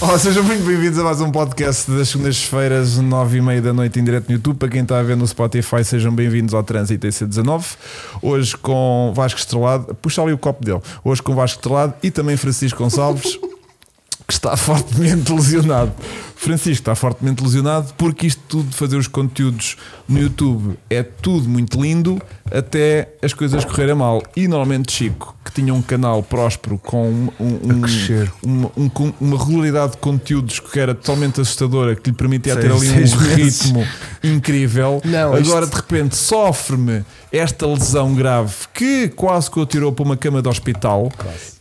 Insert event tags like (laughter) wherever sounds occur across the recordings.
Olá, sejam muito bem-vindos a mais um podcast das segundas-feiras, 9h30 da noite, em direto no YouTube. Para quem está a ver no Spotify, sejam bem-vindos ao Trânsito IC19. Hoje com Vasco Estrelado, puxa ali o copo dele. Hoje com Vasco Estrelado e também Francisco Gonçalves, que está (laughs) fortemente lesionado. Francisco está fortemente lesionado porque isto tudo de fazer os conteúdos no YouTube é tudo muito lindo até as coisas correrem mal. E normalmente Chico, que tinha um canal próspero com um- um- crescer. uma, um con- uma regularidade de conteúdos que era totalmente assustadora, que lhe permitia Seis- ter ali um seis meses. ritmo incrível. Não, Agora isto- de repente sofre-me esta lesão grave que quase que o tirou para uma cama de hospital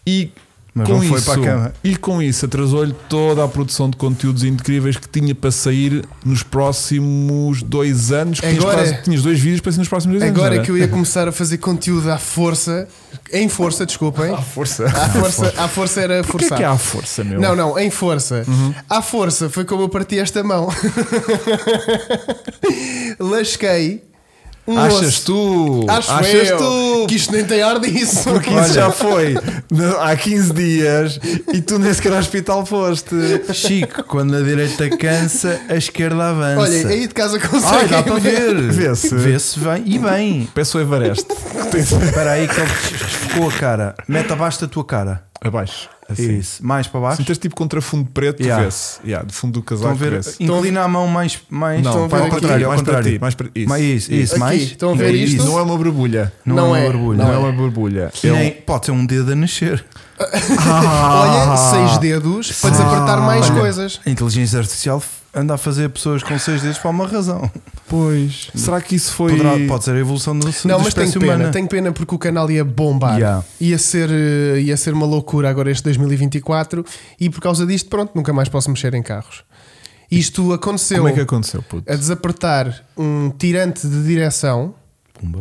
e Mas com não foi isso, para a cama. E com isso atrasou-lhe toda a produção de conteúdos incríveis que tinha para sair nos próximos dois anos. que Tinhas, Agora- quase, tinhas dois vídeos para sair nos próximos dois anos. Agora não que eu ia começar a fazer conteúdo à força, em força, desculpem. força. À força, à força era Porquê forçar. que há Uhum. força, meu? Não, não, em força. À força foi como eu parti esta mão. (laughs) Lasquei um Achas osso. tu? Acho achas eu tu? que isto nem tem ar disso. Porque isso já foi no- há 15 dias e tu nem sequer ao hospital foste. Chico, quando a direita cansa, a esquerda avança. Olha, aí de casa Ai, tá- consegue dá para ver. (laughs) Vê-se. Vê-se bem. E bem. Peço o (laughs) Everest. Espera aí que ele ficou a cara. Mete abaixo da tua cara. Abaixo. Assim. Isso. Mais para baixo. Se tens tipo contrafundo preto, Yeah. vê-se. Yeah, de fundo do Estão a casaco, ver? vê-se. Inclina a mão mais. mais Não, Estão a ver para ao aqui? contrário, ao mais para contrário. ti, mais para isso. Mais isso, isso, Aqui, mais. estão a ver É isto? isso. Não é uma borbulha. Não, Não é é. uma borbulha. Não, é é. uma borbulha. E É um- nem- Pode ser um dedo a nascer. Olha, Ah, seis dedos para desapertar mais Olha, coisas. A inteligência artificial anda a fazer pessoas com seis dedos por uma razão. Pois. Será que isso foi. Poderá- pode ser a evolução do, Não, da mas tenho espécie pena, humana. tenho pena porque o canal ia bombar. Yeah. Ia, ser, eh, ia ser uma loucura agora este 2024 e por causa disto, pronto, nunca mais posso mexer em carros. Isto aconteceu Como é que aconteceu, puto? a desapertar um tirante de direção Pumba.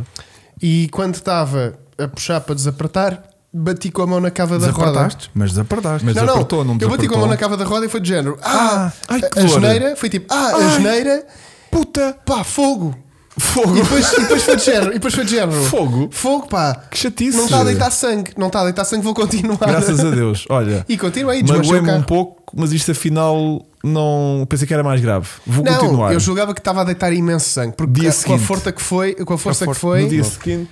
e quando estava a puxar para desapertar, bati com a mão na cava da roda. Desapertaste? Mas desapertaste. Mas não, não, apertou, não eu bati com a desapertou? mão na cava da roda e foi de género. Ah, ai, que a dor. geneira, foi tipo, ah, a Ai. geneira, Puta! pá, fogo. Fogo! E depois, e depois foi de género, e depois foi de género. Fogo? Fogo, pá. Que chatice! Não está a deitar sangue, não está a deitar sangue, vou continuar. é. Graças a Deus. Olha. E continua aí, desmanchei o Magoei-me um carro. pouco, mas isto afinal não. Pensei que era mais grave. Vou não, continuar. eu julgava que estava a deitar imenso sangue, porque Dia com seguinte. a força que foi, com a força For- que foi, No dia seguinte.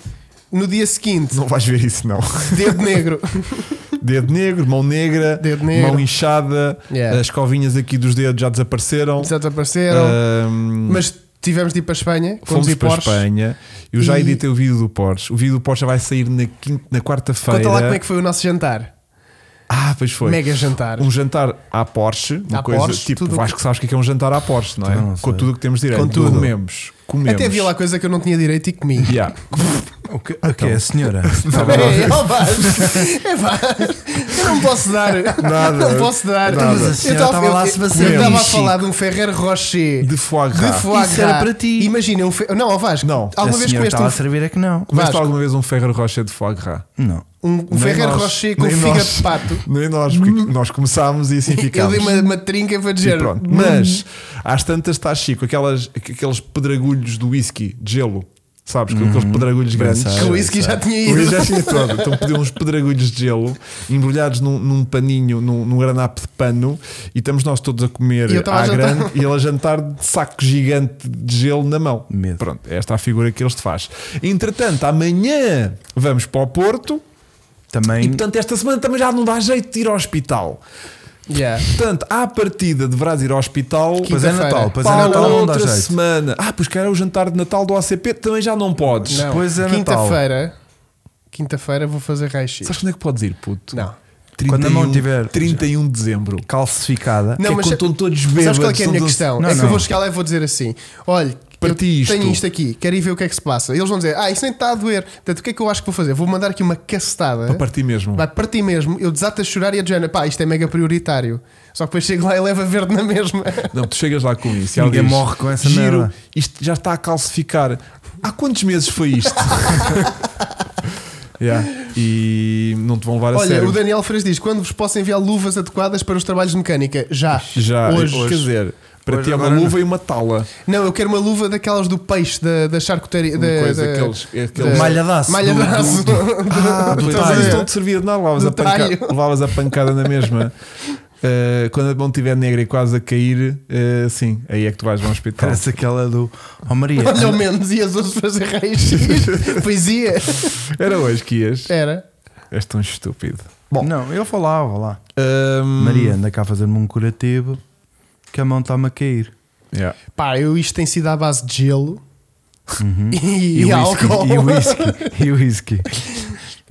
seguinte, Não vais ver isso, não. (laughs) dedo negro. Dedo negro, mão negra, Dedo negro. mão inchada, Yeah. as covinhas aqui dos dedos já desapareceram. Desapareceram. Ahm, mas tivemos de ir para a Espanha, Ah, fomos conduzir para a Porsche. Espanha. Eu já E- editei o vídeo do Porsche. O vídeo do Porsche já vai sair na, quinta- na quarta-feira. Conta lá como é que foi o nosso jantar. Ah, pois foi. Mega jantar. Um jantar à Porsche, uma À coisa Porsche, tipo, tudo- acho que sabes o que é que é um jantar à Porsche, não é? Também não Com sei. tudo o que temos direito. Com tudo. Comemos, comemos. Até havia lá coisa que eu não tinha direito e comi. Yeah. O que, o que é, então. (laughs) (laughs) senhora? É, é, ó, Vasco. É, Vasco. Eu não posso dar. Nada. Não posso dar. Nada. Mas a senhora tava- tava lá a se vacilar. eu tava a Chico. falar de um Ferrer Rocher. De foie de gras. foie Isso gras. era para ti. Imagina um. Fe... Não, ó Vasco. Não. Alguma a vez senhora comeste estava um, a servir é que não. Comeste Vasco. alguma vez um Ferrer Rocher de foie gras? Não. um, um Nem Ferrer nós, Rocher com um nem figa nós. de pato? Nem nós, porque nós começámos e assim Hum. (laughs) Eu ficámos. dei uma, uma trinca para E dizer. pronto. "Hum, Mas às tantas está chico, aquelas, aqueles pedragulhos do whisky, de gelo, sabes? Com Hum. aqueles pedragulhos grandes. sei, que o whisky já tinha Eu ido. já tinha todo. Então pediu uns pedragulhos de gelo embrulhados num, num paninho, num, num granape de pano, e estamos nós todos a comer E eu estava à a jantar. grande e ele a jantar de saco gigante de gelo na mão. Medo. Pronto, esta é a figura que eles te faz. Entretanto, amanhã vamos para o Porto e Também. portanto esta semana também já não dá jeito de ir ao hospital. Yeah. Portanto, à partida deverás ir ao hospital. Pois é quinta-feira. Natal, pois é Para Natal, não dá outra jeito. semana. Ah, pois que era o jantar de Natal do ACP, também já não podes. Não, Depois é Natal. Quinta-feira. Quinta-feira vou fazer raio-x. Sabes quando é que podes ir, puto? Não. Quando a mão tiver- 31 de dezembro. Não, Calcificada. que é mas quando sa- estão todos Sabes qual é, bêbados, que é a estão minha todos- questão? Não, é que não. eu vou chegar lá e vou dizer assim: olha, eu Parti isto. tenho isto aqui, quero ir ver o que é que se passa. Eles vão dizer: ah, isso nem está a doer. Portanto, o que é que eu acho que vou fazer? Vou mandar aqui uma cacetada. Para partir mesmo. Vai para ti mesmo, eu desato a chorar e a Joana, pá, isto é mega prioritário. Só que depois chego lá e leva verde na mesma. Não, tu chegas lá com isso. e Ninguém alguém diz, morre com essa Giro, merda." isto já está a calcificar. Há quantos meses foi (laughs) isto? Yeah. E não te vão levar a Olha, sério. o Daniel Freitas diz: quando vos posso enviar luvas adequadas para os trabalhos de mecânica? Já. Já, Hoje. quer dizer, para Hoje ti é uma agora luva e uma tala. Não, eu quero uma luva daquelas do peixe, da, da charcutaria. É Da, Uma coisa, da, aqueles- da- aqueles- Malhadaço. Malhadaço. Do- do- do- Ah, do (laughs) tu talho. não te servia de nada, levavas Do a, panca- talho. (laughs) levavas a pancada na mesma. eh, quando a mão estiver negra e quase a cair, eh, sim, aí é que tu vais a um hospital. Parece aquela do. Oh Maria. (laughs) Olha, (laughs) ao menos ias hoje fazer raios Poesia. Era hoje que ias. É. Era. És tão estúpido. Não, eu falava lá. Ahm, Maria, anda cá a fazer-me um curativo que a mão está-me a cair. yeah. Pá, eu isto tem sido à base de gelo (laughs) Uhum. e, E whisky, álcool. e whisky, e whisky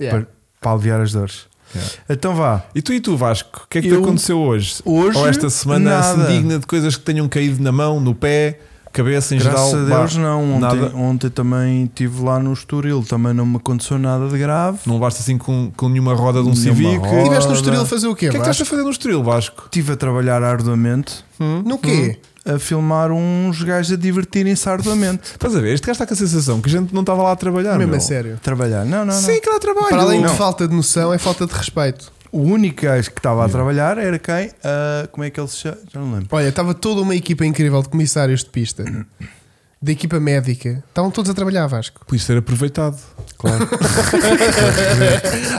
(laughs) Yeah. para, para aliviar as dores. Yeah. Então vá. E tu e tu, Vasco, o que é que te Eu- aconteceu hoje? Hoje, Ou esta semana nada. assim digna de coisas que tenham caído na mão, no pé, cabeça em Graças geral? a Deus, vá, não. Ontem, Nada. ontem também estive lá no Estoril, também não me aconteceu nada de grave. Não levaste assim com, com nenhuma roda de um Nenhuma Civic? roda. O Tiveste no Estoril a fazer o que quê? é que estás Vasco? a fazer no Estoril, Vasco? Estive a trabalhar arduamente No quê? a filmar uns gajos a divertirem-se arduamente. Estás a ver? Este gajo está com a sensação que a gente Ah, não estava lá a trabalhar. Mesmo meu. a sério. Trabalhar, não, não, não. Sim, que lá trabalho. Para além de Não. falta de noção, é falta de respeito. O único gajo que estava a trabalhar era quem? Ah, como é que ele se chama? Já não lembro. Olha, estava toda uma equipa incrível de comissários de pista, de equipa médica. Estavam todos a trabalhar, Vasco. Podia ser (laughs) aproveitado. Claro.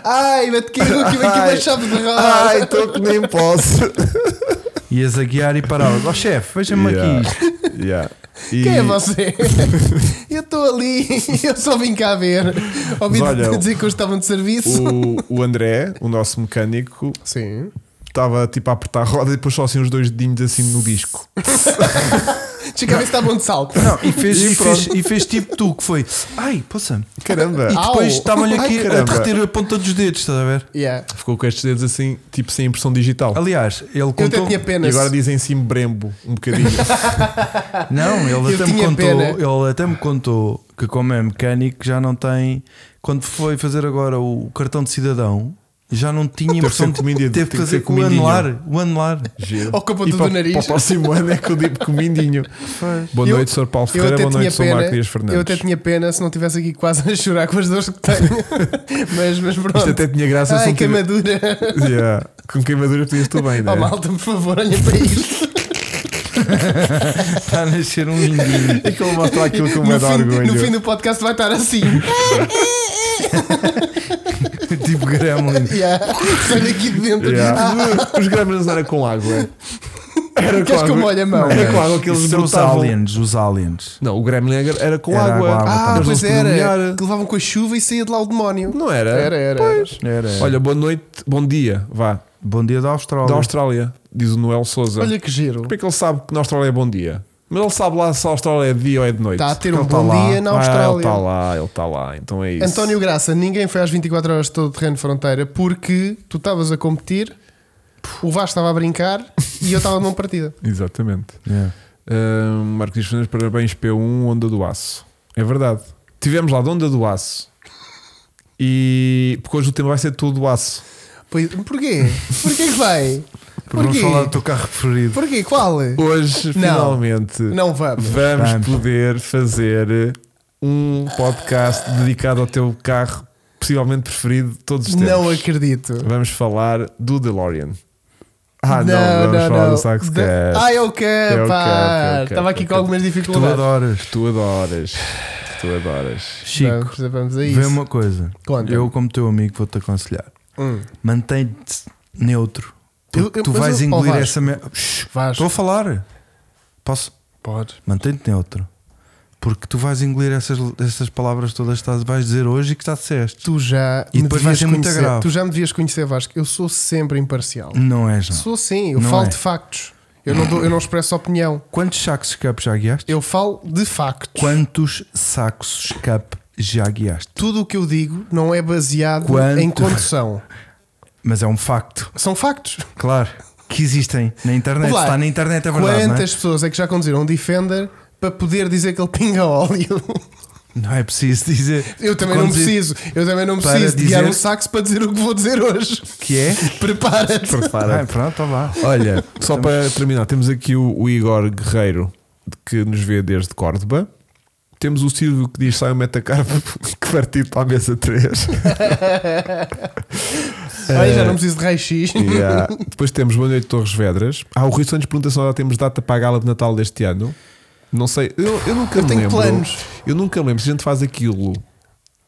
Ai, mas que eu aqui uma chave de roda. Ai, estou que nem posso. Ias a guiar e paravas. Ó chefe, veja-me aqui isto. Yeah. E- Quem é você? (laughs) eu estou ali, (laughs) eu só vim cá ver. Ouvi Mas olha, dizer que hoje estavam de serviço. O, o André, o nosso mecânico, Sim. estava tipo a apertar a roda e depois só assim os dois dedinhos assim no disco. Chega a ver se estavam de salto. Não, e fez, E e, fez, e fez tipo tu, que foi. Ai, poça. Caramba! E depois Au. estavam-lhe Ai, aqui a caramba. derreter a ponta dos dedos, estás a ver? Yeah. Ficou com estes dedos assim, tipo sem impressão digital. Aliás, ele Eu até contou. tinha E pena. agora dizem sim brembo, um (laughs) bocadinho. Não, ele Eu até, me tinha contou, pena. ele até me contou que, como é mecânico, já não tem. Quando foi fazer agora o cartão de cidadão, já não tinha que ser impressão de. comindinho, Teve tem que que ser fazer com o comindinho. anular. O anular. Giro. Ou com a ponta E do para, nariz. Para o próximo ano é que eu digo comindinho. Boa Eu- noite, Sr. Paulo Eu Ferreira. até, é Boa tinha noite, Sr. Marco Dias pena, Fernandes. eu até tinha pena se não estivesse aqui quase a chorar com as dores que tenho. (laughs) mas, mas pronto. Isto até um tinha graça se Ai, não tivesse- (laughs) queimadura. Yeah. Com queimadura podias tu bem, né? Oh, malta, por favor, olha para isto. Está a nascer um lindinho. É que ele mostra aquilo com no, medo de fim, no fim orgulho. do podcast vai (laughs) estar assim. (laughs) tipo gremlin. (laughs) yeah. Sai daqui de dentro. (laughs) Yeah. Os gremlins não era com água. Era Queres que eu molhe a mão? Era com água que Isso eles são os botavam. aliens, os aliens. Não, o gremlin era- era com Era água. água, água, Ah, Eles não pois se podiam molhar. era. Que levavam com a chuva e saía de lá o demónio. Não era? Era, era, Pois. Era. É. Olha, boa noite, bom dia, vá. Bom dia da Austrália. Da Austrália, diz o Noel Souza. Olha que giro. Como é que ele sabe que na Austrália é bom dia? Mas ele sabe lá se a Austrália é de dia ou é de noite. Está a ter um Ele tá bom lá. dia na Ah, ele Austrália. está lá, ele está lá, então é isso. António Graça, ninguém foi às 24 horas de todo o terreno de fronteira porque tu estavas a competir, o Vasco estava a brincar e eu estava numa partida. Exatamente. Yeah. Ahm, Marcos Dias Fernandes, parabéns P1, Onda do Aço. É verdade. Tivemos lá de Onda do Aço. E porque hoje o tema vai ser todo aço. Pois, porquê? Porquê que vai? Porque vamos Porquê? falar do teu carro preferido. Porquê? Qual? Hoje, finalmente, Não vamos. vamos Vamos. poder fazer um podcast dedicado ao teu carro, possivelmente preferido de todos os tempos. Não acredito. Vamos falar do DeLorean. Ah, não, não, vamos não. falar do De- Saxcast. Ah, é o que, o Cap, é pá. o Cap, Estava aqui é o com Cap. algumas Tu dificuldades. adoras. Tu adoras. Tu adoras. Chico, Vamos, vamos a vê isso. uma coisa. Conta. Eu, como teu amigo, vou-te aconselhar. Hum. Mantém-te neutro. Eu- Porque eu- tu mas vais eu- oh, engolir Vasco. essa merda. Estou Vasco, a falar. Posso? pode. Mantém-te neutro. Porque tu vais engolir essas, essas palavras todas que estás- vais dizer hoje e que já disseste. Tu já E me depois vai devias ser muito conhecer. grave. Tu já me devias conhecer, Vasco. Eu sou sempre imparcial. Não é, és, não. Sou sim, eu Não falo é. de factos. Eu não, dou- eu não expresso opinião. Quantos sacos cup já guiaste? Eu falo de factos. Quantos sacos cup já guiaste? Tudo o que eu digo não é baseado Quanto? em condução. Mas é um facto, São (laughs) factos. claro, que existem na internet. Olá, Está na internet, é verdade. Não é? Quantas pessoas é que já conduziram um Defender para poder dizer que ele pinga óleo? não é preciso dizer. Eu também não Conduzir- preciso. Eu também não Para preciso de guiar dizer- um saxo para dizer o que vou dizer hoje. Que é? (laughs) Prepara-te. Ah, pronto, tá lá. Olha, só para terminar, temos aqui o, o Igor Guerreiro que nos vê desde Córdoba. Temos o Silvio que diz sai o metacarpo (laughs) que partido para a mesa 3. Ai, Eh, já não preciso de raio-x. ah, (laughs) Depois temos Boa Noite Torres Vedras. Ah, o Rui Santos pergunta se nós já temos data para a gala de Natal deste ano. Não sei, eu, eu nunca Eu me tenho lembro. planos. Eu nunca me lembro se a gente faz aquilo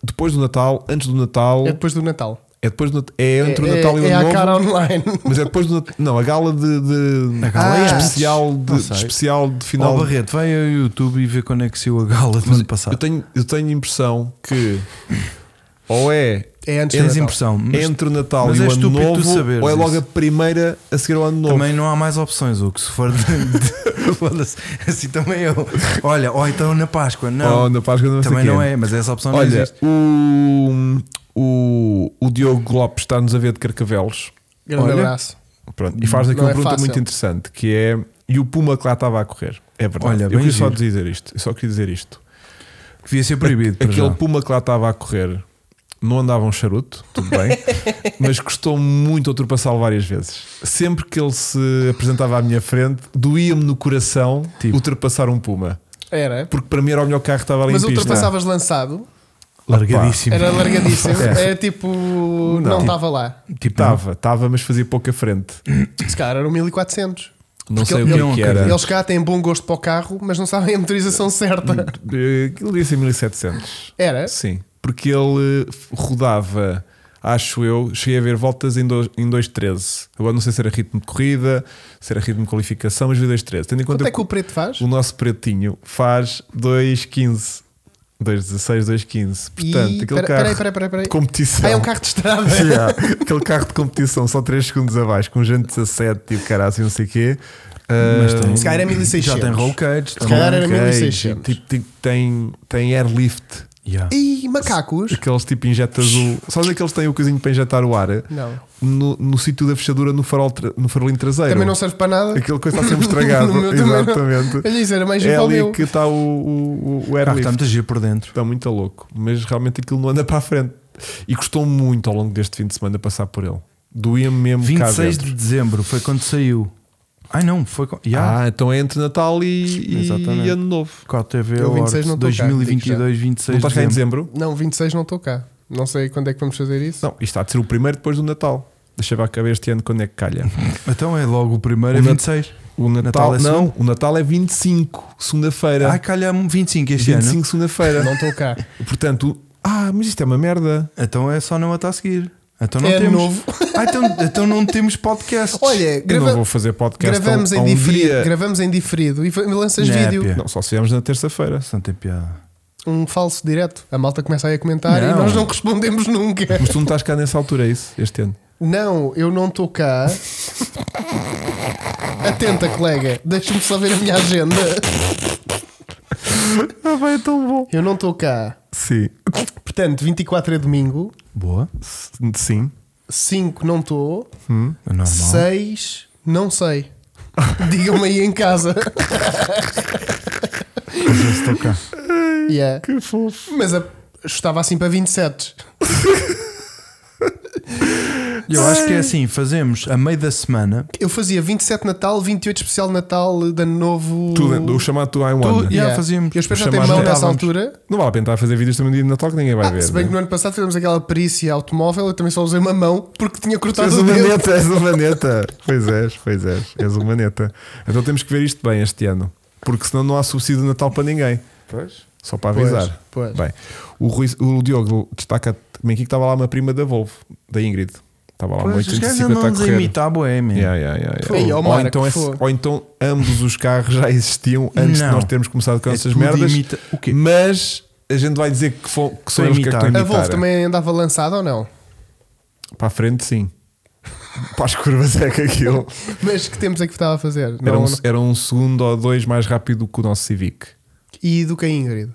depois do Natal, antes do Natal. É depois do Natal. É depois do, é entre o é, Natal e o é Ano a Novo. cara online. Mas é depois do Natal. Não, a gala de. de- A gala é antes. especial, de, Não sei. especial de Ó final. de- Barreto, vai ao YouTube e vê quando é que saiu a gala do ano passado. eu, tenho, eu tenho impressão que. Ou é É antes do Tens Natal. impressão, mas entre o Natal mas e é o Ano estúpido tu Novo, saberes ou é logo isso. a primeira a seguir ao Ano Novo. também não há mais opções. O que se for de, de- (laughs) foda-se. assim também eu. Olha, ou então na Páscoa, não. Ou na Páscoa, Oh, não sei também quê. não é, mas essa opção não Olha, existe. o, o, o Diogo Lopes está-nos a ver de Carcavelos Grande Olha. abraço. Pronto, e faz aqui Não uma é pergunta fácil. muito interessante que é e o Puma que lá estava a correr. É verdade. Olha, eu bem queria só giro. dizer isto. Eu só queria dizer isto. Devia ser proibido. para Aquele já. Puma que lá estava a correr não andava um charuto, tudo (laughs) bem, mas custou muito ultrapassá-lo várias vezes. Sempre que ele se apresentava à minha frente, doía-me no coração Tipo. ultrapassar um Puma. Era. Porque para mim era o melhor carro que estava ali Mas em pista. ultrapassavas lançado, Largadíssimo. era largadíssimo. Tipo, (laughs) É. Era tipo. Não estava lá. Tipo, Estava, estava, mas fazia pouca frente. Se calhar eram 1400. Não Porque sei o é ele- que, ele- que era. Eles cá têm bom gosto para o carro, mas não sabem a (laughs) motorização certa. Eh, Aquilo disse em 1700. Era? Sim. Porque ele eh, rodava, acho eu, cheguei a ver voltas em dois- em 2.13. Agora não sei se era ritmo de corrida, se era ritmo de qualificação, mas vi 2.13. Tendo em Quanto conta é que o preto faz? o nosso pretinho faz 2.15. 2.16, 2.15. Portanto, E- aquele pera- carro peraí, peraí, peraí, peraí. de competição. Ah, é um carro de estrada. (laughs) Yeah. Aquele carro de competição, só 3 segundos abaixo, com gente 17 e o cara assim, não sei o quê. mas Ah, tem- se calhar é 1600. Já tem roll cage. Se calhar era ok, 1600. Tipo, tipo, tem, tem airlift. Yeah. E macacos? Aqueles tipo injetas o. Sabes aqueles que têm o coisinho para injetar o ar? eh? Não. No, no sítio da fechadura no, farol, tra- no farolinho traseiro. Também não serve para nada. Aquele coisa está sempre estragado. (laughs) No meu também não. Exatamente. Olha isso, era mais É igual ao meu. ali que está o, o, o O carro está airlift. muito tá giro por dentro. Está muito louco. Mas realmente aquilo não anda para a frente. E custou muito ao longo deste fim de semana passar por ele. Doía-me mesmo cá 26 um dentro. de dezembro foi quando saiu. Ai não, foi. co- Yeah. Ah, então é entre Natal e, Exatamente. e Ano Novo. Com a TV Eu 26 Awards não tô cá, 2022, 26 Ah. Não estás cá em dezembro? Não, 26 não estou cá. Não sei quando é que vamos fazer isso. Não, isto está a ser o primeiro depois do Natal. Deixa eu ver a cabeça este ano quando é que calha. Então é logo o primeiro, O é Nat- 26. O Natal, Natal é não, o Natal é 25, segunda-feira. Ah, calha 25 este 25, ano. segunda-feira. Não estou cá. Portanto, o- ah, mas isto é uma merda. Então é só não até a seguir. Então não É temos. novo. Ah, então, então (laughs) não temos podcast. Olha, Eu grava- não vou fazer podcast gravamos, há, em há um diferido, dia. gravamos em diferido e fa- lanças Népia. vídeo. Não, só se fizemos na terça-feira. Isso não tem piada. Um falso direto. A malta começa aí a comentar e Não. nós não respondemos nunca. Mas tu não estás cá nessa altura, é isso? Este ano. Não, eu não estou cá. Atenta, colega. Deixa-me só ver a minha agenda. Ah, vai, é tão bom. Eu não estou cá. Sim. Portanto, 24 é domingo. Boa. Sim. 5 não Tá estou. Hum? É Normal. 6 não sei. Digam-me aí (laughs) em casa. Mas eu estou cá. Yeah. Que fofo. Mas a- estava assim para 27. Eu acho que é assim, fazemos a meio da semana. Eu fazia 27 Natal, 28 especial Natal de Ano Novo. Tudo, o chamado Tu I Wonder. Tu- Yeah, fazíamos. Eu espero já ter Chamar- mão nessa Estávamos. altura. Não vale a pena estar a fazer vídeos também no dia de Natal que ninguém vai Ah, ver. se bem que né? no ano passado fizemos aquela perícia automóvel, eu também só usei uma mão porque tinha tá Tu és cortado o uma dedo. neta, és uma neta. Pois és, pois és, és uma neta. Então temos que ver isto bem este ano, porque senão não há subsídio de Natal para ninguém. Pois. Só para Pois, avisar. pois. Bem, o, Rui- o Diogo destaca também aqui que estava lá uma prima da Volvo, da Ingrid. Estava lá uma Pois, os gajos 850 a andam-nos a correr. imitar oh, boêmia. Yeah, yeah, yeah, yeah. Ei, ó, ou, Mara, então que esse- fogo. ou então ambos os carros já existiam antes de Não. nós termos começado com É essas tudo merdas. hum. imita- o quê? Mas a gente vai dizer que, fo- que são Para eles que é que estão a imitar. imitar. A Wolf também andava lançada ou não? (laughs) Para a frente, sim. (laughs) Para as curvas é que aquilo. Mas que tempos é que estava a fazer? Era Não- um, era um segundo ou dois mais rápido que o nosso Civic. E do que a Ingrid?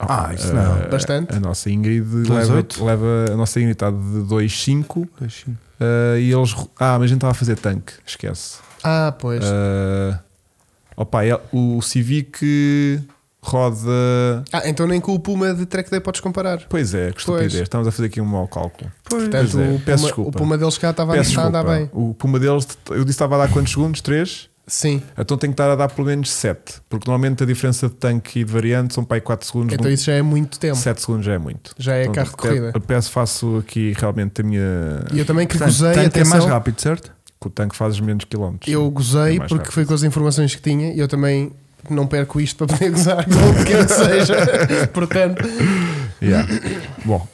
Ah, isso não. Eh, Bastante. A nossa Ingrid Dois leva, oito? leva- a nossa Ingrid está de 2.5 Deixa- eh, e eles. ro- Ah, mas a gente estava a fazer tanque, esquece. Ah, pois. Eh, opa, é- o Civic roda. Ah, então nem com o Puma de track day podes comparar. Pois é, que estupidez. Pois. Estamos a fazer aqui um mau cálculo. Portanto, Pois é, o, peço Puma, desculpa. o Puma deles cá estava a Peço andar desculpa. bem. O Puma deles, eu disse que estava a dar quantos segundos? 3? Sim. Então tem que estar a dar pelo menos 7, porque normalmente a diferença de tanque e de variante são para aí 4 segundos. Então isso já é muito tempo. 7 segundos já é muito. Já é Então, carro de pe- corrida. eu Peço, faço aqui realmente a minha. E eu também que Portanto, gozei, tem que é atenção, mais rápido, certo? Com o tanque fazes menos quilómetros. eu gozei É mais porque rápido. foi com as informações que tinha e eu também não perco isto para poder (laughs) (coughs) gozar (laughs) com o que quer que seja. Portanto, Yeah. Bom,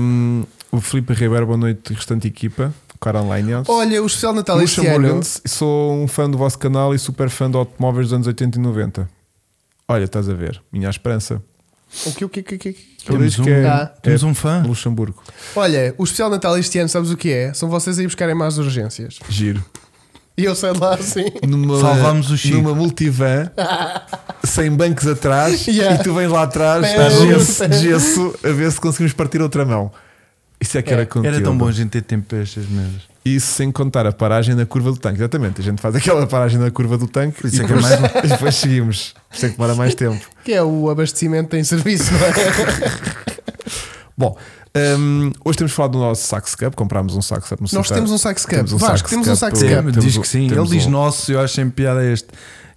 hum, o Filipe Ribeiro, boa noite, restante equipa. Caroline Linhaus. Olha, o especial de Natal este Lucian ano. Morgans, sou um fã do vosso canal e super fã de automóveis dos anos 80 e 90. Olha, estás a ver, minha esperança. O que, o que, o que, o que- Ele Temos diz que é, um- Ah. Temos é um fã. Luxemburgo. Olha, o especial de Natal este ano, sabes o que é? São vocês aí buscarem mais urgências. Giro. E eu sei lá (laughs) assim. Numa, Salvamos o Chico. Numa multivan, sem bancos atrás, Yeah. e tu vens lá atrás, Pera, estás gesso, pera. gesso, a ver se conseguimos partir outra mão. Isso é que era É, conteúdo. Era tão bom a gente ter tempo para estas merdas. Isso sem contar a paragem na curva do tanque. Exatamente, a gente faz aquela (laughs) paragem na curva do tanque isso e é que é depois, mais- (laughs) e depois seguimos. Por isso é que demora mais tempo. Que é o abastecimento em serviço, não é? Bom, hum, hoje temos falado do nosso Sax Cup. Comprámos um Sax Cup no Nós Santar. temos um sax cup. Temos um Vasco, sax temos cup. um sax Sim, Sim, cup. temos diz um- que sim. temos Ele diz um. nosso, eu acho sempre piada este,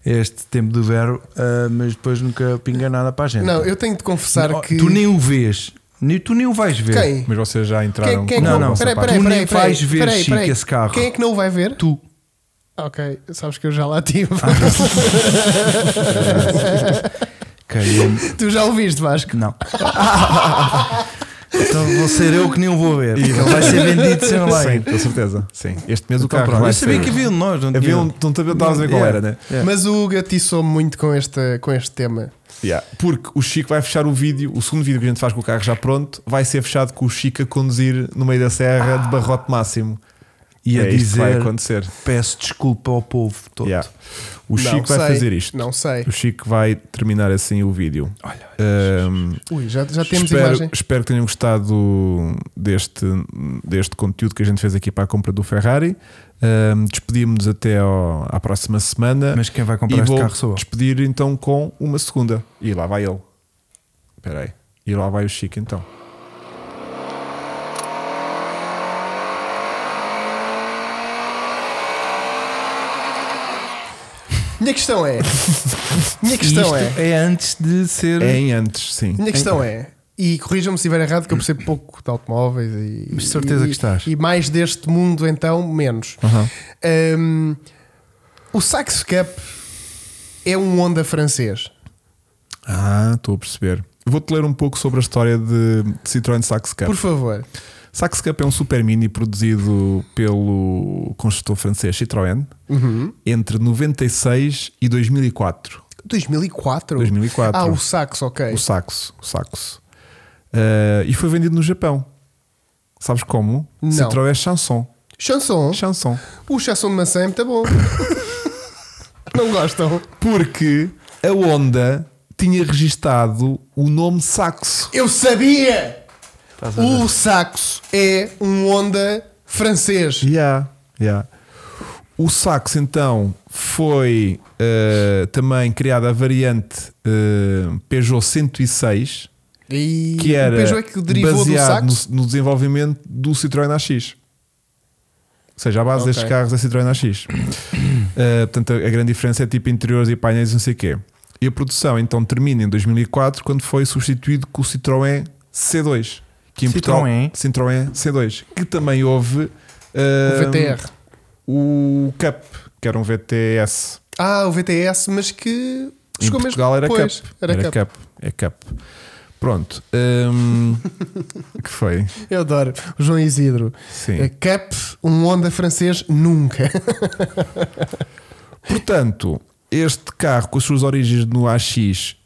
este tempo do verbo, ah, mas depois nunca pinga nada para a gente. Não, eu tenho de confessar Não, que. Tu nem o vês, nem, tu nem o vais ver. Quem? Mas vocês já entraram. um- Quem- quem- com a um Não, não. nossa Peraí, parte. peraí, Tu peraí, nem peraí, vais ver, peraí, Chico, peraí. esse carro. Quem é que não o vai ver? Tu. Ah, Ok, sabes que eu já lá tive. (laughs) Quem? tu já o viste, Vasco. Não. (laughs) então vou ser eu que nem o vou ver. porque Ele vai ser vendido sem lá. Sim, com certeza. Sim. Este mês o Então, carro pronto. vai Eu sabia ser- que havia um de nós, (laughs) não Havia tinha? um. Não sabia- estavas a ver qual Yeah. era, né? Yeah. Mas o gatiçou-me muito com este, com este tema. Yeah. Porque o Chico vai fechar o vídeo, o segundo vídeo que a gente faz com o carro já pronto, vai ser fechado com o Chico a conduzir no meio da serra Ah. de barrote máximo. E a é isto que vai dizer, acontecer. peço desculpa ao povo todo. Yeah. O Não Chico vai sei, fazer isto. Não sei. O Chico vai terminar assim o vídeo. Olha, olha. Ahm, Ui, já, já temos espero, imagem. espero que tenham gostado deste, deste conteúdo que a gente fez aqui para a compra do Ferrari. Ahm, Despedimos-nos até ao- à próxima semana. Mas quem vai comprar e este vou carro sou eu. despedir então com uma segunda. E lá vai ele. Espera aí. E lá vai o Chico então. Minha questão é. Minha questão é. Isto é antes de ser. É em antes, sim. Minha questão é. E corrijam-me se estiver errado, que eu percebo pouco de automóveis e. Mas de certeza e- que estás. E mais deste mundo, então, menos. Aham. Hum, o Sax Cup é um Honda francês. Ah, estou a perceber. Vou-te ler um pouco sobre a história de, de Citroën Sax Cup. Por favor. Sax Cup é um super mini produzido pelo construtor francês Citroën entre 96 e 2004. 2004? 2004. Ah, o Sax, ok. O saxo, o saxo. Ah, e foi vendido no Japão. Sabes como? Não. Citroën é Chanson. Chanson. Chanson. O chanson de maçã é muito (laughs) bom. Não gostam? Porque a Honda tinha registado o nome saxo. Eu sabia! Estás a ver? O saxo é um Honda francês. Yeah, yeah. O saxo então foi ah, também criada a variante ah, Peugeot 106. E que era o Peugeot é que derivou do baseado saxo. No, no desenvolvimento do Citroën AX. Ou seja, a base Ok. destes carros é Citroën (clears throat) AX. Uh, portanto, a, a grande diferença é tipo interiores e painéis e não sei o quê. E a produção então termina em 2004 quando foi substituído com o Citroën C2. Que em Portugal- Citroën. Citroën C2. Que também houve uh, O VTR. o CAP, que era um VTS. Ah, o VTS, mas que Em chegou mesmo Portugal era depois. CAP. Era Cup. CAP. É CAP. Pronto. Um, (laughs) que foi? Eu adoro. O João Isidro. Sim. A Cup, um Honda francês, nunca. Portanto, este carro com as suas origens no AX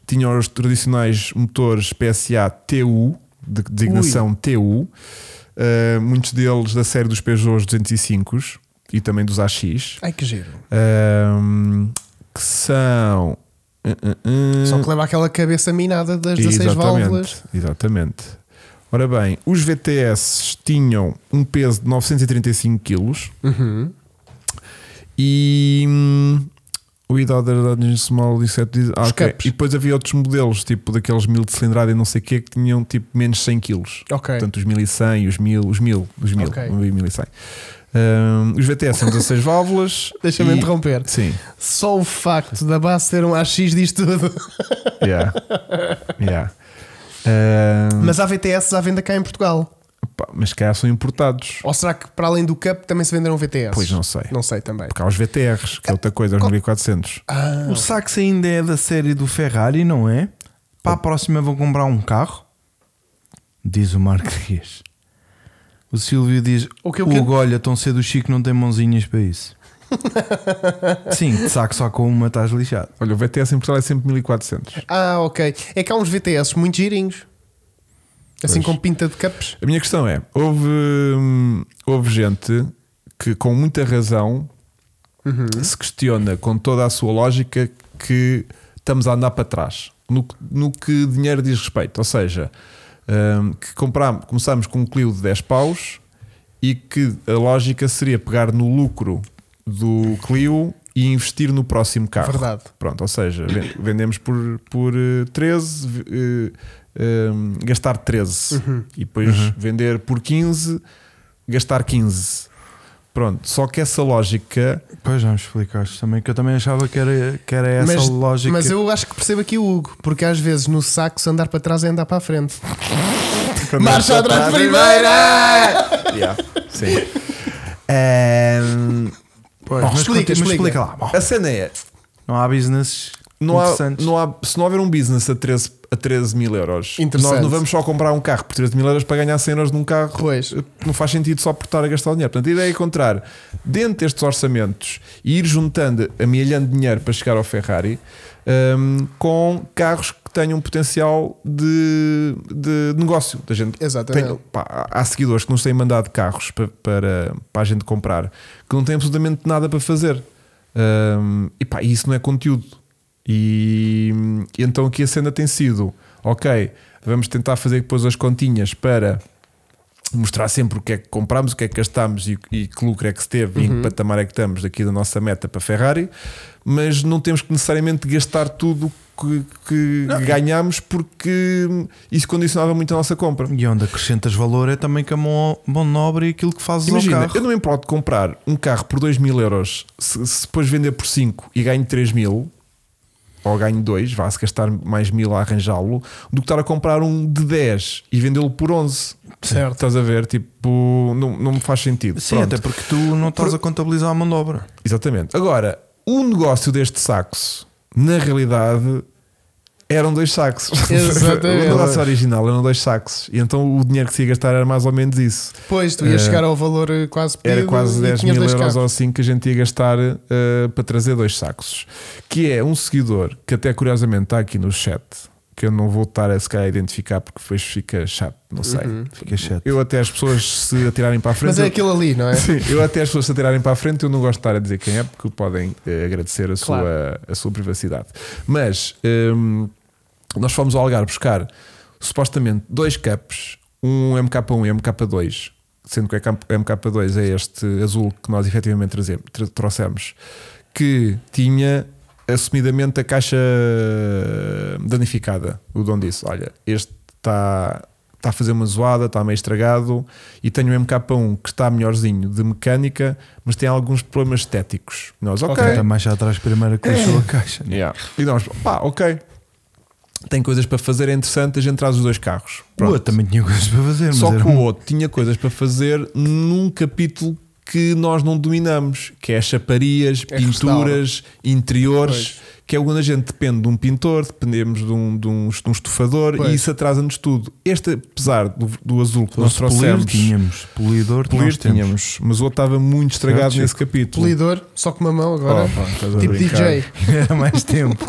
tinha os tradicionais motores PSA TU, de designação TU, eh, muitos deles da série dos Peugeot 205 e também dos AX, (laughs) Ai que giro. ehm, que são. eh, eh, eh, Só que leva aquela cabeça minada das 16 válvulas. Exatamente. Ora bem, os VTS tinham um peso de 935 kg Uhum. e. hum, O idade da Small Inset ah, Os ok. capes. E depois havia outros modelos, tipo daqueles 1000 de cilindrada e não sei o que, que tinham tipo menos 100 kg. Ok. Portanto, os 1100 e os 1000, os 1000, os 1000, Ok. não vi 1100. Hum, os VTS são 16 válvulas. Deixa-me e- interromper. Sim. Só o facto da base ser um AX diz tudo. Yeah. yeah. Hum, Mas há VTS à venda cá em Portugal. Pá, mas cá são importados. Ou será que para além do Cup também se venderam VTS? Pois não sei. Não sei também. Porque há os VTRs, que é outra coisa, os 1400. Ah, O sax ainda é da série do Ferrari, não é? Oh. Para a próxima vou comprar um carro? Diz o Marco Dias. O Silvio diz: O que eu Hugo, quero- olha, tão cedo o Chico não tem mãozinhas (laughs) para isso. Sim, de saco só com uma estás lixado. Olha, o VTS em Portugal é sempre 1400. Ah, ok. É que há uns VTS muito girinhos. Assim Pois. com pinta de capes. A minha questão é: houve, hum, houve gente que, com muita razão, se questiona com toda a sua lógica que estamos a andar para trás no, que- no que dinheiro diz respeito. Ou seja, hum, que compramos, começamos com um Clio de 10 paus e que a lógica seria pegar no lucro do Clio e investir no próximo carro. Verdade. Pronto, ou seja, (coughs) ven- vendemos por, por eh, 13, vi- eh, ehm, gastar 13 Uhum. e depois vender por 15, gastar 15. Pronto, só que essa lógica Pois já me explicaste também, que eu também achava que era, que era essa mas, lógica. mas eu acho que percebo aqui o Hugo, porque às vezes no saco se andar para trás é andar para (laughs) a frente. Marcha atrás é (laughs) primeira! Yeah, sim. Ehm, Pois, Oh, mas explica, conti- mas explica. lá. bom. a cena é: Não há business não há, interessantes. não há, se não houver um business a 13, a 13 mil euros, Interessante. nós não vamos só comprar um carro por 13 mil euros para ganhar 100 euros num carro. Pois. Não faz sentido só por estar a gastar o dinheiro. Portanto, a ideia é encontrar dentro destes orçamentos e ir juntando, amealhando dinheiro para chegar ao Ferrari hum, com carros que tenham potencial de, de negócio. Da gente Exatamente. tem- pá, há- há seguidores que nos têm mandado carros pa- para, para, a gente comprar que não têm absolutamente nada para fazer. Hum, e pá, isso não é conteúdo. E, e então aqui a cena tem sido: ok, vamos tentar fazer depois as continhas para mostrar sempre o que é que comprámos, o que é que gastámos e, e que lucro é que se teve e em que patamar é que estamos daqui da nossa meta para Ferrari, mas não temos que necessariamente gastar tudo que, que ganhámos porque isso condicionava muito a nossa compra. E onde acrescentas valor é também com a mão, mão nobre e aquilo que fazes ao Imagina, carro. eu não me importo de comprar um carro por 2 mil euros se, se depois vender por 5 e ganho 3 mil. Ou ganho 2, vá-se gastar mais mil a arranjá-lo, do que estar a comprar um de 10 e vendê-lo por 11. Certo. Estás a ver? Tipo, não, não me faz sentido. Sim, Pronto. até porque tu não estás a contabilizar a mão de obra. Exatamente. Agora, o negócio deste saxo, na realidade, eram dois saxos. (laughs) Exatamente. o negócio original eram dois saxos. E então o dinheiro que se ia gastar era mais ou menos isso. Depois tu ias É. chegar ao valor eh, quase pedido Era quase e 10 tinhas mil dois euros ou carros. assim que a gente ia gastar eh, para trazer dois saxos. Que é um seguidor que até curiosamente está aqui no chat, que eu não vou estar a se calhar a identificar porque depois fica chato, não sei. Fica chato. Eu até as pessoas se atirarem para a frente. Uhum. Mas é eu- aquilo ali, (laughs) não é? Sim, eu até as pessoas se atirarem para a frente, eu não gosto de estar a dizer quem é, porque podem eh, agradecer a, sua, a sua privacidade. Mas hum, nós fomos ao Algarve buscar supostamente dois cups, um MK1 e um MK2, sendo que o MK2 é este azul que nós efetivamente traze- tra- trouxemos, que tinha assumidamente a caixa danificada. O dono disse: Olha, este está. Está a fazer uma zoada, está meio estragado e tenho um o MK1 que está melhorzinho de mecânica, mas tem alguns problemas estéticos. Nós, ok, É. Está é mais já atrás primeiro que lixou a caixa. e nós, pá, ok. Tem coisas para fazer, é interessante, a gente traz os dois carros. O Pronto. outro também tinha coisas para fazer, mas Só um era um que o outro tinha coisas para fazer num capítulo que nós não dominamos, que é chaparias, É pinturas, interiores, que é quando a gente depende de um pintor, dependemos de um, de um, de um estufador Pois. e isso atrasa-nos tudo. Este, apesar do, do azul que nós Nós polir trouxemos, tínhamos, polidor polir nós temos. tínhamos, mas o outro estava muito estragado Certo, nesse capítulo. Polidor, só com uma mão agora. Oh, pá, estás a tipo brincar. DJ. (laughs) Era mais tempo.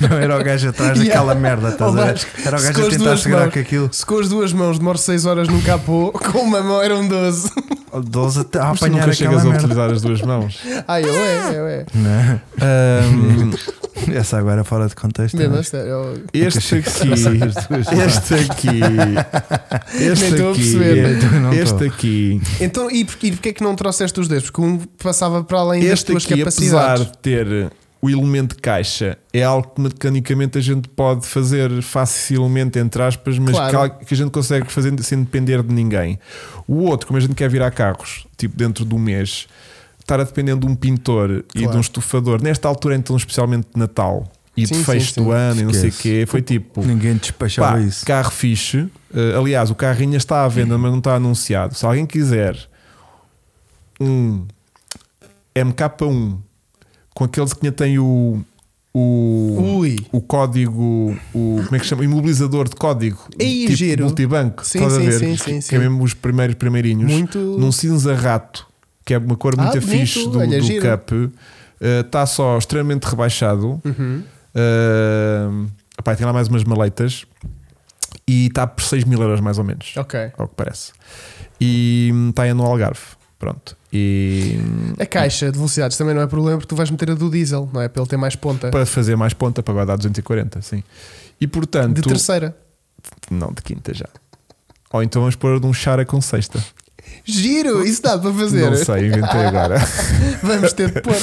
Não era o gajo atrás daquela Yeah. merda, estás Oh, a ver? Vasco, Era o se gajo com a as tentar duas segurar mãos- com aquilo. (laughs) Se com as duas mãos demoro 6 horas num capô, (laughs) com uma mão um eram 12. Doze até a Mas tu apanhar nunca aquela chegas a merda. utilizar as duas mãos. Ai, eu é, eu é. Não, Ahm, (laughs) Essa agora é fora de contexto. Mesmo não é? a sério, eu- Este aqui, este aqui, Nem este estou a aqui, perceber, não este estou. aqui, Então, e, por- e porquê é que não trouxeste os dedos? Porque um passava para além das este tuas aqui, apesar capacidades. de ter o elemento de caixa, é algo que mecanicamente a gente pode fazer facilmente, entre aspas, mas Claro. que algo que a gente consegue fazer sem depender de ninguém. O outro, como a gente quer virar carros, tipo dentro do mês, estar a dependendo de um pintor e Claro. de um estufador, nesta altura, então, especialmente de Natal e Sim, de sim, fecho sim. do ano e não sei o Esquece. quê, foi tipo. Ninguém despachava Pá, é isso. carro fixe. Eh, aliás, o carro ainda está à venda, mas não está anunciado. Se alguém quiser um MK1 com aqueles que ainda tem o, o, Ui. o código, o, como é que chama? Imobilizador de código Ei, tipo giro. multibanco, Sim, estás a sim, ver? sim, sim, que é sim. mesmo os primeiros primeirinhos Muito- num cinza rato, que é uma cor Ah, muito bonito. fixe do, Olha, do giro. cup, Eh, está só extremamente rebaixado. Uhum, Uh, epá, tem lá mais umas maletas e está por 6 mil euros mais ou menos, Ok. ao que parece. E está aí no Algarve. Pronto. E hum, A caixa de velocidades também não é problema porque tu vais meter a do diesel, não é? Para ele ter mais ponta. para fazer mais ponta, para guardar 240, sim. E portanto. De terceira. Não, de quinta já. Ou então vamos pôr de um chara com sexta. Giro, isso dá para fazer. Não sei, inventei agora. (laughs) (laughs) Vamos ter de pôr.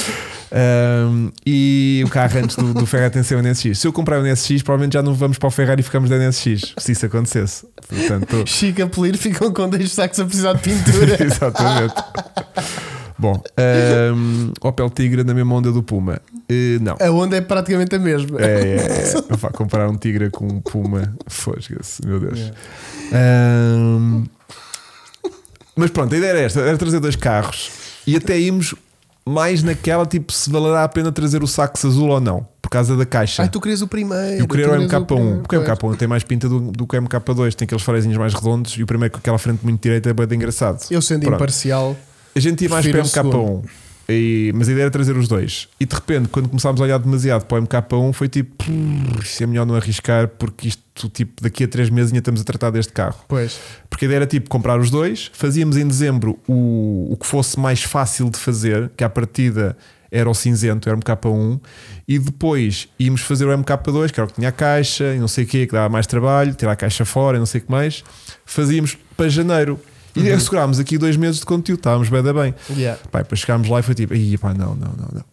Um, e o carro antes do, do Ferrari tem que ser um NSX. Se eu comprar um NSX, provavelmente já não vamos para o Ferrari e ficamos da NSX. Se isso acontecesse. Portanto, Chico a polir ficam com dois sacos a precisar de pintura. (laughs) (laughs) Exatamente. Bom, um, Opel Tigra na mesma onda do Puma. Eh, não. A onda é praticamente a mesma. É, é, é. Não vá comparar um Tigra com um Puma. Fosga-se, meu Deus. Um, mas pronto, a ideia era esta: era trazer dois carros e até ímos mais naquela tipo se valerá a pena trazer o saxo azul ou não, por causa da caixa. Ai, tu querias o primeiro. Eu queria o tu querias MK1, primeiro, porque o MK1 tem mais pinta do, do que o MK2, tem aqueles farezinhos mais redondos e o primeiro com aquela frente muito direita é bem engraçado. pois. Eu sendo Pronto. imparcial. A gente ia mais para um. o Prefiro o MK1, e- mas a ideia era trazer os dois. E de repente, quando começámos a olhar demasiado para o MK1, foi tipo: "Pff, isto é melhor não arriscar, porque isto, tipo, daqui a três meses ainda estamos a tratar deste carro. Pois. Porque a ideia era tipo comprar os dois, fazíamos em dezembro o, o que fosse mais fácil de fazer, que à partida era o cinzento, era o MK1, e depois íamos fazer o MK2, que era o que tinha a caixa, e não sei o quê, que dava mais trabalho, tirar a caixa fora, e não sei o que mais. Fazíamos para janeiro. E assegurámos aqui dois meses de conteúdo, estávamos bem da bem. Yeah. Pá, e depois chegámos lá e foi tipo, "Ih, pá, não, não, não, não.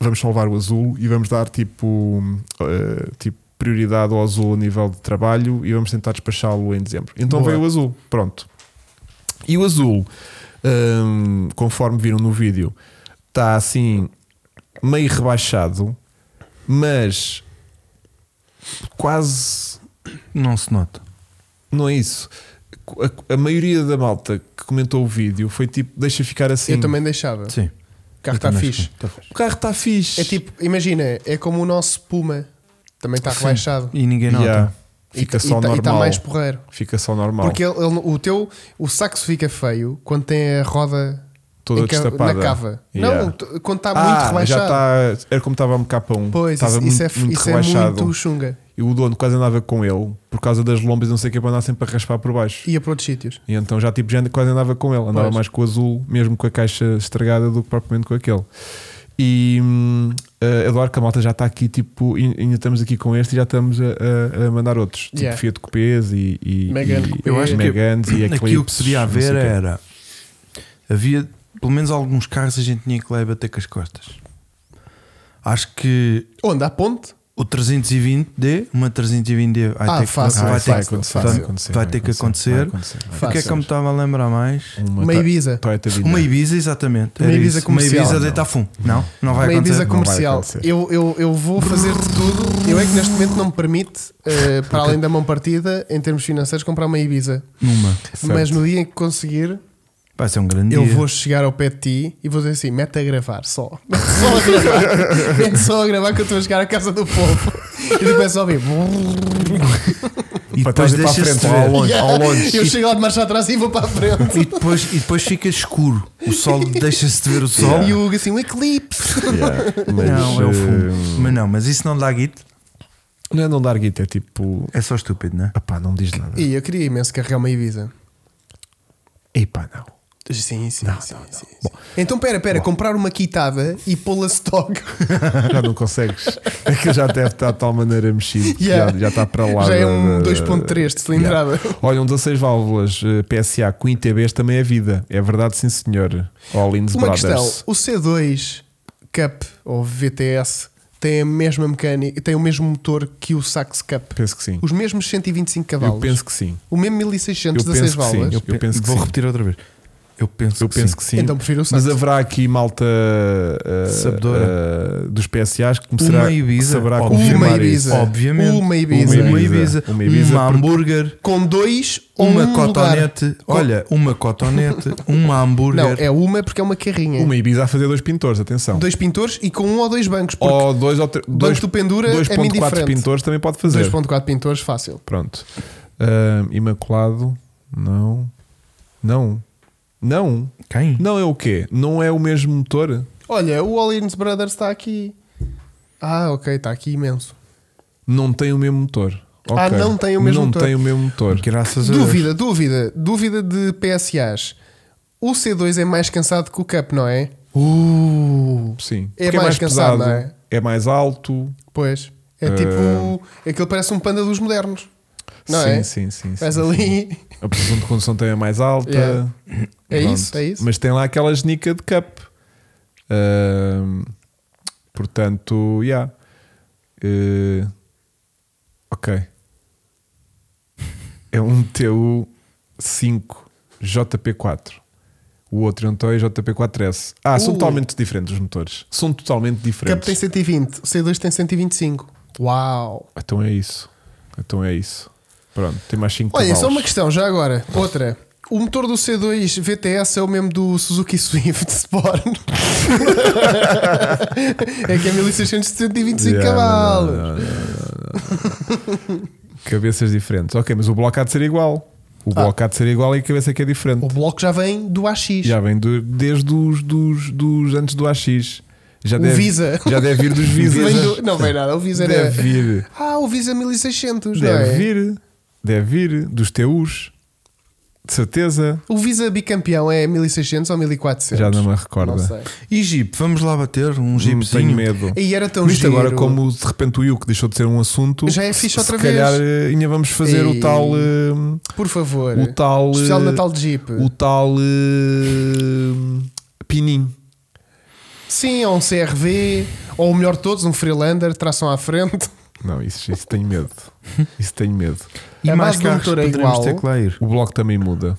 Vamos salvar o azul e vamos dar tipo, hum, eh, tipo prioridade ao azul a nível de trabalho e vamos tentar despachá-lo em dezembro. Então Boa. veio o azul, pronto. E o azul, hum, conforme viram no vídeo, está assim meio rebaixado, mas quase Não se nota. não é isso. A, a maioria da malta que comentou o vídeo foi tipo, deixa ficar assim. Eu também deixava. Sim. O tá carro está fixe. O carro está fixe. É tipo, imagina, é como o nosso Puma. Também está rebaixado. E ninguém nota. Tá Yeah. E- Fica e só tá- E está normal. mais porreiro. Fica só normal. Porque ele- ele- o teu o saxo fica feio quando tem a roda Toda em ca- destapada. na cava. Yeah. Não, t- quando está ah, muito rebaixado. já está. Era como um estava a MK1. Pois, estava isso, muito, isso é, f- muito isso é rebaixado. muito chunga. E o dono quase andava com ele por causa das lombas e não sei o que para andar sempre a raspar por baixo. Ia para outros sítios. E então já tipo já anda- quase andava com ele, andava Pois. mais com o azul, mesmo com a caixa estragada do que propriamente com aquele. E hum, eh, adoro que a malta já está aqui, tipo, e- ainda estamos aqui com este e já estamos a, a- a mandar outros, tipo Yeah. Fiat Coupés e, e, Megane e- Coupé. Eu acho que Meganes e Aquilo que Eclipses, podia não sei haver o quê. era. Havia pelo menos alguns carros a gente tinha que lá ir bater com as costas. Acho que Onde? À ponte? o 320D, uma 320D vai Ah, ter que fácil, vai Vai, ter vai que- acontecer, vai- vai acontecer, vai ter que acontecer. vai acontecer, vai acontecer. Fácil. Porque é que eu me estava a lembrar mais? Uma Uma to- Ibiza. Toyota Vina. Uma Ibiza, exatamente. Uma era Ibiza isso. comercial. Uma Ibiza Não. deitar fundo. Não, não vai Uma acontecer. Ibiza não vai comercial. acontecer. Eu, eu, eu vou fazer de tudo. Eu é que neste momento não me permite, (laughs) eh, para além da mão partida, em termos financeiros, comprar uma Ibiza. Numa. Certo. Mas no dia em que conseguir, Vai ser um grande eu dia. vou chegar ao pé de ti e vou dizer assim: mete a gravar só. (laughs) Mete só a gravar. mete só a gravar que eu estou a chegar à casa (laughs) do povo. E depois a ouvir. E Para trás depois e para a deixa-se frente, de ao ver. longe, ao Eu longe. chego lá de marcha atrás e vou para a frente. E depois, e depois fica escuro. O sol (laughs) deixa-se de ver o sol. E o Hugo assim: um eclipse. (laughs) Yeah, mas, Não, é o fumo. eh, Mas não, mas isso não dá guito. Não é não dar guita, é tipo. É só estúpido, não é? Epá, não diz nada. E eu queria imenso carregar uma Ibiza. Epá, não. Sim, sim, sim, sim, sim. Então, pera, pera, comprar uma quitada e pô-la stock. Já não consegues. Aquilo já deve estar de tal maneira mexido. que Yeah. Já, já está para lá. Já é um da- da- 2.3 de cilindrada. Olha, um 16 válvulas eh, PSA com ITBs também é vida. É verdade, sim, senhor. Allins Uma Brothers. questão: o C2 Cup ou VTS tem a mesma mecânica, tem o mesmo motor que o Sax Cup. Penso que sim. Os mesmos 125 Eu cavalos. penso que sim. O mesmo Eu 1600 penso 16 que sim. válvulas. Eu penso que Vou sim. repetir outra vez. Eu penso Eu que penso sim. que sim. Então prefiro o mas Santos. haverá aqui malta ah, Sabedora. ah, dos PSAs que começará Uma Ibiza, que saberá obviamente. confirmar Uma Ibiza. isso. Obviamente. Uma Ibiza. Uma Ibiza. Uma Ibiza Um porque- hambúrguer. Com dois ou Uma um lugar. cotonete. Olha, uma cotonete. uma Não, hambúrguer. é uma porque é uma carrinha. Uma Ibiza a fazer dois pintores, atenção. Dois pintores e com um ou dois bancos. Porque ou dois ou tre- dois- tu pendura é 2.4 indiferente. pintores também pode fazer. 2.4 pintores, fácil. Pronto. Ah, imaculado. Não. Não. Não. Quem? Não é o quê? Não é o mesmo motor? Olha, o Ollins Brothers está aqui. Ah, ok, está aqui imenso. Não tem o mesmo motor. Ah, Ok. não tem o mesmo Não motor. tem o mesmo motor. Graças a Deus. Dúvida, dúvida, dúvida de PSAs. O C2 é mais cansado que o Cup, não é? Uh, Sim. É Porque mais cansado, não é? é mais alto. pois. É tipo. Aquilo parece um panda dos modernos. Não Eh. sim, é? sim, sim, sim, Mas sim. (laughs) ali. A pressão de condução também é mais alta. Yeah. É Pronto. isso, é isso. Mas tem lá aquela genica de cup. Ahm, portanto, yeah. Eh, ok. É um TU5 JP4. O outro é um Toy JP4S. Ah, são Uh. totalmente diferentes os motores. São totalmente O Cup tem diferentes. 120, o C2 tem 125. Uau! Então é isso. Então é isso. Pronto, tem mais 5 Olha, só uma cavalos. questão, já agora. Outra. O motor do C2 VTS é o mesmo do Suzuki Swift (laughs) Sport. (laughs) é que é 1625 Yeah, cavalos. não, não, não, não, não, (laughs) não. Cabeças diferentes. Ok, mas o bloco há de ser igual. O bloco há de ser igual e a cabeça é que é diferente. Ah. O bloco já vem do AX. Já vem do- desde os dos, dos antes do AX. Já O deve, (laughs) Visa. Já deve vir dos Visas. Vem do- Não vem nada, o Visa era. Deve vir. Ah, o Visa 1600, não Deve é? vir. Deve vir dos TUs. De certeza. O Visa bicampeão é 1600 ou 1400? Já não me Não recorda. sei. E Jeep, vamos lá bater um Hum, Tenho Jeepzinho. medo. E era tão Isto É um giro. agora, como de repente o Yuke deixou de ser um assunto, Já é fixe se- outra se vez. calhar eh, ainda vamos fazer Ei. o tal. eh, Por favor. o tal Especial eh, Natal de Jeep. o tal eh, pininho Sim, ou um CRV, ou o melhor de todos, um Freelander, tração à frente. não isso, isso tenho medo isso tenho medo E A mais base do carros que motor é poderemos igual. ter que lá ir. o bloco também muda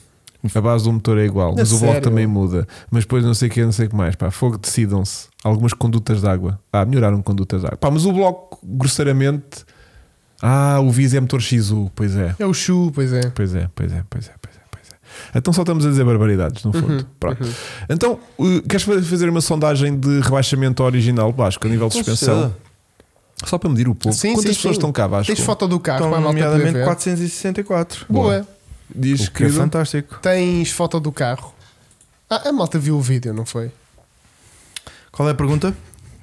a base do motor é igual A mas o bloco sério? também muda mas depois não sei o que não sei o que mais pá fogo decidam-se algumas condutas de água ah melhoraram condutas de água pá mas o bloco grosseiramente ah o Visa é motor XU pois é É o Chu, pois é. Pois é, pois é, pois é, pois é, pois é. Então só estamos a dizer barbaridades, no fundo. Uhum, Pronto. Então, uh, queres fa- fazer uma sondagem de rebaixamento original, Vasco, a nível de suspensão? Só para medir o povo. Sim, Quantas sim, pessoas sim. estão cá, Vasco? Tens foto do carro Estão para a malta poder nomeadamente ver. 464. Boa. Diz O que é que fantástico. Tens foto do carro. Ah, a malta viu o vídeo, não foi? Qual é a pergunta?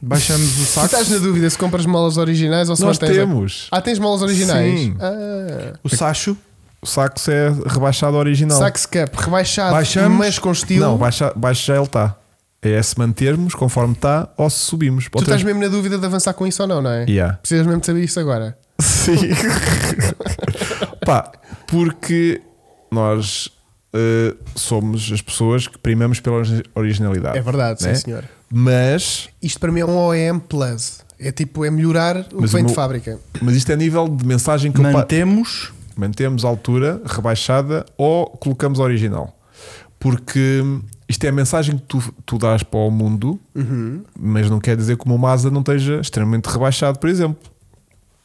Baixamos o Tu saco. estás na dúvida se compras molas originais ou se nós mantens a- temos. Ah, tens molas originais? Sim. Ah. O sacho. O saxo é rebaixado original. Sax Cup, rebaixado, Baixamos- mas com estilo. Não, baixa, baixa já ele está. É se mantermos conforme está ou se subimos. tu estás mesmo na dúvida de avançar com isso ou não, não é? Yeah. Precisas mesmo de saber isso agora. Sim. Pá, porque nós eh, somos as pessoas que primamos pela origi- originalidade. É verdade, sim né? senhor. Mas, Isto para mim é um OEM Plus. É tipo, é melhorar o Mas que vem o de meu- fábrica. mas isto é a nível de mensagem que eu pa- Mantemos. mantemos a altura rebaixada ou colocamos a original. Porque isto é a mensagem que tu, tu dás para o mundo, Uhum. mas não quer dizer que o meu Mazda não esteja extremamente rebaixado, por exemplo.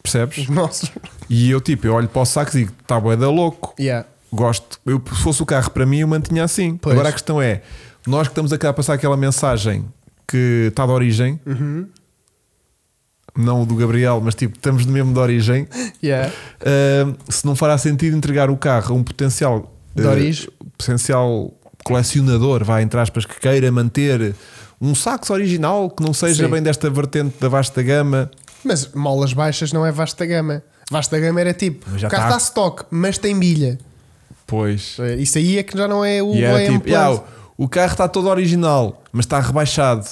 Percebes? Os nossos. (laughs) E eu, tipo, eu olho para o saco e digo: está bué da louco. Yeah. Gosto. Eu, se fosse o carro para mim, eu mantinha assim. Pois. Agora a questão é: nós que estamos aqui a passar aquela mensagem que está de origem, Uhum. não o do Gabriel, mas tipo, estamos mesmo de origem. (laughs) Yeah. ah, se não fará sentido entregar o carro a um potencial De ah, origem. potencial colecionador, vá entre aspas, que queira manter um saxo original que não seja Sim. bem desta vertente da vasta gama. Mas molas baixas não é vasta gama. Vasta gama era tipo, Mas já o carro tá- está stock, mas tem milha. Pois. Isso aí é que já não é o E era OEM tipo, Plus. "Ya, o, o carro está todo original, mas está rebaixado.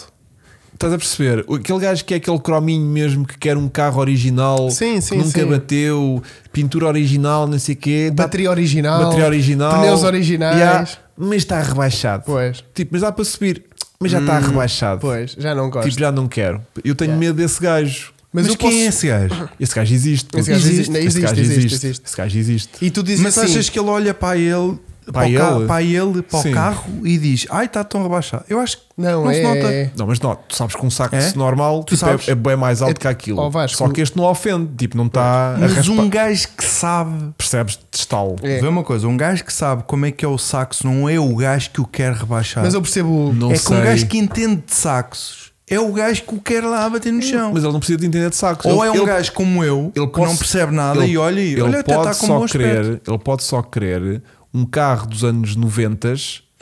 Estás a perceber? O- Aquele gajo que é aquele crominho mesmo que quer um carro original, Sim, que sim, nunca sim. bateu, pintura original, não sei o quê, dá- Bateria original. tá- bateria original, Pneus originais. ya, mas está rebaixado. Pois. Hum, Tipo, mas dá para subir, mas já está rebaixado. Pois, já não gosto. Tipo, já não quero. Eu tenho Ya. medo desse gajo. Mas Mas, eu quem posso- é esse gajo? Esse gajo existe. Esse gajo existe, Esse existe, gajo existe, existe. existe. Esse gajo existe. E tu dizes Mas assim, achas que ele olha para ele Para para, o ele? Ca para ele, para Sim. o carro e diz: Ai, está tão abaixado. Eu acho que Não, não é, se nota. é- Não, mas não, tu sabes que um sax É? normal Tu tipo, é- sabes. tipo, é, bem mais alto É- que aquilo. Ó, Vasco, Só que este não ofende, tipo, não está a Mas raspar. um gajo que sabe. Percebes? Destalo. É. Vê uma coisa, um gajo que sabe como é que é o saxo não é o gajo que o quer rebaixar. Mas eu percebo. Não é que sei. um gajo que entende de saxos é o gajo que o quer lá bater no chão. Mas ele não precisa de entender de sax. Ou Ele- é um ele- gajo como eu ele que não pode- percebe nada ele- e olha e ele olha, até pode está com um só bom aspecto. querer, Ele pode só querer um carro dos anos 90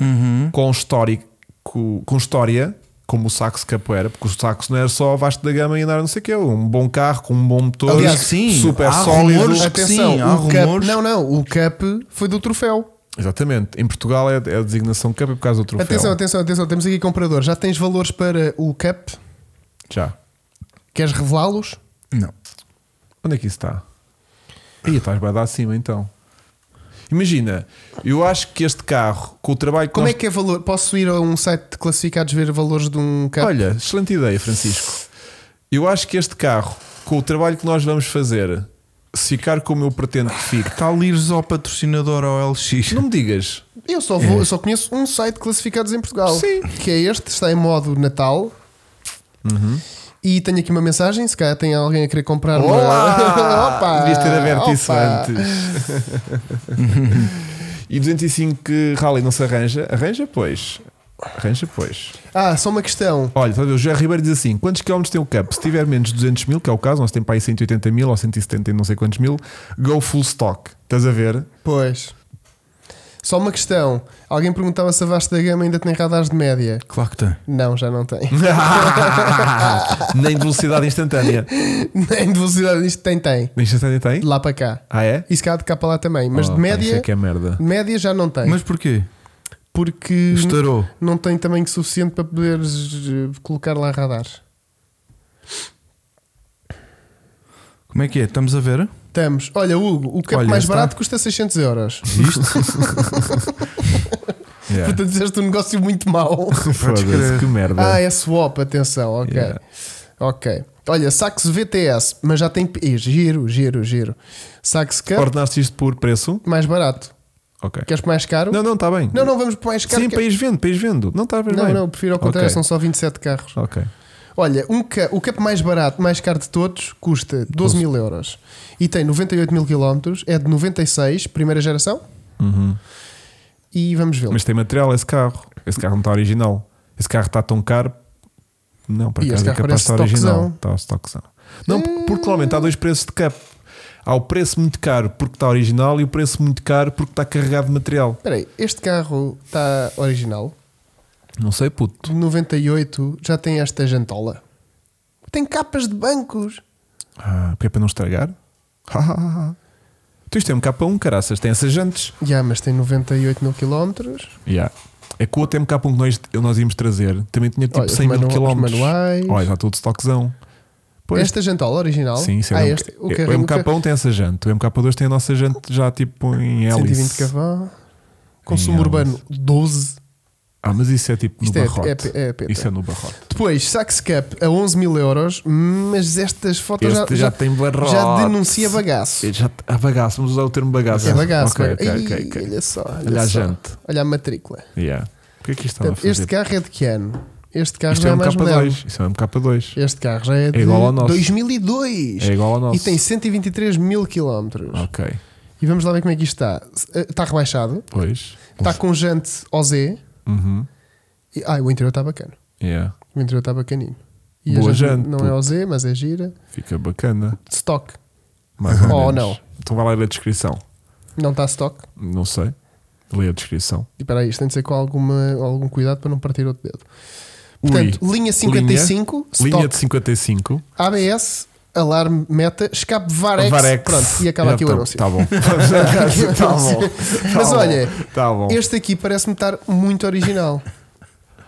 Uhum. com, histórico, com história, como o saxo capoeira, porque o saxo não era só vasto da gama e andar não sei o que, um bom carro com um bom motor, Aliás, sim, super há sólido. rumores- acho que Atenção, sim, há o cup, rumores. não, não, o cup foi do troféu. Exatamente, em Portugal é, é a designação cup por causa do troféu. Atenção, atenção, atenção, temos aqui comprador. Já tens valores para o cup? Já. Queres revelá-los? Não. Onde é que isso está? Aí estás bem dar acima então. Imagina, eu acho que este carro, com o trabalho que Como nós é que é valor? Posso ir a um site de classificados ver valores de um cup? Olha, excelente ideia, Francisco. Eu acho que este carro, com o trabalho que nós vamos fazer, se ficar como eu pretendo que fique, Está livres ao patrocinador ao LX. não me digas. eu só, vou, eu só conheço um site de classificados em Portugal. é. Sim. Que é este, está em modo Natal. Uhum. E tenho aqui uma mensagem, se calhar tem alguém a querer comprar uma- Olá! (laughs) Opa! Devias ter aberto isso Opa! antes. e 205 que Rally não se arranja? Arranja, pois. Arranja, pois. Ah, só uma questão. Olha, estás a ver, o José Ribeiro diz assim: quantos quilómetros tem o Cup? Se tiver menos de 200 mil, que é o caso, nós temos para aí 180 mil ou 170 e não sei quantos mil, go full stock. Estás a ver? Pois. Só uma questão. Alguém perguntava se a Vasta da Gama ainda tem radares de média. Claro que tem. Não, já não Hum? tem. Nem de velocidade instantânea. (laughs) Nem de velocidade. Isto tem, tem. Nem instantânea tem? De lá para cá. Ah, é? E se calhar de cá para lá também. Mas Oh, de pá, Isso média, é que é merda. (laughs) de média já não tem. Mas porquê? porque Estourou. não tem tamanho suficiente para poderes eh, colocar lá radares. Como é que é? Estamos a ver? Estamos. Olha, Hugo, o cap Olha, mais está. barato custa 600 euros. Yeah. (laughs) Portanto, fizeste um negócio (laughs) muito mau. Foda-se, que merda. ah, é swap, atenção, ok. Yeah. Ok. Olha, Saxo VTS, mas já tem. Ih, Giro, giro, giro. Saxo Cup, Ordenaste isto por preço? mais barato. Ok. Queres mais caro? Não, não, está bem. não, não, vamos para mais caro. Sim, que- país vendo, país vendo. Não está bem. Não, bem. não, prefiro ao contrário, Ok. são só 27 carros. Ok. Olha, um ca- o cap mais barato, mais caro de todos, custa 12 mil euros e tem 98 mil quilómetros, é de 96, primeira geração. Uhum. E vamos vê-lo. Mas tem material esse carro. Esse carro não está original. Esse carro está tão caro. Não, para E acaso este é carro capaz de estar parece original. stockzão. Está ao stockzão. Não, porque normalmente há dois preços de cap. Há o preço muito caro porque está original e o preço muito caro porque está carregado de material. Espera aí, este carro está original, Não sei, puto. de 98, já tem esta jantola. Tem capas de bancos. Ah, porque é para não estragar? (laughs) tu isto é um K1, caraças, tem essas jantes. Já, mas tem 98 mil quilómetros. Yeah. É que o outro MK1 que nós, nós íamos trazer também tinha tipo Olha, os 100 mil manua- os quilómetros. manuais. Olha, já estou de stockzão. Pois, Esta jantola original. sim, isso é ah, um- este, o, é- carro, o o carro- MK1 tem essa jante, o MK2 tem a nossa jante já tipo em hélice. 120 cavalos. Consumo Em urbano 12. Ah, mas isso é tipo no Isto é- barrote. é- é peta. isso é no barrote. Depois, Sax Cup a 11 mil euros, mas estas fotos já, Este já, tem barrote. já denuncia bagaço. Este Já, ah, bagaço, vamos usar o termo bagaço. É bagaço. Ok, bagaço. ok, Ih, ok, ok. Olha só. Olha, Olha a só. jante. Olha a matrícula. Yeah. O que é que isto está a Portanto, fazer? este carro é de que ano? Este carro isto já é é, um mais moderno. K2. Isso é um K2. Este carro já é de igual ao nosso. 2002. É igual ao nosso. E tem 123 mil quilómetros. Ok, E vamos lá ver como é que isto está. Eh, Está rebaixado, pois. está com jante OZ. Uhum. E, ah, o interior está bacana. Yeah. O interior está bacanino. E a Boa jante jante, não é puto. OZ, mas é gira. Fica bacana. Stock. (laughs) Mais ou Ou menos. Oh, não. Então vai lá ler a descrição. Não está stock. Não sei. Lê a descrição. E espera aí, isto tem de ser com alguma, algum cuidado para não partir outro dedo. Portanto, linha 55, Linha stock, de 55. ABS, alarme, meta, escape Varex. Varex. Pronto, e acaba É, aqui o tá- anúncio. (laughs) Tá bom. (laughs) tá bom. Mas Tá olha, bom. Tá bom. Este aqui parece-me estar (laughs) muito original.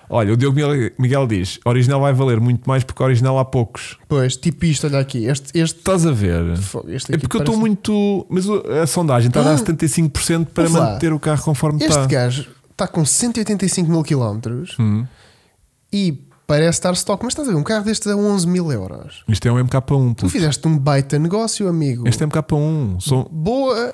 Olha, o Diogo Miguel- Miguel diz: original vai valer muito mais porque original há poucos. Pois, tipo isto, olha aqui. Este, este, Estás a ver? fogo, este É aqui porque eu estou parece- muito. Mas o- a sondagem está a dar Ah. 75% para Ouve lá. manter o carro conforme Este é- está. gajo está com 185 mil quilómetros Hum. e parece estar stock. Mas estás a ver, um carro destes a 11 mil euros. Isto é um MK1. Tu puto. fizeste um baita negócio, é- um, (laughs) amigo. Este é MK1. São, Boa!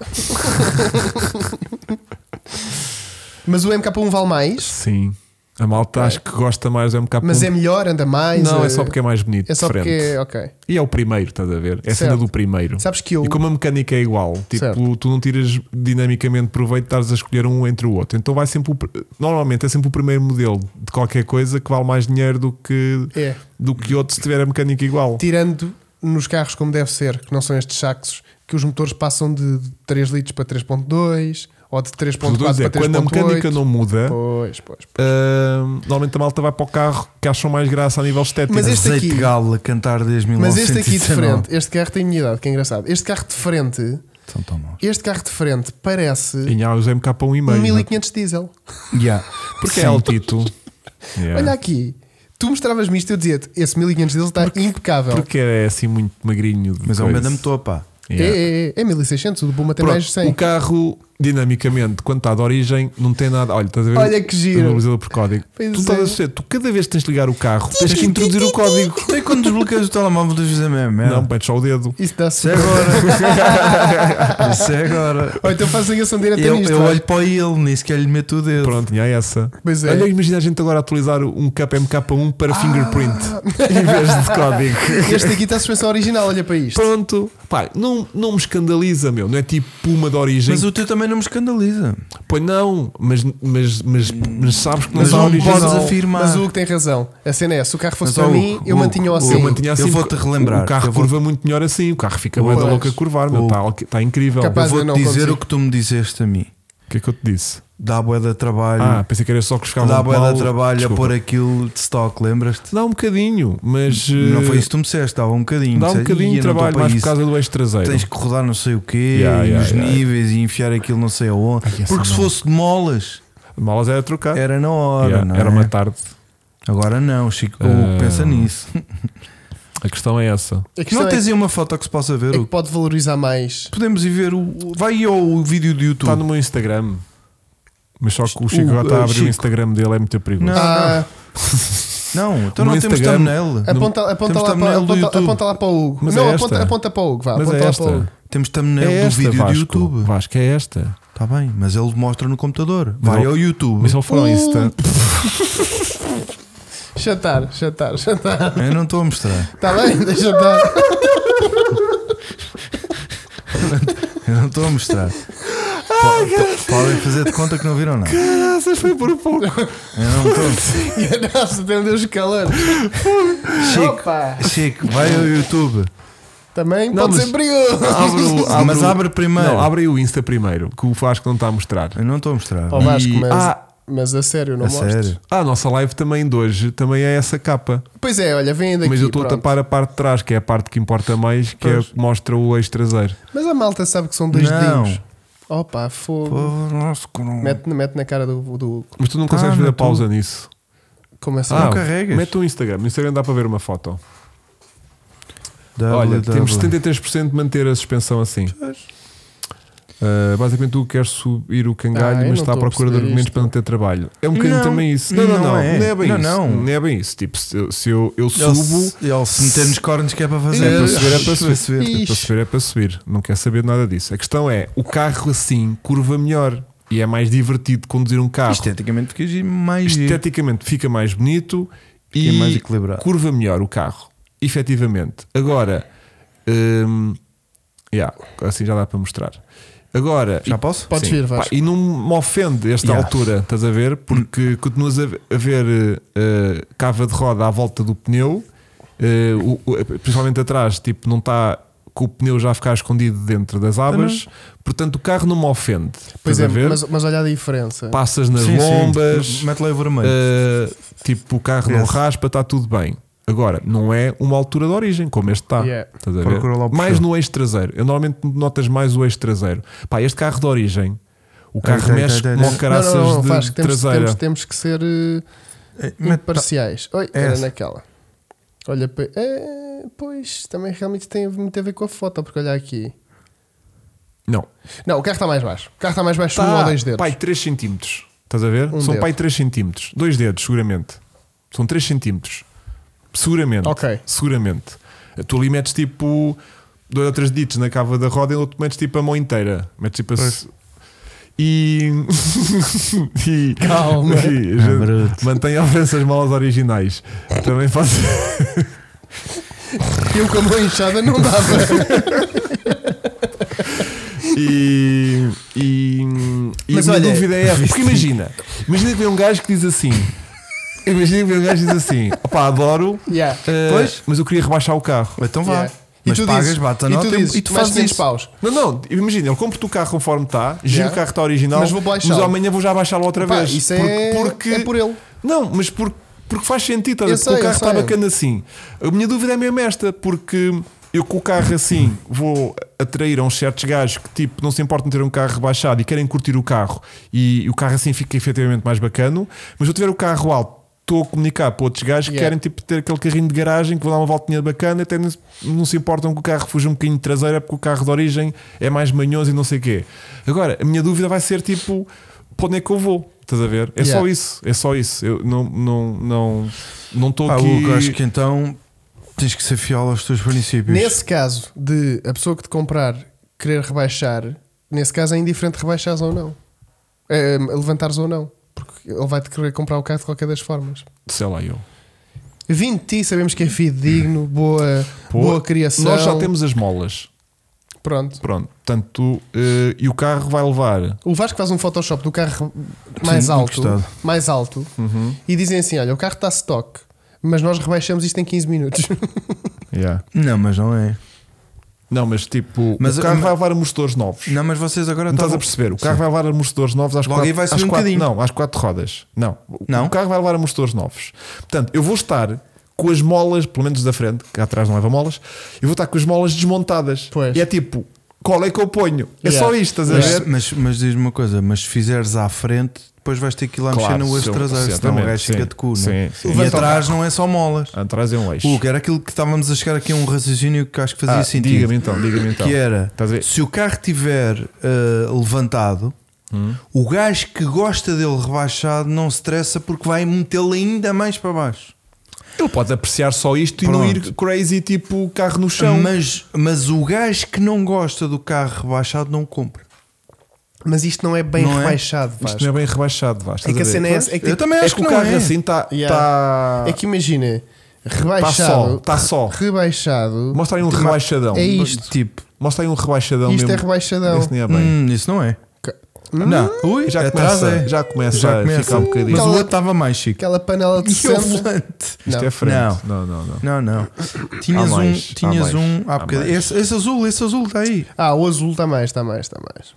Mas o MK1 vale mais, Sim. A malta acho que gosta mais do MK1. É. mas é melhor, anda mais. Não, eh, é só porque é mais bonito. É só diferente. porque. Ok. E é o primeiro, estás a ver? É a Certo. cena do primeiro. Sabes que eu. E como a mecânica é igual, tipo, Certo. tu não tiras dinamicamente proveito de estares a escolher um entre o outro. Então vai sempre o, pr- normalmente é sempre o primeiro modelo de qualquer coisa que vale mais dinheiro do que, É. Tipo, do que outro se tiver a mecânica igual. Tirando nos carros como deve ser, que não são estes sacos, que os motores passam de 3 litros para 3.2 ou de Os 3.4 dois é, para 3.8. quando a mecânica não é? muda, Pois, pois. ahm, normalmente a malta vai para o carro que acham mais graça a nível estético. Mas este Azeite aqui- Galo a cantar desde Mas este aqui de 1919. frente, este carro tem minha idade, que é engraçado. Este carro de frente, Então São tão maus. este carro de frente parece Em Aos MK para um e meio. não é? 1500 diesel. Yeah. Porque é (laughs) altito. Yeah. Olha aqui, tu mostravas-me isto e eu dizia-te, esse 1500 diesel está impecável. Porque é assim muito magrinho. de Mas é um coisa. grande motor, pá. É, Yeah. é, é, é 1600, o do Buma tem Pronto, mais de 100. O carro, dinamicamente, quando está de origem, não tem nada. Olha, estás a ver? Olha que o giro. mobilizador por código. Pois tu estás é. a ser, tu cada vez que tens de ligar o carro, tens que introduzir o código. Até quando desbloqueias o telemóvel, tu dizes a mesma merda. Não, metes só o dedo. Isso dá Isso é super. (laughs) agora. Isso é agora. Ou então fazem ação direta Eu, nisto. eu vai. olho para ele, nem sequer lhe meto o dedo. Pronto, tinha essa. Pois é. Ah. Olha, imagina a gente agora atualizar um KMK1 para fingerprint em vez de (laughs) código. Este aqui está a suspensão original, olha para isto. Pronto, pá, não, não me escandaliza, meu. Não é tipo Puma de origem. Mas o teu também não me escandaliza. Pois não, mas, mas, mas, mas sabes que não Mas é não original. podes afirmar. Mas o Hugo tem razão. A cena é: se o carro fosse Mas, ó, para mim, Hugo, eu Hugo, mantinha-o assim. Eu mantinha assim. Eu vou-te relembrar. O carro Eu vou- curva muito melhor assim. O carro fica bem Pois. louco a curvar, meu. O- Está tá incrível. Capaz- Eu Mas eu não vou-te dizer consigo. o que tu me disseste a mim. O que é que eu te disse? Dá bué de trabalho. Ah, pensei que era só que os carros dá muito bué mal. de trabalho Desculpa. a pôr aquilo de stock, lembras-te? Dá um bocadinho, mas. Não eh, foi isso que tu me disseste, dava um bocadinho. Dá um Disseste, bocadinho de "Ih, eu não estou trabalho, para mais por isso." causa do eixo traseiro. Tens que rodar não sei o quê, Yeah, e yeah, os yeah. níveis e enfiar aquilo não sei aonde. Ai, essa Porque se não. fosse de molas, Malas era é trocar. era na hora, Yeah, não era é? uma tarde. Agora não, Chico, o Ah. Hugo pensa nisso. A questão é essa. A Não questão é, tens aí uma foto que se possa ver, é que Hugo? pode valorizar mais. Podemos ir ver o. Vai aí ao vídeo do YouTube. Está Tá no meu Instagram. Mas só que o Chico O, agora está eh, a abrir Chico. o Instagram dele, é muito perigoso. Não. Ah, Não, então No não temos Instagram. thumbnail. aponta, aponta, Temos lá para, thumbnail do aponta, YouTube. aponta lá para o Hugo. Mas não, é aponta, esta. aponta para o Hugo, vá. Mas aponta é lá para o Hugo. esta. Temos thumbnail É do esta, vídeo do Vasco. YouTube. Vasco, é esta. Está bem, mas ele mostra no computador. Mas Vai eu- ao YouTube. Mas ele foi ao Insta. (laughs) Chatar, chatar, chatar. Eu não estou a mostrar. (laughs) Está bem? Deixa estar. Eu não estou (laughs) a mostrar. Ah, Po- po- Podem fazer de conta que não viram nada. Eu Graças, foi por pouco. não estou. Nossa, meu Deus, que calor. Chico, Opa. Chico, vai ao YouTube. Também Não, pode mas- ser brilhoso. Abre (laughs) o- abre Mas o- abre primeiro. Não, abre o Insta primeiro, que o Vasco não está a mostrar. Eu não estou a mostrar. Ó Vasco, E- mas, Ah. mas a sério, não A mostro. sério. Ah, a nossa live também de hoje também é essa capa. Pois é, olha, vem daqui. mas eu estou a pronto. tapar a parte de trás, que é a parte que importa mais, que é a que mostra o eixo traseiro. Mas a malta sabe que são dois Não. dedinhos. Opa, fogo. Pô, nossa, como- Mete, mete na cara do, do Hugo. Mas tu não consegues Ah, ver não a pausa nisso. Como Ah, assim? não carregas. Mete o Instagram. No Instagram dá para ver uma foto. Double, Olha, temos double. 73% de manter a suspensão assim. Ah, basicamente, tu queres subir o cangalho, Ah, mas eu não está à estou a procura de perceber argumentos isto. para não ter trabalho. É um bocadinho Não, também isso. Não, não, não. Não é, bem Não, isso. não. é bem isso. Tipo, se eu, se eu, eu Ele subo. se- Ele se meter nos cornos que é para fazer. É para Ixi, subir, é para subir. Ixi. É para subir, é para subir. Não quer saber de nada disso. A questão é: o carro assim curva melhor e é mais divertido conduzir um carro. Esteticamente fica giro, mais é giro. Esteticamente fica mais bonito e Fica mais equilibrado. curva melhor o carro. Efetivamente. Agora, hum, yeah, assim já dá para mostrar. Agora, Já posso? Podes Sim. vir, Pá, Vasco. e não me ofende esta Yeah. altura, estás a ver? Porque continuas a, a ver eh, eh, cava de roda à volta do pneu, eh, o- o- principalmente atrás, tipo, não está com o pneu já a ficar escondido dentro das abas, portanto o carro não me ofende. Uhum. estás Pois é, a ver? mas, mas olha a diferença. Passas nas Sim, sim. bombas, Mete lá o vermelho. eh, tipo, o carro não Yes. raspa, está tudo bem. Agora, não é uma altura de origem, como este está. Yeah. Estás a ver? Procura lá o mais puxão. no eixo traseiro. Eu normalmente notas mais o eixo traseiro. Pá, este carro de origem, o Ai, carro ai, mexe ai, ai, como ai. ao caraças não, não, não, de Vasco, temos, traseira. temos, temos que ser eh, Eh, mete- imparciais. Oi, É era essa. naquela. Olha, pa- eh, pois também realmente tem muito a ver com a foto, porque olha aqui. Não, Não, o carro está mais baixo. O carro está mais baixo, um ou tá, dois dedos. pai 3 centímetros. Estás a ver? Um São dedo. pai 3 centímetros. Dois dedos, seguramente. São 3 centímetros. Seguramente. Ok. Seguramente. Tu ali metes tipo dois ou três ditos na cava da roda e outro metes tipo a mão inteira. Metes tipo a- Pois. E. (laughs) e- Calma. É e- Ah, bruto. mantenha ofensas malas originais. Também pode. Eu um com a mão inchada não (laughs) dava. (laughs) E, e, e Mas a minha olha- dúvida é essa. Porque imagina, imagina que vem um gajo que diz assim. Imagina que vem um gajo que diz assim: opá, adoro, Yeah. eh, Pois. mas eu queria rebaixar o carro. Então vá. Yeah. Mas pagas, bata a e nota tu dizes, e tu mais fazes 500 isso. paus. Não, não, imagina, ele compra o carro conforme está, gira Yeah. o carro está original, Mas vou baixá-lo. amanhã vou já baixá-lo outra Pá, vez. isso é, porque, é por ele. Não, mas porque, porque faz sentido, estás a ver? Eu sei, porque o carro eu está sei. bacana assim. A minha dúvida é mesmo esta, porque eu com o carro assim vou atrair a uns certos gajos que tipo não se importam de ter um carro rebaixado e querem curtir o carro e, o carro assim fica efetivamente mais bacano, mas eu tiver o carro alto. Estou a comunicar para outros gajos que Yeah. querem tipo, ter aquele carrinho de garagem que vão dar uma voltinha bacana, até não se- não se importam que o carro fuja um bocadinho de traseira porque o carro de origem é mais manhoso e não sei o quê. Agora, a minha dúvida vai ser tipo, para onde é que eu vou? Estás a ver? É só Yeah. isso, é só isso. Eu não não não não estou Pá, aqui. Ah, Hugo, acho que então tens que ser fiel aos teus princípios. Nesse caso de a pessoa que te comprar querer rebaixar, nesse caso é indiferente rebaixares ou não. Eh, levantares ou não. Porque ele vai-te querer comprar o carro de qualquer das formas. é sei lá eu. Vim de ti, sabemos que é fidedigno, boa, Pô, boa criação. Nós já temos as molas, Pronto. pronto. Portanto, tu, eh, e o carro vai levar. O Vasco faz um Photoshop do carro mais Sim, alto, encostado. mais alto Uhum. e dizem assim: olha, o carro está stock, mas nós rebaixamos isto em 15 minutos. (laughs) Yeah. Não, mas não é. Não, mas tipo, Mas o carro a- vai levar amortecedores novos. Não, Não, mas vocês agora estás estavam- a perceber? O carro vai levar amortecedores novos às Logo quatro, aí vai subir às um quatro, bocadinho. não, às quatro rodas. Não. O- Não? O carro vai levar amortecedores novos. Portanto, eu vou estar com as molas, pelo menos da frente, que atrás não leva molas, eu vou estar com as molas desmontadas. Pois. E é tipo, qual é que eu ponho? É Yeah. só isto, estás a ver? Mas, mas, mas diz-me uma coisa, mas se fizeres à frente, depois vais ter que ir lá mexer no sim, eixo traseiro, senão o certamente, gajo fica sim, de cu, sim, né? sim. E Levanta o atrás não é só molas. Atrás é um eixo. Hugo, era aquilo que estávamos a chegar aqui a um raciocínio que acho que fazia Ah, sentido. Diga-me então, diga-me então. Que era, Estás a ver? se o carro tiver eh, levantado, Hum? o gajo que gosta dele rebaixado não se estressa porque vai metê-lo ainda mais para baixo. Ele pode apreciar só isto e não Pronto. ir crazy tipo carro no chão. Mas, mas o gajo que não gosta do carro rebaixado não compra. mas isto não é bem Não é? rebaixado, Isto Vasco. não é bem rebaixado, Vasco. É que a cena é essa. É que, Eu tipo, também é acho que que, o não carro é. assim está. Yeah. Tá... é que imagina, só, rebaixado. tá só. Rebaixado. Mostra aí um rebaixadão. É isto. Tipo, Mostra aí um rebaixadão Isto mesmo. é rebaixadão. Esse nem é bem. hum, isso não é. Hum, Não, Ui, Já, atrás começa, é. já começa Já a começa. ficar um bocadinho. Mas o Aquela- outro estava mais chique. Aquela (laughs) panela de E o sangue. volante? Isto Não. é frente. Não, não, não. Não, não. Tinhas Há um. mais, há Tinhas mais, um. Há há mais. bocadinho. Esse, esse azul, esse azul está aí. Ah, o azul está mais, está mais, está mais.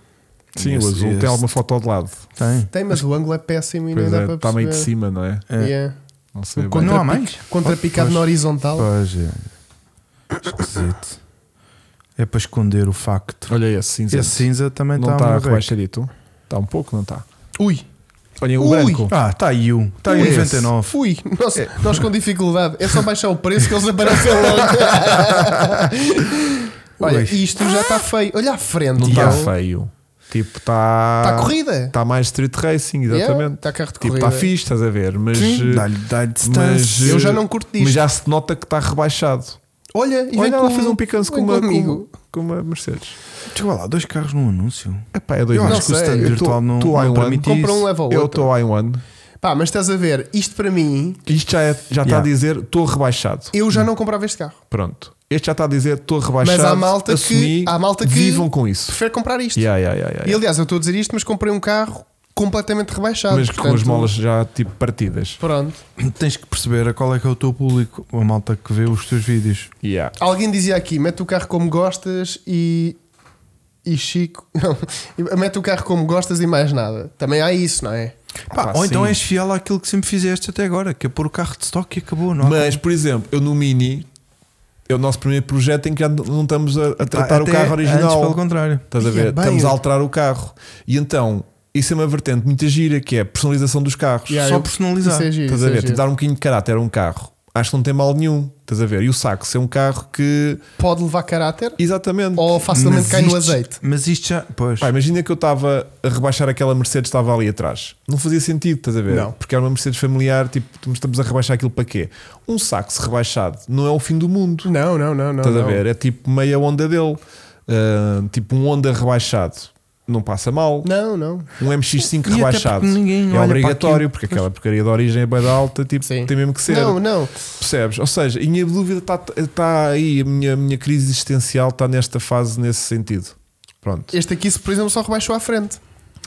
Sim, Esse- o azul esse- tem alguma foto ao de lado. Tem. Tem, mas o ângulo é péssimo e não Pois dá é, para está meio de perceber. cima, não é? É. Yeah. Não sei. bem. Não há mais? Contrapicado na horizontal. Pois é. Esquisito. É para esconder o facto. Olha esse cinza. Esse cinza também tá não tá está está uma beca. rebaixadito? Está um pouco, não está? Ui, Olhem, o Ui! branco. Ah, está aí um. Está aí Ui, um esse. 99. fui. Nós, nós com dificuldade. É só baixar o preço que eles aparecem logo. (laughs) Olha, Ui. isto já está feio. Olha à frente. Ah! Não está está feio. é Tipo, está. Está corrida. Está mais street racing, Tá Yeah, Tá é. exatamente. Está carro de tipo, corrida. está fixe, estás a ver? Mas. eh, Dá-lhe dá mas, distância. Eu eh, já não curto disto. Mas já se nota que está rebaixado. Olha, um e Olha, vem ela com- fez um picanço com vem uma, com, comigo. com uma Mercedes. Desculpa lá, dois carros num anúncio. Epá, é dois Eu mil. acho que o sei, stand eu tô- virtual não, tô em não one. permite Compra um isso. leva o Eu outro. estou a one. Pá, mas estás a ver, isto para mim, Isto já está já está a Yeah. dizer estou rebaixado. eu já não comprava este carro. Pronto. Este já está a dizer estou rebaixado. Mas há malta que- assumi, há malta que- Vivam com isso. Prefiro comprar isto. Yeah, yeah, yeah, yeah, E yeah. aliás, eu estou a dizer isto, mas comprei um carro completamente rebaixado. Mas com as portanto, molas já tipo partidas. Pronto. Tens que perceber a qual é que é o teu público, a malta que vê os teus vídeos. Yeah. Alguém dizia aqui: mete o carro como gostas e. E Chico. (laughs) Não, mete o carro como gostas e mais nada. Também há isso, não é? Pá, Ah, ou então sim. és fiel àquilo que sempre fizeste até agora, que é pôr o carro de stock e acabou, não há Mas, por exemplo, eu no Mini é o nosso primeiro projeto em que já não estamos a, a Pá, tratar o até carro Antes, pelo original. contrário. Estás a Ia ver? bem. Estamos a alterar o carro. E então, isso é uma vertente muito gira que é a personalização dos carros. Yeah, só eu- personalizar. Isso é giro, Estás isso a é ver? giro. Tipo, dar um bocadinho de caráter a um carro. Acho que não tem mal nenhum. Estás a ver? E o Saxo é um carro que. Pode levar caráter Exatamente. ou facilmente Mas cai no isto- azeite. Mas isto já. Pois. Pá, imagina que eu estava a rebaixar aquela Mercedes que estava ali atrás. Não fazia sentido, estás a ver? Não. Porque era uma Mercedes familiar, tipo, estamos a rebaixar aquilo para quê? Um Saxo rebaixado não é o fim do mundo. Ah, Não, não, não, não. Estás a não. ver? É tipo meia onda dele. Ah, tipo um onda rebaixado. não passa mal. Não, não. Um MX5 E até rebaixado porque ninguém é olha obrigatório, para porque aquela porcaria de origem é bem alta, tipo, Sim. tem mesmo que ser. Não, não. Percebes? Ou seja, a minha dúvida está tá aí, a minha, a minha crise existencial está nesta fase, nesse sentido. Pronto. Este aqui, se por exemplo, só rebaixou à frente.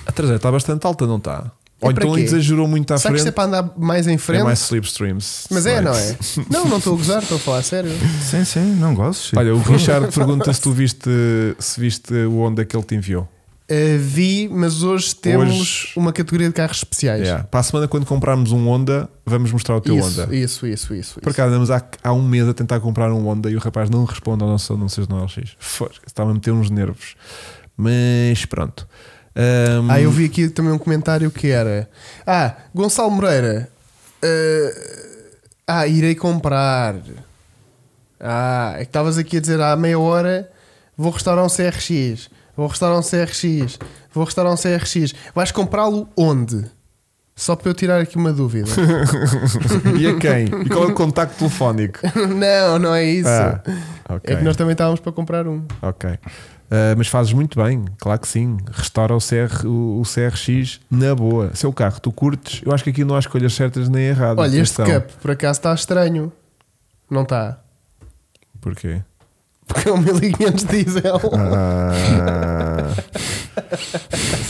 A traseira está bastante alta, não está? É Ou para então quê? exagerou muito à Será que frente. isto é para andar mais em É frente? mais slipstreams. Mas é, não é? (laughs) Não, não estou a gozar, estou a falar (laughs) a sério. Sim, sim, não gosto. Chico. (laughs) Olha, o Richard pergunta se tu viste, se viste o onda que ele te enviou. Uh, vi, mas hoje temos Hoje- uma categoria de carros especiais. Yeah. Para a semana, quando comprarmos um Honda, vamos mostrar o teu É Isso, Honda. isso, isso, isso. Por isso. acaso, andamos há, há um mês a tentar comprar um Honda e o rapaz não responde aos nossos anúncios no LX. Fora, Estava a meter uns nervos. Mas pronto. Ahm, Ah, eu vi aqui também um comentário que era: Ah, Gonçalo Moreira. eh, ah, irei comprar. Ah, é que estavas aqui a dizer há meia hora: Vou restaurar um CRX. Vou restaurar um CRX. Vou restaurar um CRX. Vais comprá-lo onde? Só para eu tirar aqui uma (laughs) dúvida. (laughs) E a quem? E qual é o contacto telefónico? não, não é isso. Ah, ok. É que nós também estávamos para comprar um. Ok. Ah, mas fazes muito bem, claro que sim. Restaura o, CR, o, o CRX na boa. Seu carro, tu curtes? Eu acho que aqui não há escolhas certas nem erradas. Olha, este Atenção. cup por acaso está estranho. Não está? Porquê? Porque é um 1500 diesel. Ah,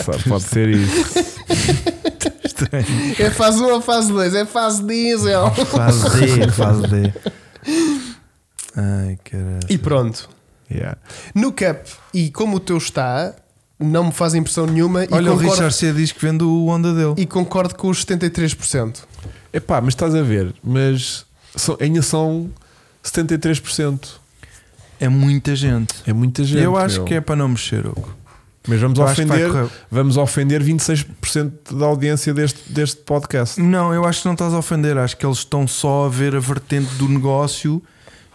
só pode ser isso. É fase 1 ou fase 2? É fase (laughs) diesel. Faz D, faz D. Ai, caralho. E pronto. Yeah. No Cup, e como o teu está, não me faz impressão nenhuma. e, Olha, o concordo, Richard C diz que vende o Honda dele. e concordo com os 73%. Epá, mas estás a ver, mas são, ainda são 73%. É muita gente. É muita gente. eu acho meu. que é para não mexer. Hugo. Mas vamos Eu acho que vai ofender, correr. vamos ofender 26% da audiência deste, deste podcast. Não, eu acho que não estás a ofender. Acho que eles estão só a ver a vertente do negócio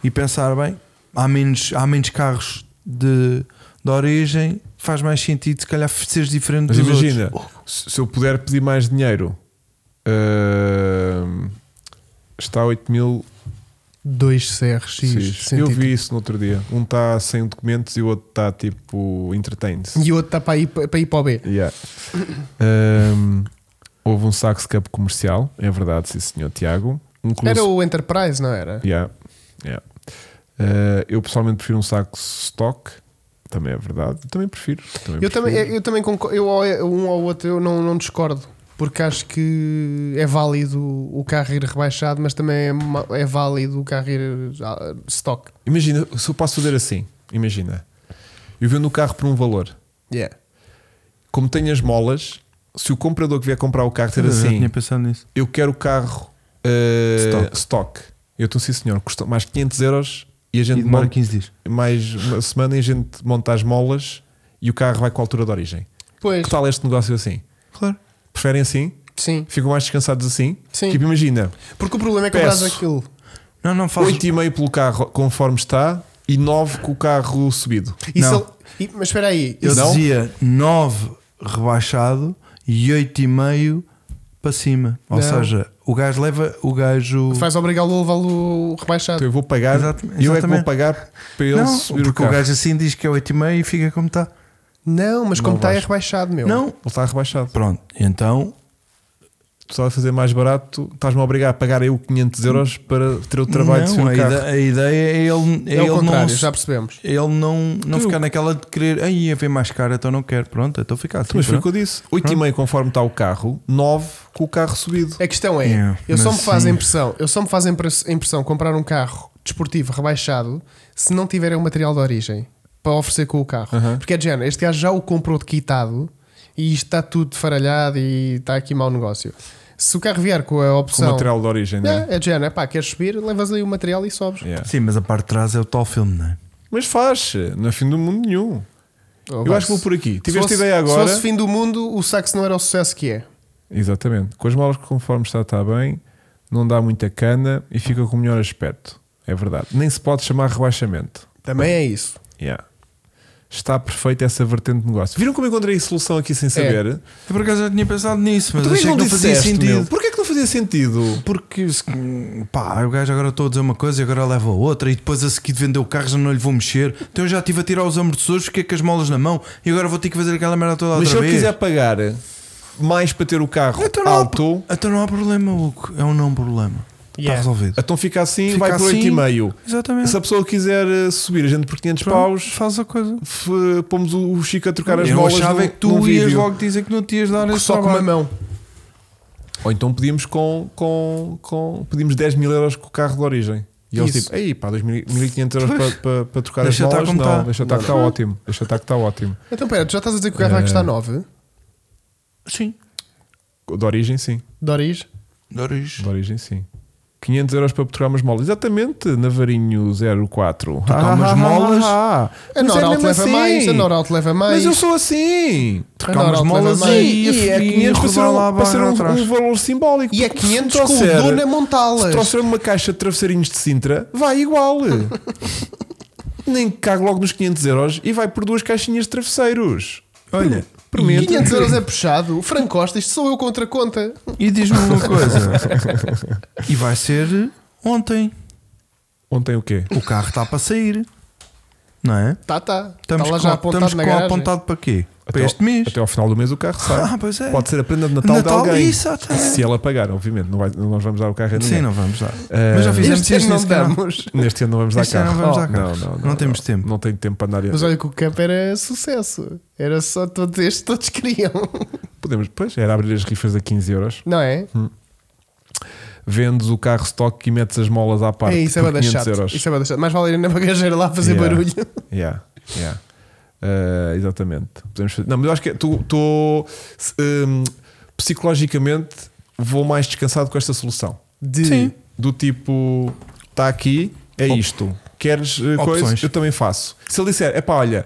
e pensar bem. Há menos, há menos carros de, de origem, faz mais sentido se calhar seres diferente Mas dos imagina, outros. se se eu puder pedir mais dinheiro, hum, está a 8 mil. 2 CRX. Eu vi isso no outro dia. Um está sem documentos e o outro está tipo entertained. E o outro está para ir para, ir para o B. Yeah. Hum, houve um Sax Cup comercial, é verdade, sim senhor Tiago. Um Era Colosso- o Enterprise, não era? Yeah, yeah. Uh, eu pessoalmente prefiro um saco stock, também é verdade. Eu também prefiro. Eu também, prefiro. eu também concordo. Eu, ao- um ao outro eu não, não discordo. Porque acho que é válido o carro ir rebaixado, mas também é, ma- é válido o carro ir ah, stock. Imagina, se eu posso fazer assim, imagina. Eu vendo o carro por um valor. Yeah. Como tenho as molas, se o comprador que vier comprar o carro ter Eu assim, tinha pensado nisso. eu quero o carro uh, Stock. stock. Eu estou, sim senhor, custa mais 500 euros e a E gente demora monta 15 dias. mais uma semana e a gente monta as molas e o carro vai com a altura de origem. Pois, Que tal este negócio assim? Claro. Preferem assim? sim. Ficam mais descansados assim? Sim. Tipo, imagina, Porque o problema é que Peço. compras aquilo. Não, não faz. 8,5 pelo carro conforme está e 9 com o carro subido. E se Não. ele- e- mas espera aí. e Eu se- Não? dizia 9 rebaixado e 8,5 para cima. Ou Não. seja, o gajo leva o gajo. Faz obrigá-lo a levá-lo Então rebaixado. eu vou pagar, Exata- eu é que vou exatamente. pagar para ele Não, subir o porque carro. o gajo assim diz que é 8,5 e fica como está. Não, mas Não como está é vais. rebaixado, meu. Não. Ele está rebaixado. Pronto, então Tu estás a fazer mais barato, estás-me a obrigar a pagar eu 500 euros para ter o trabalho de não, subir a, o carro. ide- a ideia é ele, é É, ele o contrário, não, já percebemos. ele não, não Tu- ficar naquela de querer, aí ia ver mais cara, então não quero, pronto, então fica assim. Então, mas foi o que pronto." eu disse: 8,5 conforme está o carro, 9 com o carro subido. A questão é, Yeah, eu só mas me faz a sim. impressão, eu só me faz a impre- a impressão comprar um carro desportivo rebaixado se não tiverem o material de origem para oferecer com o carro. Aham. Porque é de género, este gajo já o comprou de quitado e isto está tudo faralhado e está aqui mau negócio. Se o carro vier com a Com o opção. material de origem, não é? É, é de género, é pá, queres subir, levas aí o material e sobes. Yeah. Sim, mas a parte de trás é o tal filme, não é? Mas faz, não é fim do mundo nenhum. Ou eu vai, acho que vou por aqui. se Tiveste fosse- ideia agora. Se fosse fim do mundo, o sax não era o sucesso que é. Exatamente. Com as molas que conforme está, está bem, não dá muita cana e fica com o melhor aspecto. É verdade. Nem se pode chamar rebaixamento. Também é isso. Yeah. está perfeita essa vertente de negócio. Viram como eu encontrei solução aqui sem saber? Eu por acaso já tinha pensado nisso, mas tu bem que achei não que Então não fazia disseste, sentido. meu? Porquê é que não fazia sentido? Porque se- pá, o gajo agora estou a dizer uma coisa e agora leva outra, e depois a seguir de vender o carro já não lhe vou mexer. Então eu já estive a tirar os amortecedores, fiquei com as molas na mão e agora vou ter que fazer aquela merda toda Mas se outra eu vez. quiser pagar mais para ter o carro então, não há, alto, então não há problema, Hugo. É um não problema. Está Yeah. resolvido. então fica assim, Fica vai para assim. 8,5. Exatamente. Se a pessoa quiser eh, subir a gente por 500 Pronto, paus, faz a coisa. f- pomos o o Chico a trocar as eu molas. achava num- é que tu num ias vídeo. logo dizer que não te ias dar esse Só com uma trabalho. mão. Ou então pedimos com, com, com pedimos 10 mil euros com o carro de origem. E eles Isso. tipo, aí pá, 2.500 euros para, para, para trocar Deixa as estar molas? como não, tá. deixa estar que está ótimo. Deixa estar que está ótimo. Então pera, tu já estás a dizer que o carro vai É. custar 9 Sim. De origem, sim. de origem? Doris. De origem, sim. 500 euros para trocar umas molas. Exatamente, Navarinho 04. Trocar umas molas? Ah, mas é A Norauto mesmo leva assim. mais, a Norauto leva mais. Mas eu sou assim. Trocar umas Agora, molas leva mais. e, E é 500 para ser rodar lá a um, para ser barra um- atrás. um valor simbólico. E é Porque se 500 com o trouxer- dono a Se montá-las. trouxer uma caixa de travesseirinhos de Sintra, vai (laughs) igual. Nem cago logo nos 500 euros e vai por duas caixinhas de travesseiros. Olha, Prometo. 500 euros é puxado. O Franco Costa, isto sou eu contra a conta. E diz-me (laughs) uma coisa. e vai ser ontem. Ontem o quê? O carro está para sair. Não é? Tá, tá. Estamos Está lá com, já apontado estamos na com garagem. apontado para quê? para ao- este mês. Até ao final do mês o carro sai. Ah, pois é. Pode ser a prenda de Natal, Natal, de alguém. isso, até. Se ela pagar, obviamente. Não vai- não- nós vamos dar o carro a ninguém. Sim, não vamos lá. Ah, Mas já fizemos Este ano isso é não nesse canal. damos. Neste ano não vamos dar Este ano carro. Oh, não vamos dar não, carro. não, Não temos tempo. Não tenho tempo para andar. Mas olha que o camp era sucesso. Era só todos estes, todos queriam. (laughs) Podemos, pois, era abrir as rifas a 15 euros. Não é? Vendes o carro stock e metes as molas à parte. é isso, é por bada 500 chato. euros. Isso é bada chato. Mais vale ir na bagageira lá fazer Yeah. barulho. Yeah, yeah. Uh, exatamente. Podemos fazer- Não, mas eu acho que é- estou ehm, psicologicamente vou mais descansado com esta solução. De... Sim. Do tipo, está aqui, é isto. Queres uh, Opções. coisa? Eu também faço. Se ele disser, é pá, olha.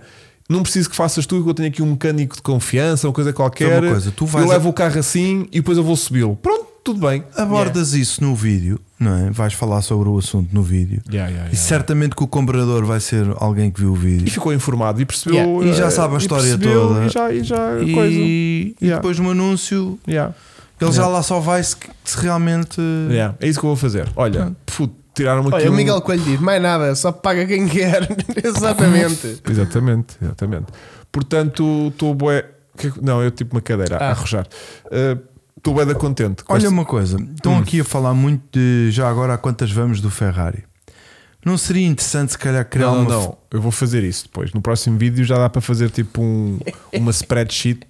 Não preciso que faças tu, que eu tenho aqui um mecânico de confiança, uma coisa qualquer. Uma coisa, tu vais eu a- levo o carro assim e depois eu vou subi-lo. Pronto, tudo bem. Abordas isso no vídeo, não é? Vais falar sobre o assunto no vídeo. E certamente que o comprador vai ser alguém que viu o é- E vídeo. ficou informado e percebeu. Yeah. E já eh, sabe a e história percebeu, toda. E já, e já é E, coisa. e Yeah. depois no anúncio, Yeah. ele já Yeah. lá só vai se, se realmente. Yeah, É isso que eu vou fazer. Olha, puto, tiraram aqui. Olha, um- o Miguel Coelho diz: mais nada, só paga quem quer. (laughs) Exatamente. (laughs) Exatamente, exatamente. Portanto, estou bué. que- Não, eu tipo uma cadeira a Ah. arrojar. Eh, Estou bué da contente. com Olha este- uma coisa, estão aqui a falar muito de já agora a quantas vamos do Ferrari. Não seria interessante se calhar criar Não, não, uma. não, eu vou fazer isso depois. No próximo vídeo já dá para fazer tipo um, uma spreadsheet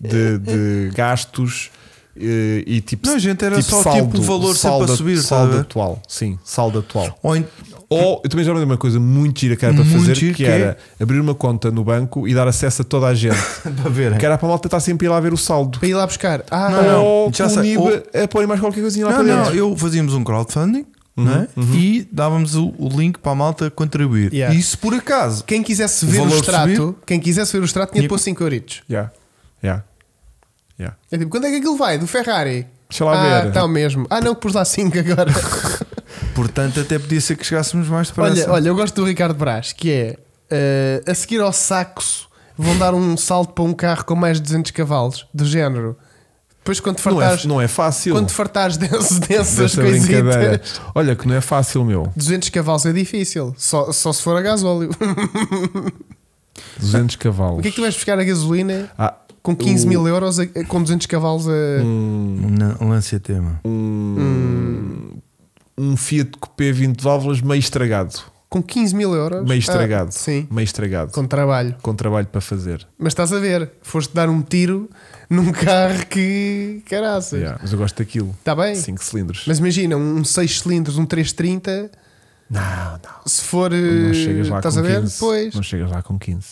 de, de gastos eh, e tipo. Não, gente, era só, tipo, o valor sempre saldo, a subir, tá a Saldo ver? atual, sim, saldo atual. Ou em- Ou eu também já me lembro de uma coisa muito gira que era para Muito fazer, giro, que que é? era abrir uma conta no banco e dar acesso a toda a gente. para verem. Que era para a malta estar sempre a ir lá ver o saldo. Para ir lá buscar. Ah, Não, não. ou já que o sei, NIB ou- a pôr mais qualquer coisinha lá Não, para não, dentro. eu fazíamos um crowdfunding né? e dávamos o, o link para a malta contribuir. Yeah. Isso por acaso. quem quisesse O ver o, valor extrato, subir. quem quisesse ver o extrato tinha de E- pôr 5 euritos. Yeah. Yeah. Yeah. É tipo, quando é que aquilo vai? Do Ferrari? Deixa lá ah, ver. tá o mesmo. Ah, não, que pus lá (laughs) 5 agora. (laughs) Portanto, até podia ser que chegássemos mais depressa. olha, olha, eu gosto do Ricardo Brás, que é eh, a seguir ao saxo vão dar um salto para um carro com mais de 200 cavalos, do género. Depois quando Não, é, fartares, não é fácil. quando fartares (laughs) dessas, dessas desta brincadeira. coisitas, Olha, que não é fácil, meu. 200 cavalos é difícil, só, só se for a gasóleo. (laughs) 200 cavalos. O que é que tu vais buscar a gasolina Ah, com 15 o- Hum. mil euros, a- a- com 200 cavalos a... Hum, Não, lance a tema. Um Fiat Coupé 20 válvulas meio estragado. com 15 mil euros? Meio estragado. Ah, sim, Meio estragado. Com... com trabalho. trabalho para fazer. Mas estás a ver, foste dar um tiro num (laughs) carro que. Caraças. Yeah, Mas eu gosto daquilo. Está bem? 5 cilindros. Mas imagina, um 6 cilindros, um 330, Não, não. se for. eh, Não chegas lá estás com a ver? 15. Pois. Não chegas lá com 15.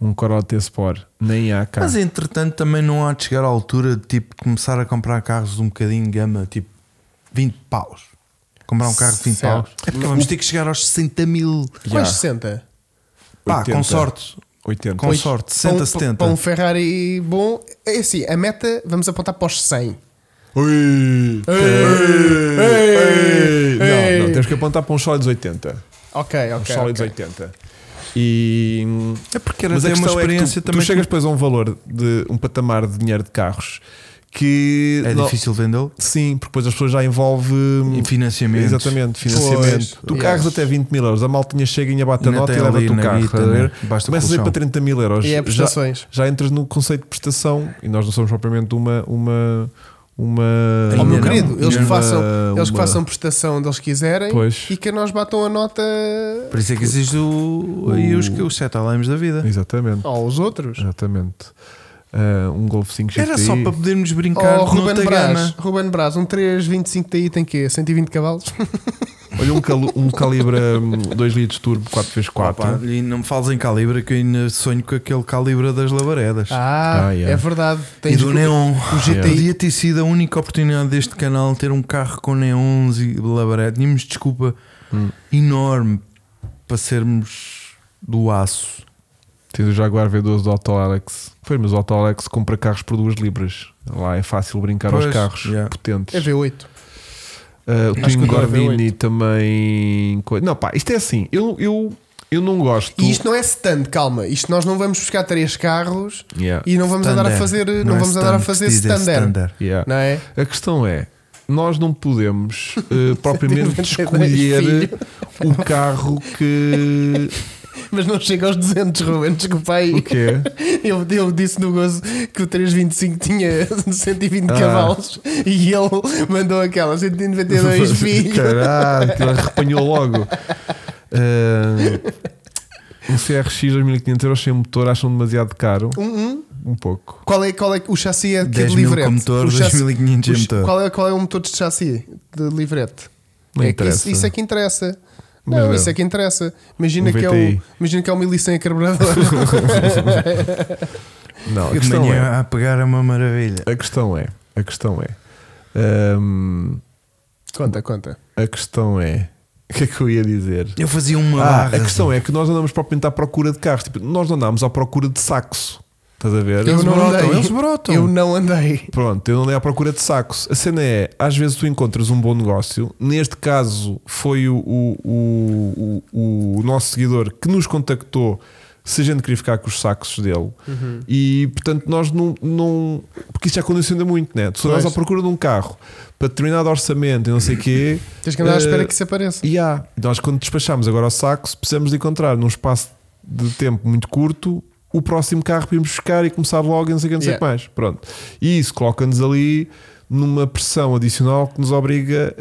Um Corolla T-Sport. Nem há cá. Mas entretanto, também não há de chegar à altura de tipo começar a comprar carros de um bocadinho de gama, tipo 20 paus. Comprar um carro de 20 Certo. paus. É porque vamos ter que chegar aos 60 mil. Quais Já. 60? Pá, 80. com sorte. 80. Com sorte, 60, Para um, 70. para um Ferrari bom, é assim, a meta, vamos apontar para os 100. Ui! ei, Não, ei. não, temos que apontar para um sólidos 80. Ok, Um ok. sólidos ok. 80. E. É porque era mas a até uma questão é que experiência tu, também. tu chegas depois a um valor de um patamar de dinheiro de carros que É não- difícil vendê-lo. Sim, porque depois as pessoas já envolve hum, Em financiamento. Exatamente, financiamento. Pois, tu yes. carros até 20 mil euros, a maltinha chega e abate a Ainda nota e tem ali leva-te o na carro. guita, estás a ver? né? Basta Começas a ir colchão. para 30 mil euros. E é já, prestações. já entras no conceito de prestação e nós não somos propriamente uma. uma, uma Oh, meu uma- querido, eles que façam- Eles que uma- façam prestação onde eles quiserem Pois. e que a nós batam a nota Por isso é que existe o, aí os, os sete alarmes da vida. Exatamente, aos outros. exatamente. Ah, um Golf 5 XTI. Era só para podermos brincar Oh, oh, no Ruben Braz, Tagama. Ruben Braz, um 325 Ti tem quê? 120 cavalos? Olha, um, calu- um Calibra 2 litros turbo 4x4. Opa, e não me fales em calibre, que eu ainda sonho com aquele calibre das labaredas. Ah, Ah, yeah. é verdade. e Tens do o- Neon. O GTI. Podia ter sido a única oportunidade deste canal ter um carro com neons e labareda. Tínhamos desculpa Hum. enorme para sermos do aço. Tens o Jaguar V12 do Auto Alex. Foi, mas o Auto Alex compra carros por duas libras. Lá é fácil brincar aos Pois, carros yeah. potentes. É V8. Ah, o Acho que Twin eu tô a ver Gordini também. coi- Não, pá, isto é assim. Eu, eu, eu não gosto. E isto não é stand, calma. Isto nós não vamos buscar três carros Yeah, e não vamos andar a Standard. fazer, não é vamos andar a standard, fazer que se diz, é standard, yeah. não é? A questão é: nós não podemos (laughs) eh, (laughs) propriamente escolher Filho. o carro (laughs) que. Mas não chega aos 200, Ruben, desculpa aí. O quê? (laughs) Eu, eu disse no gozo que o 325 tinha (laughs) 120 Ah. cavalos e ele mandou aquela (laughs) 192 filho. Caralho, arrepanhou logo. Ah, um CRX 2500 euros sem motor acham demasiado caro? Um, um. Um pouco. Qual é, qual é que- o chassi é de que 10 de mil livrete? com motor, o chassi, 2500 o de ch- motor. qual, é, qual é o motor de chassi de livrete? Não é que interessa. isso, isso é que interessa. Mas Não, é. isso é que interessa. Imagina, Um que é, VTI. o, imagina que é o 1100 a carburador. Não, a De questão é. manhã a pegar é uma maravilha. A questão é. A questão é. ahm, conta, conta. a questão é. O que é que eu ia dizer? Eu fazia uma Ah, barra. a questão é que nós andamos propriamente à procura de carros. Tipo, nós não andamos à procura de saxo. Estás a ver? Eu Eles não brotam, andei. eles brotam. Eu não andei. Pronto, eu não andei à procura de sacos. A cena é, às vezes tu encontras um bom negócio. Neste caso, foi o, o, o, o- o nosso seguidor que nos contactou se a gente queria ficar com os sacos dele. Uhum. E portanto, nós não. não porque isto já condiciona muito, né? Tu só andas à Pois. procura de um carro para determinado orçamento e não sei o quê. Tens que andar à eh, espera que isso apareça. e há. Nós, Então, quando despachamos agora o saxo, precisamos de encontrar num espaço de tempo muito curto o próximo carro para irmos buscar e começar logo e não sei o que, não sei o que Yeah. mais. Pronto. E isso coloca-nos ali numa pressão adicional que nos obriga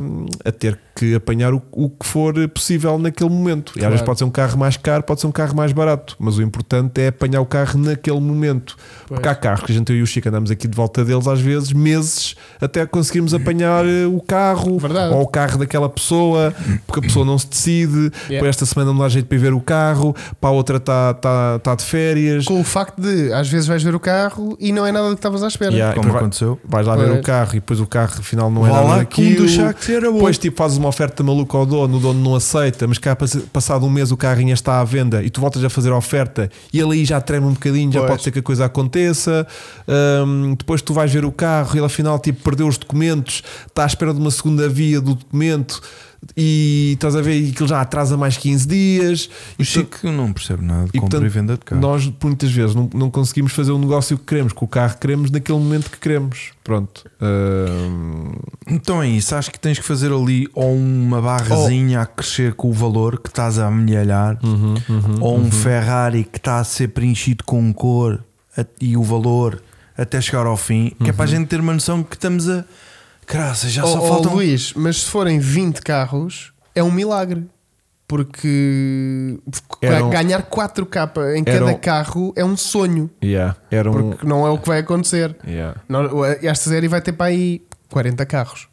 hum, a ter que apanhar o, o que for possível naquele momento. E às Claro. vezes pode ser um carro mais caro, pode ser um carro mais barato, mas o importante é apanhar o carro naquele momento. Pois. Porque há carros que a gente eu e o Chico andamos aqui de volta deles às vezes meses até conseguirmos apanhar eh, o carro Verdade. ou o carro daquela pessoa, porque a pessoa não se decide. Yeah. Para esta semana não dá jeito para ir ver o carro, para a outra está tá, tá de férias. Com o facto de, às vezes, vais ver o carro e não é nada do que estavas à espera. Yeah, e Como depois vai- aconteceu. vais lá ver Pois. o carro e depois o carro afinal não é Vá nada lá que um daquilo. dos sacos era bom. Depois tipo, fazes uma oferta maluca ao dono, o dono não aceita, mas cá pass- passado um mês o carro ainda está à venda e tu voltas a fazer a oferta e ele aí já treme um bocadinho, já Pois. pode ser que a coisa aconteça. Hum, depois tu vais ver o carro e ele afinal tipo, perdeu os documentos, está à espera de uma segunda via do documento e estás a ver e aquilo já atrasa mais 15 dias. O E Chico não percebe nada de e, compra e portanto, venda de carro. nós muitas vezes não, não conseguimos fazer o negócio que queremos, com o carro que queremos, naquele momento que queremos. Pronto. Hum, Ahm, Então é isso, acho que tens que fazer ali ou uma barrazinha a crescer com o valor que estás a amelhar, ou um Ferrari que está a ser preenchido com cor a- e o valor até chegar ao fim, que é para a gente ter uma noção que estamos a. Graças, já Ó, só um. ó, faltam. Oh, Luís, mas se forem 20 carros, é um milagre. Porque Eram- ganhar 4K em eram- cada carro é um sonho. yeah, era um. Porque não é o que vai acontecer. yeah. Não, Esta série vai ter para aí 40 carros.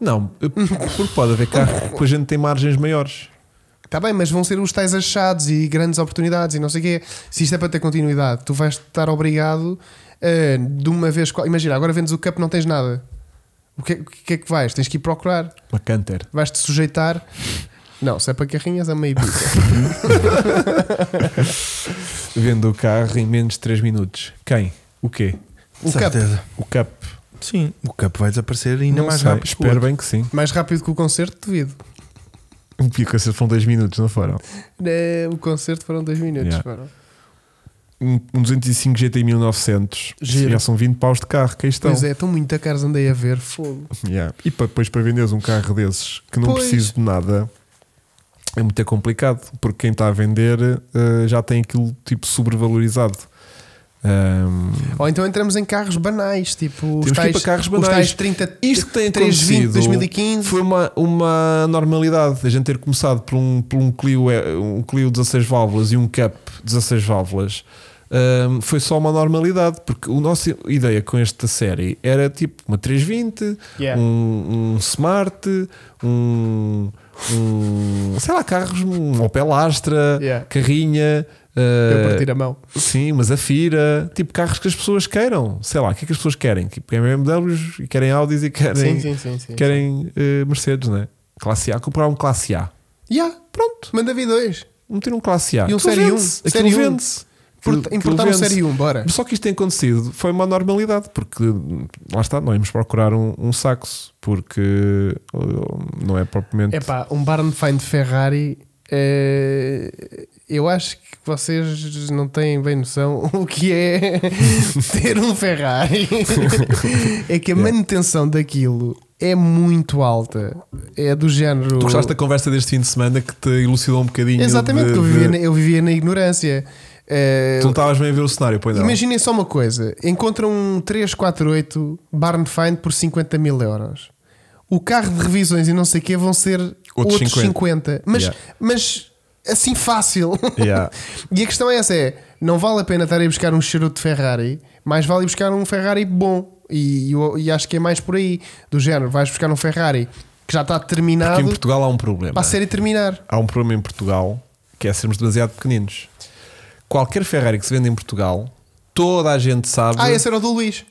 Não, eu- porque pode haver carro que a gente tem margens maiores. Está Tá bem, mas vão ser os tais achados e grandes oportunidades e não sei o quê. Se isto é para ter continuidade, tu vais estar obrigado a, de uma vez. qual- Imagina, agora vendes o cup, não tens nada. O que, é- o que é que vais? Tens que ir procurar. Uma canter. Vais-te sujeitar. Não, se é para carrinhas, é meio bico. Vendo o carro em menos de 3 minutos. Quem? O quê? O cup, Certeza. O Cup. Sim, o cup vai desaparecer ainda Não mais sei, rápido. que o Espero outro. bem que sim. mais rápido que o concerto, devido. Um pico, esses foram dois minutos, não foram? Eh, O concerto foram dois minutos. Yeah. foram. Um, um 205 GT 1900. Giro. Já são 20 paus de carro, que aí estão. Pois é, estão muito a caros, andei a ver fogo. Yeah. E pa- depois para venderes um carro desses que não Pois. precisa de nada é muito complicado porque quem está a vender eh, já tem aquilo tipo sobrevalorizado. Ahm, Ou então entramos em carros banais, tipo Temos os que ir tais, para carros Os banais. tais 30, isto que tem 320 acontecido 2015. foi uma, uma normalidade a gente ter começado por um, por um, Clio, eh, um Clio 16 válvulas e um Cup 16 válvulas. ahm, foi só uma normalidade, porque a nossa ideia com esta série era tipo uma 320, Yeah. um, um Smart, um, um, sei lá, carros, um Opel Astra, Yeah. carrinha, Eu eh, partir a mão. sim, uma Zafira, tipo carros que as pessoas queiram, sei lá, o que é que as pessoas querem? Tipo, querem BMWs e querem Audis e querem, Sim, sim, sim. sim. querem eh, Mercedes, né? Classe A, comprar um Classe A, Yeah, pronto. Manda vir dois. meter um Classe A, E um Aquilo Série um, vende-se, aquilo Série um. vende-se. Aquilo- Porta- aquilo Importar um vende-se. Série 1, bora. Só que isto tem acontecido foi uma normalidade, porque hum, lá está, não íamos procurar um, um saxo, porque hum, não é propriamente. É pá, um Barnfine de Ferrari. eh, eu acho que vocês não têm bem noção (laughs) o que é ter um Ferrari. (laughs) é que a Yeah. manutenção daquilo é muito alta. É do género. Tu gostaste da conversa deste fim de semana que te elucidou um bocadinho. Exatamente, de- que eu vivia, de- na, eu vivia na ignorância. Eh, Tu não estavas bem a ver o cenário, pois não. Imaginem só uma coisa: encontram um 348 Barnfine por 50 mil euros. O carro de revisões e não sei o quê vão ser outros, 50. 50. Mas, Yeah. mas assim fácil. (laughs) Yeah. e a questão é essa: é, não vale a pena estar a ir buscar um charuto de Ferrari, mais vale ir buscar um Ferrari bom. E, eu- e acho que é mais por aí: do género, vais buscar um Ferrari que já está Porque é em terminado Portugal há um problema. para a série terminar. Há um problema em Portugal que é sermos demasiado pequeninos. Qualquer Ferrari que se vende em Portugal, toda a gente sabe. Ah, esse era o do Luís.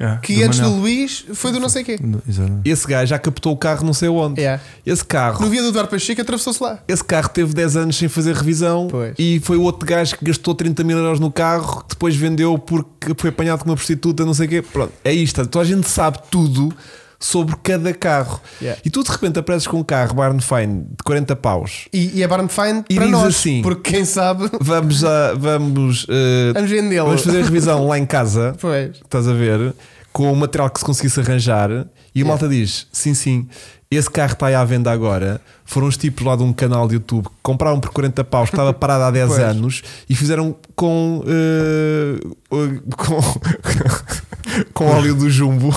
Yeah, Que É, é do antes Manel. do Luís foi do não sei o quê. Do- Exatamente. Esse gajo já captou o carro não sei onde. é- Yeah. Esse No carro. via do Eduardo Pacheco atravessou-se lá. Esse carro teve 10 anos sem fazer revisão Pois. e foi o outro gajo que gastou 30 mil euros no carro que depois vendeu porque foi apanhado com uma prostituta, não sei o quê. Pronto, é isto. Então a gente sabe tudo sobre cada carro. Yeah. E tu de repente apareces com um carro Barnfine de 40 paus. E, e é Barn Find E para diz nós, assim- porque quem sabe Vamos a. Vamos. eh, vamos vendê-lo. Vamos fazer a revisão lá em casa, Pois. estás a ver? Com o material que se conseguisse arranjar. E a malta diz: sim, sim, esse carro está aí à venda agora. Foram os tipos lá de um canal de YouTube que compraram por 40 paus, que (laughs) estava parado há 10 Pois. anos e fizeram com. eh, com. (laughs) com óleo do (laughs) jumbo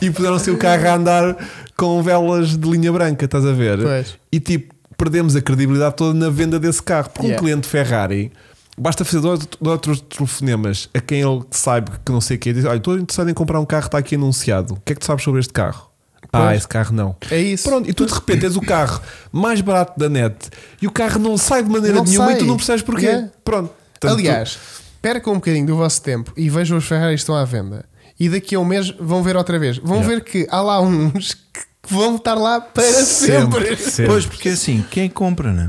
e puderam-se o carro a andar com velas de linha branca, estás a ver? Pois. E tipo, perdemos a credibilidade toda na venda desse carro. Porque Yeah. um cliente Ferrari, basta fazer dois, dois outros telefonemas a quem ele sabe que não sei o que diz: Olha, estou interessado em comprar um carro, está aqui anunciado. O que é que tu sabes sobre este carro? Ah, Pois. esse carro não. É isso. Pronto, e tu de repente tens o carro mais barato da net e o carro não sai de maneira Não nenhuma sai. e tu não percebes porquê. Yeah. Pronto. Portanto, Aliás, percam um bocadinho do vosso tempo e vejam os Ferraris que estão à venda. E daqui a um mês vão ver outra vez. Vão Yeah. ver que há lá uns que vão estar lá para sempre. Sempre, sempre. Pois, porque assim, quem compra, né?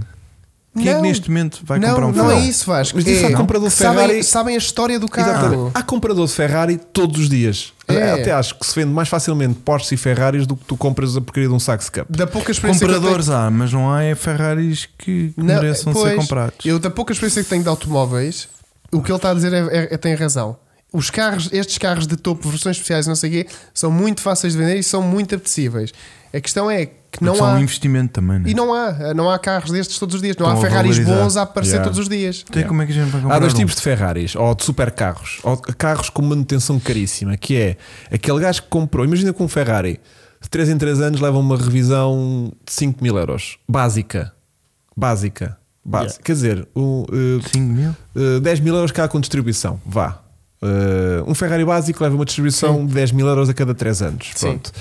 Quem é Não. que neste momento vai não, comprar um não carro? é isso, Vasco. Mas disse é, à compra do que sabem- Ferrari- Sabem a história do carro. Exatamente. Há comprador de Ferrari todos os dias. É. Até acho que se vende mais facilmente Porsche e Ferraris do que tu compras a porcaria de um Sax Cup. Da pouca experiência é que eu tenho- Compradores há, mas não há é Ferraris que, que mereçam é, pois, ser comprados. Eu, da pouca experiência que tenho de automóveis, o que ele está a dizer é, é- é- tem razão. Os carros, estes carros de topo, versões especiais, não sei o quê, são muito fáceis de vender e são muito apetecíveis. A questão é que não Porque são há. um investimento também, né? E não há, não há carros destes todos os dias, não Estão há a Ferraris valorizar. bons a aparecer Yeah. todos os dias. Então, como é que a gente vai comprar? Há dois um? tipos de Ferraris, ou de supercarros, ou de carros com manutenção caríssima, que é aquele gajo que comprou, imagina com um Ferrari, de 3 em 3 anos leva uma revisão de 5 mil euros, básica, básica, básica. quer dizer, o, eh, 5 mil? eh, 10 mil euros cá com distribuição, vá. Eh, um Ferrari básico leva uma distribuição de 10 mil euros a cada 3 anos. Sim. Pronto.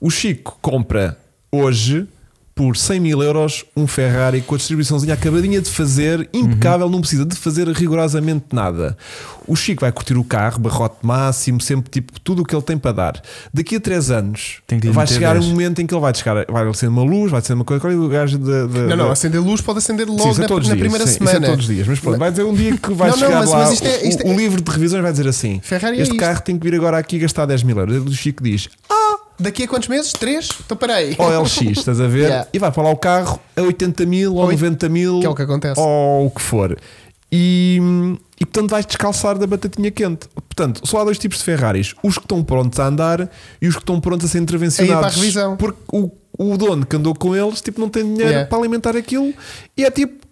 O Chico compra hoje por 100 mil euros um Ferrari com a distribuiçãozinha acabadinha de fazer, Uhum. impecável, não precisa de fazer rigorosamente nada. O Chico vai curtir o carro, barrote máximo, sempre tipo tudo o que ele tem para dar. Daqui a 3 anos Tem que lhe vai meter chegar 10. um momento em que ele vai chegar, vai acender uma luz, vai ser uma coisa, qual é o gajo da. da- Não, não, da- acender luz pode acender Sim, logo isso é na, todos os na dias, primeira sim, semana. Isso é todos os dias, mas pronto, vai dizer um dia que vai Não, não, chegar mas- lá. mas isto é- isto o, é- o livro de revisões vai dizer assim: Ferrari é Este isto." carro tem que vir agora aqui gastar 10 mil euros. O Chico diz: Ah, Daqui a quantos meses? Três? Então peraí. Ou LX, estás a ver? Yeah. E vai para lá o carro a 80 mil ou Oito- 90 mil. Que é o que acontece. Ou o que for. E, e portanto vais descalçar da batatinha quente. Portanto, só há dois tipos de Ferraris: os que estão prontos a andar e os que estão prontos a ser intervencionados. para a revisão. Porque o, o dono que andou com eles tipo, não tem dinheiro Yeah. para alimentar aquilo e é tipo.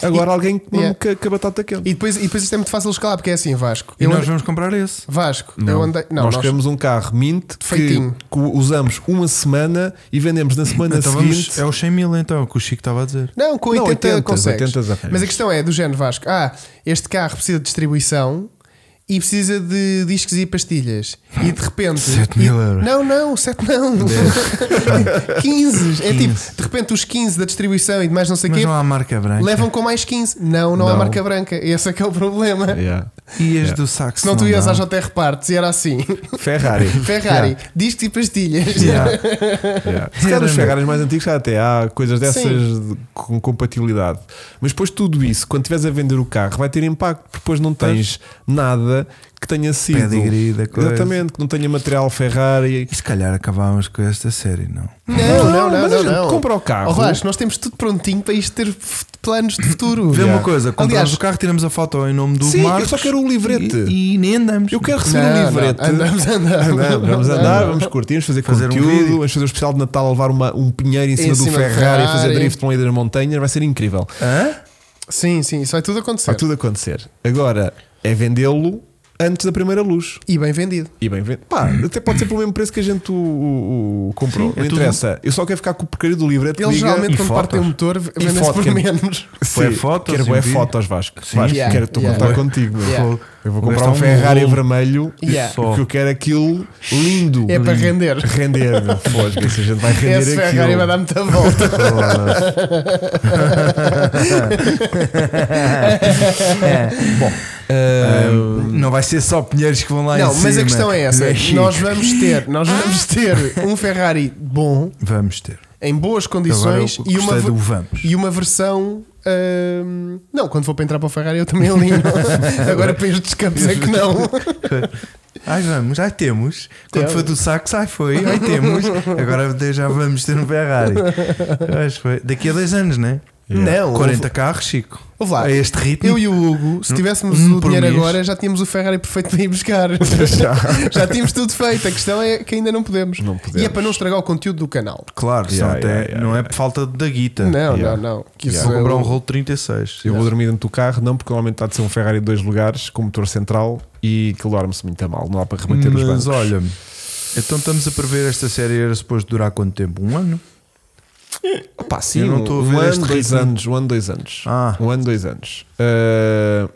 Agora alguém que Yeah. com a batata quente. E depois, e depois isto é muito fácil de escalar, porque é assim, Vasco. E eu nós andei- vamos comprar esse. Vasco, eu andei. Não, nós, nós- queremos um carro mint que, Feitinho. que usamos uma semana e vendemos na semana Então vamos- seguinte. é os 100 mil, então, é o que o Chico estava a dizer. Não, com Não, 80 80s, consegues. 80s apenas. Mas a questão é, do género Vasco, ah, este carro precisa de distribuição e precisa de discos e pastilhas. E de repente. 7 mil euros. Não, não, 7 não. (laughs) 15. É tipo, de repente os 15 da distribuição e de mais não sei o Mas quê não há marca branca. levam com mais 15. Não, não, há Não. marca branca. Esse é que é o problema. Yeah. E as Yeah. do saco. um- Senão tu ias dá. à JR Partes e era assim: Ferrari. Ferrari, discos e pastilhas. Yeah. (laughs) Yeah. Se calhar Era os meu. Ferraris mais antigos já até há coisas dessas Sim. de- com compatibilidade. Mas depois tudo isso, quando estiveres a vender o carro, vai ter impacto, porque depois não tens nada que tenha sido. Pedigree da coisa. Exatamente, que não tenha material Ferrari. E se calhar acabávamos com esta série, não? Não, não, não, mas a não, gente não. compra o carro. Ó, Vasco, nós temos tudo prontinho para isto ter f- planos de futuro. Vê Yeah. uma coisa, compramos Aliás- o carro, tiramos a foto em nome do Sim, Marcos eu só quero o livrete. E, e nem andamos. Eu quero receber Não, um livrete. não, andamos, andamos. Andamos, vamos andar, vamos curtir, vamos fazer, Fazer um conteúdo, vídeo. vamos fazer um especial de Natal, levar uma- um pinheiro em cima, do cima do Ferrari, fazer Ferrari. drift para um das montanhas, vai ser incrível. Hã? Sim, sim, isso vai tudo acontecer. Vai tudo acontecer. Agora é vendê-lo antes da primeira luz. E bem vendido. E bem vende. Pá, até pode ser pelo mesmo preço que a gente o, o- o comprou. Sim, é não tudo- interessa. Eu só quero ficar com o porcaria do livro. é Eles geralmente, e quando fotos. partem o motor, vendem-se foto, por quem- menos. Bué fotos, Quero em bué vídeo. fotos, Vasco. Sim. Vasco, Yeah, quero estou yeah. a contar contigo. meu. Yeah. tá Eu vou Vou comprar gastar um um Ferrari rolo. vermelho Yeah. porque eu quero é aquilo lindo. É para Lindo. render. Render, meu. Fosga, se a gente vai render Esse aquilo. Ferrari vai dar muita volta. Bom, ahm, Não vai ser só pinheiros que vão (laughs) lá em Não, cima. mas a questão é essa: Chico. nós vamos ter, (laughs) nós vamos ter um Ferrari bom, Vamos ter. em boas Agora eu condições, gostei e uma, do ve- vamos. e uma versão. hum, não, quando for para entrar para o Ferrari eu também (laughs) alinho. Agora para estes campos é que não. Ai vamos, ai temos. Quando Temos. foi do saco, sai foi, ai temos. Agora até já vamos ter um Ferrari. Acho que foi. Daqui a 10 anos, né? Yeah. Não, 40 carros, Chico. Ouve lá, a este ritmo. Eu e o Hugo, se tivéssemos um o por dinheiro mês. agora, já tínhamos o Ferrari perfeito para ir (laughs) buscar. Já. (laughs) já tínhamos tudo feito. A questão é que ainda não podemos. Não E é podemos. para não estragar o conteúdo do canal. Claro, senão Yeah, até yeah, yeah, não é yeah. por falta da guita. Não, Ah, Yeah. não, não. Que Yeah. isso Vou é comprar um o- rolo 36. (laughs) Eu vou dormir dentro do carro, não porque normalmente está de ser um Ferrari de dois lugares, com motor central e que dorme-se muito a mal, não há para rebater os bancos. Mas olha, então estamos a prever esta série era suposto durar quanto tempo? Um ano? Pá, sim, Eu não estou a ver um este ano, dois ritmo. anos, um ano, dois anos. Ah. Hum. Um ano, dois anos. Uh,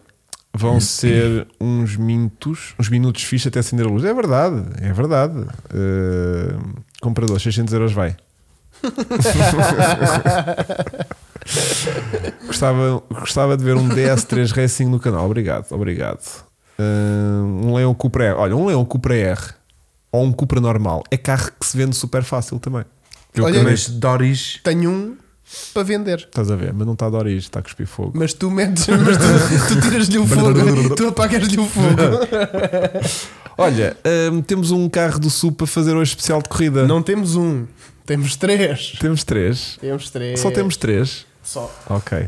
vão ser uns minutos, uns minutos fixos até acender a luz. É verdade, é verdade. Uh, comprador, 600 euros vai. (laughs) gostava, gostava de ver um DS3 Racing no canal. Obrigado, obrigado. Uh, um Leão Cupra R. Olha, um Leão Cupra R ou um Cupra normal é carro que se vende super fácil também. Que eu Olha, acabei de Doris. Tenho um para vender. Estás a ver, mas não está a dar isto, está a cuspir fogo. Mas tu metes, (laughs) mas tu, tu tiras-lhe (laughs) o fogo, tu apagas-lhe o fogo. Olha, hum, temos um carro do Sul para fazer hoje especial de corrida. Não temos um, temos três. Temos três. Temos três. Só temos três. Só. Ok.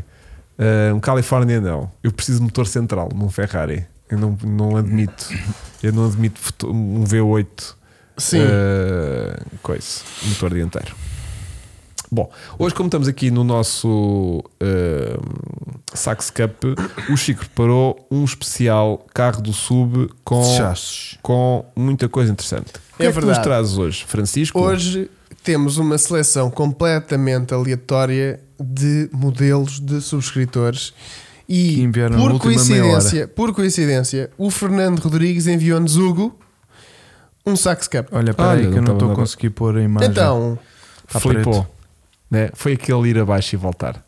Uh, um California não. Eu preciso de motor central num Ferrari. Eu não, não admito. Eu não admito foto- um V8 Sim. uh, coisa, motor dianteiro. Bom, hoje, como estamos aqui no nosso uh, Sax Cup, o Chico preparou um especial carro do Sub com Chassos. com muita coisa interessante. O que É é, que nos verdade. trazes hoje, Francisco? Hoje temos uma seleção completamente aleatória de modelos de subscritores Que e enviaram na por última meia coincidência, por coincidência, o Fernando Rodrigues enviou-nos Hugo um sax cup. Olha, peraí, Olha, que não eu não estava estou a nada. conseguir pôr a imagem. Então, Tá flipou. preto. Né? Foi aquele ir abaixo e voltar.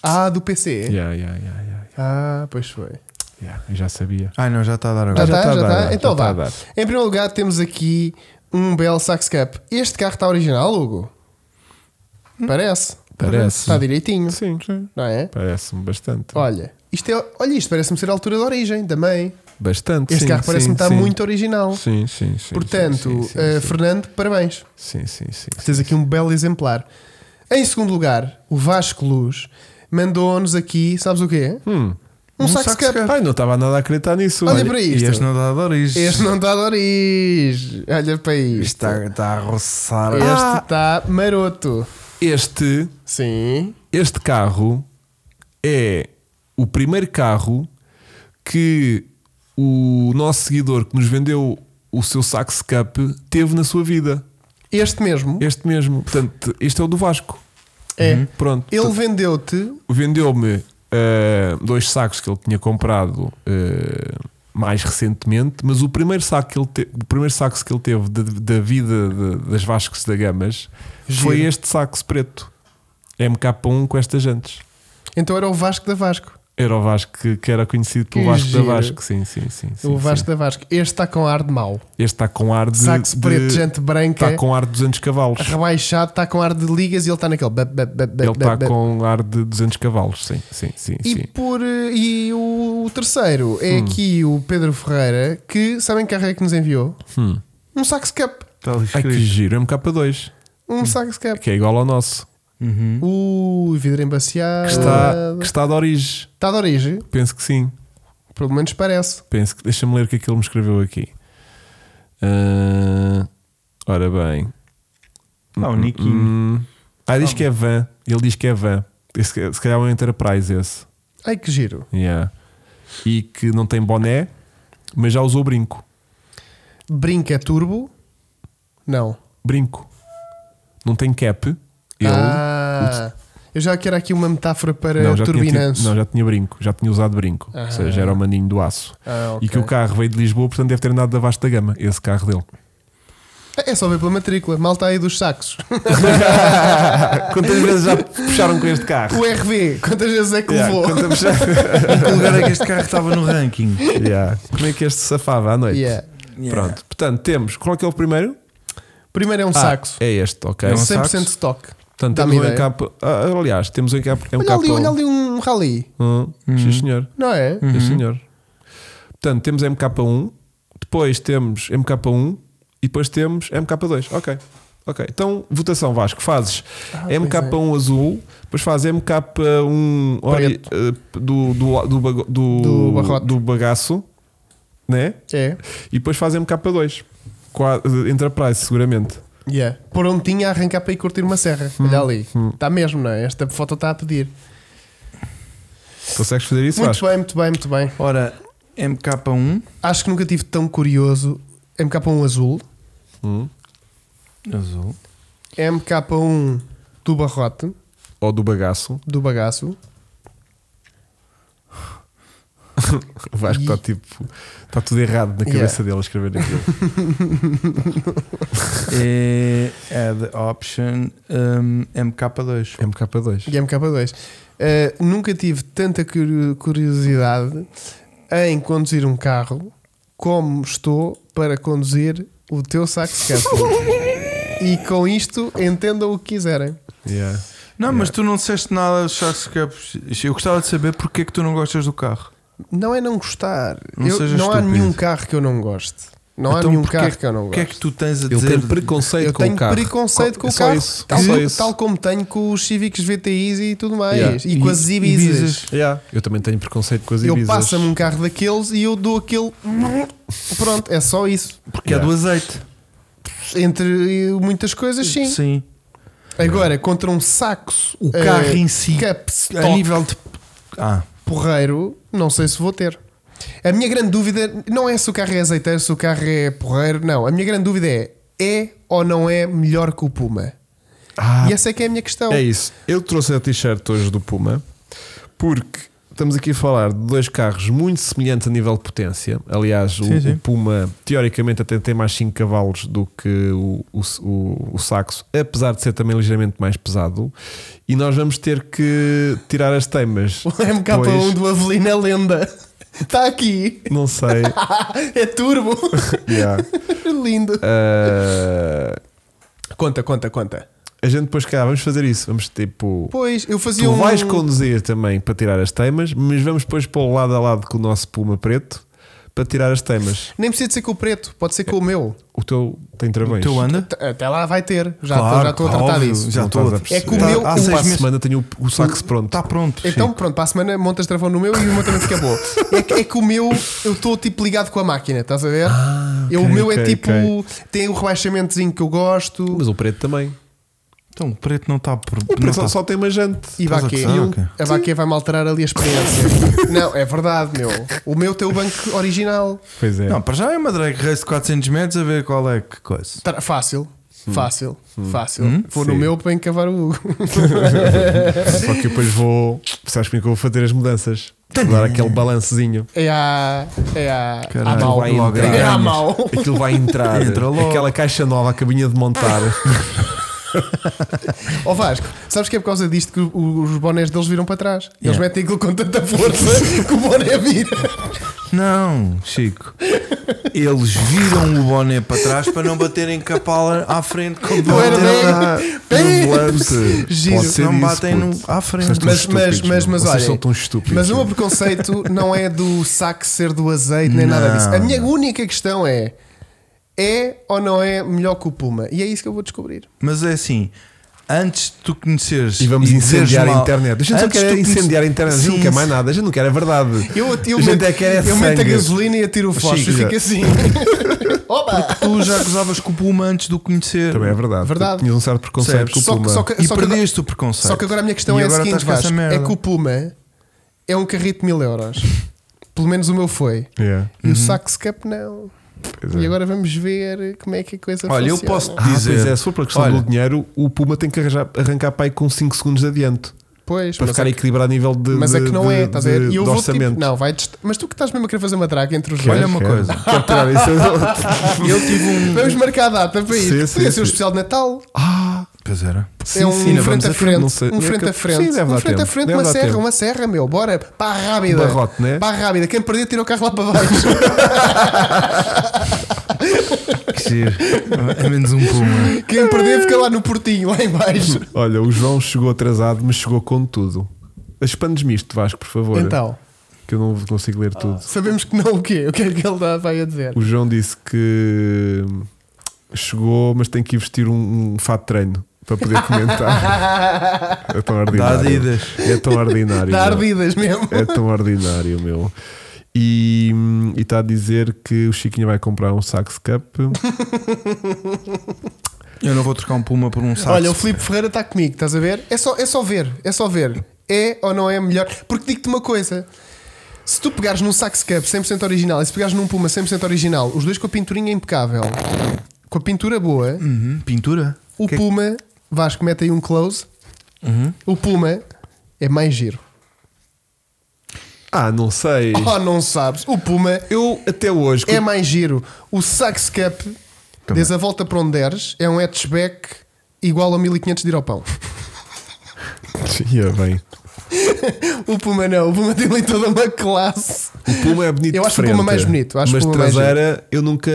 ah, do PC. Yeah, yeah, yeah, yeah, Ah, pois foi. yeah. Eu já sabia. Ai não, já está a dar Já agora. já está, tá a já dar, está. já Então tá a vá. dar. Em primeiro lugar, temos aqui um belo sax cup. Este carro está original, Hugo? Hum. Parece. Parece. Está direitinho, Sim, sim. não é? Parece-me bastante. Olha, isto, é, olha, isto parece-me ser a altura de origem da mãe. Bastante. Este sim, carro sim, parece-me estar sim. muito original. Sim, sim, sim. Portanto, sim, sim, sim, eh, sim. Fernando, parabéns. Sim, sim, sim. Tens aqui um belo exemplar. Em segundo lugar, o Vasco Luz mandou-nos aqui, sabes o quê? Hum. Um, saco, de saco de capa. Ai, não estava nada a acreditar nisso. Olha Olha, para E é isto. este não tá dá de origem. Este não dá nariz. Olha para isto. Isto está, está a roçar. Este Ah. está maroto. Este, Sim. este carro é o primeiro carro que o nosso seguidor que nos vendeu o seu Sax Cup teve na sua vida. Este mesmo. Este mesmo. Portanto, este é o do Vasco. É. Pronto. Ele vendeu-te. vendeu-me eh, dois sacos que ele tinha comprado eh, mais recentemente, mas o primeiro saco que ele, te- o primeiro saco que ele teve da- da vida de- das Vascos da Gamas Giro. foi este saco preto MK1 com estas jantes. Então era o Vasco da Vasco. Era o Vasco que, que era conhecido pelo Que Vasco giro. da Vasco, sim, sim, sim. sim, o sim. Vasco da Vasco. Este está com ar de mau. Este está com ar de. Saxo de- preto, gente branca. Está com ar de 200 cavalos. Rebaixado, está com ar de ligas e ele está naquele. ba- ba- ba- ba- Ele ba- está ba- com ar de 200 cavalos, sim, sim, sim. E, sim. Hum. por, eh, e o, o terceiro é aqui o Pedro Ferreira, que sabem que carro é que nos enviou? Hum. Um sax cap. Está Tá ali Ai que escrito. giro, MK2, Um sax cap. que é igual ao nosso. (laughs) Uhum. O vidro embaciado. que Ah. está, que está de origem. Está de origem, Penso que sim. pelo menos parece. Penso que, deixa-me ler o que é que ele me escreveu aqui. Ah, ora bem. Ah, o Niquinho. Hum. Ah, diz que é van. Ele diz que é van. Esse, se calhar é um Enterprise esse. Ai que giro. Yeah. E que não tem boné, mas já usou brinco. Brinca turbo? Não. Brinco. Não tem cap. Ele. ah, eu já quero aqui uma metáfora para não, o já tinha tido- turbinanço. não, já tinha brinco. Já tinha usado brinco. Ou seja, era o maninho do aço. Ah, E que o ok. carro veio de Lisboa, portanto deve ter andado da vasta gama. Esse carro (laughs) dele. É só ver pela matrícula, malta aí dos sacos. Quantas vezes já puxaram com este carro? (laughs) o RV, quantas vezes é que Yeah, levou? quantas vezes- (laughs) Em que lugar é que este carro estava no ranking? Yeah. Como é que este se safava à noite? Yeah. Pronto, portanto, temos. Qual é que é o primeiro? Primeiro é um saxo. É este, ok. É um 100% saxo. stock. Portanto, Dá-me temos um ideia. encap. ah, aliás, temos um encap. É um Olha ali, capão. olha ali um rally, Hum, Uhum. Sim, senhor. não é? Sim, senhor. Portanto, temos MK1, depois temos MK1 e depois temos MK2. Ok. Ok. Então, votação Vasco, fazes Ah, pois é. MK1 azul, depois fazes MK1 ori- eh, do, do, do, bago- do, Do barrote. do bagaço, né? É. E depois fazes MK2. Qua- eh, Enterprise, seguramente. Yeah. Por onde tinha a arrancar para ir curtir uma serra. Uhum. Olha ali. Está mesmo, não é? Esta foto está a pedir. Consegues fazer isso, muito Vasco? bem, muito bem, muito bem. Ora, MK1 Acho que nunca tive tão curioso. MK1 azul, Hum. azul. MK1 do barrote, Ou do bagaço. um do bagaço. O Vasco E- está tipo. Está tudo errado na Yeah. cabeça dele a escrever aquilo. (laughs) É add option um, MK2. MK2. E MK2. Eh, nunca tive tanta curio- curiosidade em conduzir um carro como estou para conduzir o teu sax (laughs) E com isto entendam o que quiserem. Yeah. Não, mas tu não disseste nada dos Sharks Cups. Eu gostava de saber porque é que tu não gostas do carro. Não é não gostar. Não Eu- sejas não há estúpido. nenhum carro que eu não goste. Não há Então nenhum porque é carro que eu não O gosto. que é que tu tens a Ele dizer? tem preconceito eu com tenho o carro. preconceito com É o só carro. isso. Tal, É só como- isso. tal como tenho com os Civics VTIs e tudo mais. Yeah. E com as Ibizas. Yeah. Eu também tenho preconceito com as Eu Ibizas. passa-me um carro daqueles e eu dou aquele. Pronto, é só isso. Porque Yeah. é do azeite. Entre muitas coisas, sim. Agora, contra um eh, saxo, O carro em si, cap a stock nível de. Ah, porreiro, não sei se vou ter. A minha grande dúvida não é se o carro é azeiteiro, se o carro é porreiro, não. A minha grande dúvida é: é ou não é melhor que o Puma? Ah, E essa é que é a minha questão. é (laughs) isso. Eu trouxe a t-shirt hoje do Puma porque estamos aqui a falar de dois carros muito semelhantes a nível de potência. Aliás, o, Sim, sim. o Puma teoricamente até tem mais 5 cavalos do que o, o, o, o Saxo, apesar de ser também ligeiramente mais pesado. E nós vamos ter que tirar as teimas. O MK1 Pois, do Avelino é lenda. (laughs) Está aqui. (laughs) Não sei. é turbo. (laughs) Yeah. Lindo. Ah, Conta, conta, conta. a gente depois cá vamos fazer isso. Vamos tipo. Pois, eu fazia Tu um. vais conduzir também para tirar as teimas, mas vamos depois pôr lado a lado com o nosso Puma preto para tirar as temas. Nem precisa de ser com o preto, pode ser com o meu. O teu tem O travões. teu anda? T- Até lá vai ter. Já Claro, já estou a tratar óbvio, disso. já Não estou estás a a É perceber. que o meu. há o seis Para passo- a meses- semana tenho o, o sax pronto. Está tá pronto. Então, Chico. pronto, para a semana montas travão no meu e o meu também fica (laughs) bom. É que, é que o meu, eu estou tipo ligado com a máquina, estás a ver? eu, o Ah, ok, meu é ok, tipo. ok. Tem o rebaixamentozinho que eu gosto. Mas o preto também. Então, o preto não está por. O não preto só, tá- só tem uma jante. E Estás a baquê. gozar, E o- ok. A baquê vai-me alterar ali a (laughs) experiência. não, é verdade, meu. O meu tem o banco original. Pois é. Não, para já é uma drag race de 400 metros a ver qual é que coisa. Tra- Fácil. Fácil, fácil. Vou no Hum. Sim. meu para encavar o Hugo. Só que eu depois vou. Sabes como é que eu vou fazer as mudanças? Vou Dar aquele balancezinho. É a. É a. Caralho, a mau. vai logo É a ganhas. mau. Aquilo vai entrar. Entra logo. Aquela caixa nova, a cabinha de montar. Ó Vasco, sabes que é por causa disto que o- os bonés deles viram para trás? Eles Yeah. metem aquilo com tanta força (laughs) que o boné vira. Não, Chico. Eles viram o boné para trás para não baterem com a pala à frente como Não era bateram bem. lá. Ah, Bem. no volante. Giro. Pode ser Não isso, batem no- puto. à frente. Vocês estão Mas- mas- estúpidos, mas- meu. mas Vocês olhem, são tão estúpidos. Mas o meu meu. preconceito não é do saco ser do azeite nem nada disso. A Não. minha única questão é: é ou não é melhor que o Puma? E é isso que eu vou descobrir. Mas é assim, antes de tu conheceres. E vamos dizeres incendiar mal- a internet. A gente só antes quer de tu conhe- incendiar a internet. A gente não Sim, quer mais nada. A gente não quer a verdade. Eu, eu, a gente meto, é que é eu meto a sangue. gasolina e atiro o fósforo e Chico, fica assim. (laughs) Opa! Tu já gozavas com o Puma antes de o conhecer. Também é verdade. Verdade. Tinhas um certo preconceito Percebes? com o Só que- Puma. só que- E agora- perdeste o preconceito. Só que agora a minha questão E é a agora seguinte: estás com essa Vasco, é merda. que o Puma é um carrito de mil euros. Pelo menos o meu foi. Yeah. E o Sax Cup não. Pois E é. agora vamos ver como é que a coisa Olha, eu funciona. posso Ah, dizer. pois é, se for pela questão Olha. do dinheiro, o Puma tem que arranjar- arrancar para aí com 5 segundos de adianto Pois, para mas ficar é que- equilibrado a nível de. Mas é que de- não de- é, estás a ver? de- E eu de vou orçamento. tipo, não, vai dest- Mas tu que estás mesmo a querer fazer uma draga entre os Quero, dois. Olha uma quero. coisa. Quero tirar isso (laughs) do- Eu tive um. Vamos marcar a data para Sim, isso. sim, Podia ser sim. o especial de Natal. Ah, Pois era. sim, é um sim, ainda frente vamos a frente. não sei. é um frente a frente. Sim, deve um dar frente a tempo, frente, deve uma dar serra, tempo. uma serra, meu. Bora, pá rápida. Barrote, né? Pá rápida. Quem perder, tira o carro lá para baixo. (laughs) Que giro. É menos um Puma. Quem perder, fica lá no portinho, lá em baixo. Olha, o João chegou atrasado, mas chegou com tudo. Expandes-me isto, Vasco, por favor. Então, Que eu não consigo Ah, ler tudo. sabemos que não o quê? O que é que ele dá- vai a dizer? O João disse que chegou, mas tem que ir vestir um, um fato de treino para poder comentar. (laughs) É tão Dá ordinário. Adidas. É tão ordinário. Dá meu. ardidas mesmo. É tão ordinário, meu. E hum, e está a dizer que o Chiquinho vai comprar um Sax Cup. Eu não vou trocar um Puma por um saco. Olha, o Filipe Ferreira está comigo, estás a ver? É só, é só ver, é só ver. É ou não é melhor? Porque digo-te uma coisa: se tu pegares num Sax Cup 100% original e se pegares num Puma 100% original, os dois com a pinturinha é impecável, com a pintura boa, Uhum, pintura. o Que- Puma, Vasco, mete aí um close, Uhum. o Puma é mais giro. Ah, não sei. Oh, não sabes, o Puma Eu até hoje. (laughs) é mais giro. O Sax Cup, Também. des a volta para onde deres, é um hatchback igual a 1500 de ir ao pão. Ia bem. O Puma não, o Puma tem ali toda uma classe. O Puma é bonito. Eu de acho o Puma frente, mais bonito, acho o mas Puma mais traseira eu nunca.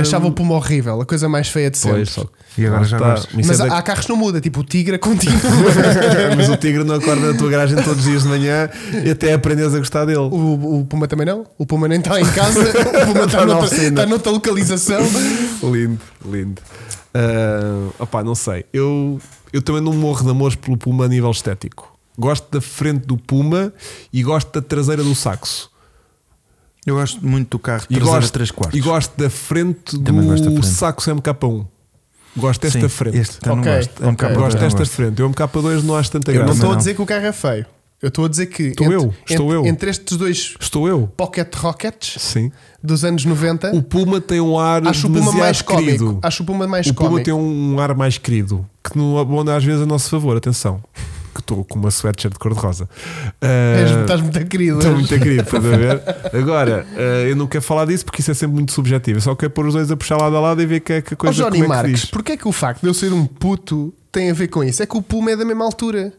Achava o Puma horrível, a coisa mais feia de sempre. Pois, só. que- E agora lá já está. gostas. Isso Mas é há, da- há carros que não muda, tipo o Tigra continua. (laughs) mas o tigre não acorda na tua garagem todos os dias de manhã e até aprendes a gostar dele. o, o Puma também não. O Puma nem está em casa, o Está Puma (laughs) está na noutra, oficina. está noutra localização. Lindo, lindo. Ah, opá, não sei. Eu, eu também não morro de amores pelo Puma a nível estético. Gosto da frente do Puma e gosto da traseira do saxo. Eu gosto muito do carro E traseira gosto, 3 quartos. e gosto da frente Também gosto da do frente. saxo MK1. Gosto desta Sim, frente. Este eu Ok, não gosto. É um ok. bocado Gosto não desta frente. Eu MK2 não acho tanta Eu graça. não estou a não. dizer que o carro é feio. Eu estou a dizer que Estou entre, eu, estou entre, eu. entre estes dois Estou eu? Pocket Rockets Sim. dos anos 90, O Puma tem um ar acho o Puma demasiado mais querido. cómico. Acho o Puma mais o Puma cómico. tem um ar mais querido que não abona às vezes a nosso favor. Atenção, que estou com uma sweatshirt de cor-de-rosa. És- Ah, É, Estás muito querido. Estou és. muito querido, estás (laughs) a ver? Agora, ah, eu não quero falar disso porque isso é sempre muito subjetivo. Eu só quero pôr os dois a puxar lado a lado e ver que, que a Ó coisa Johnny como é que se Marques, diz. porquê é que o facto de eu ser um puto tem a ver com isso? É que o Puma é da mesma altura.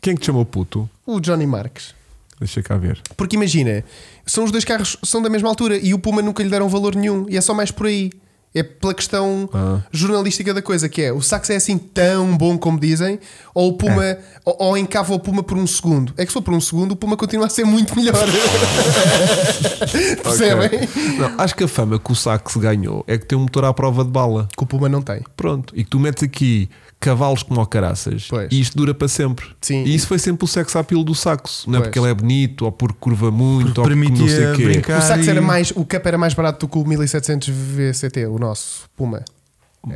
Quem é que te chamou puto? O Johnny Marques. Deixa cá ver. Porque imagina, são os dois carros, são da mesma altura e o Puma nunca lhe deram valor nenhum e é só mais por aí. É pela questão Ah. jornalística da coisa, que é o Sax é assim tão bom como dizem, ou o Puma, ou, ou encava o Puma por um segundo. É que se for por um segundo, o Puma continua a ser muito melhor. Percebem? Não, acho que a fama que o Sax ganhou é que tem um motor à prova de bala. Que o Puma não tem. Pronto. E que tu metes aqui cavalos como o caraças Pois. e isto dura para sempre. Sim. E isso foi sempre o sexo à pílula do saxo. Não é Pois. porque ele é bonito ou porque curva muito ou porque não sei Permitia o quê. brincar. O Sax era e- mais, o Cup era mais barato do que o 1700 VCT, o nosso Puma.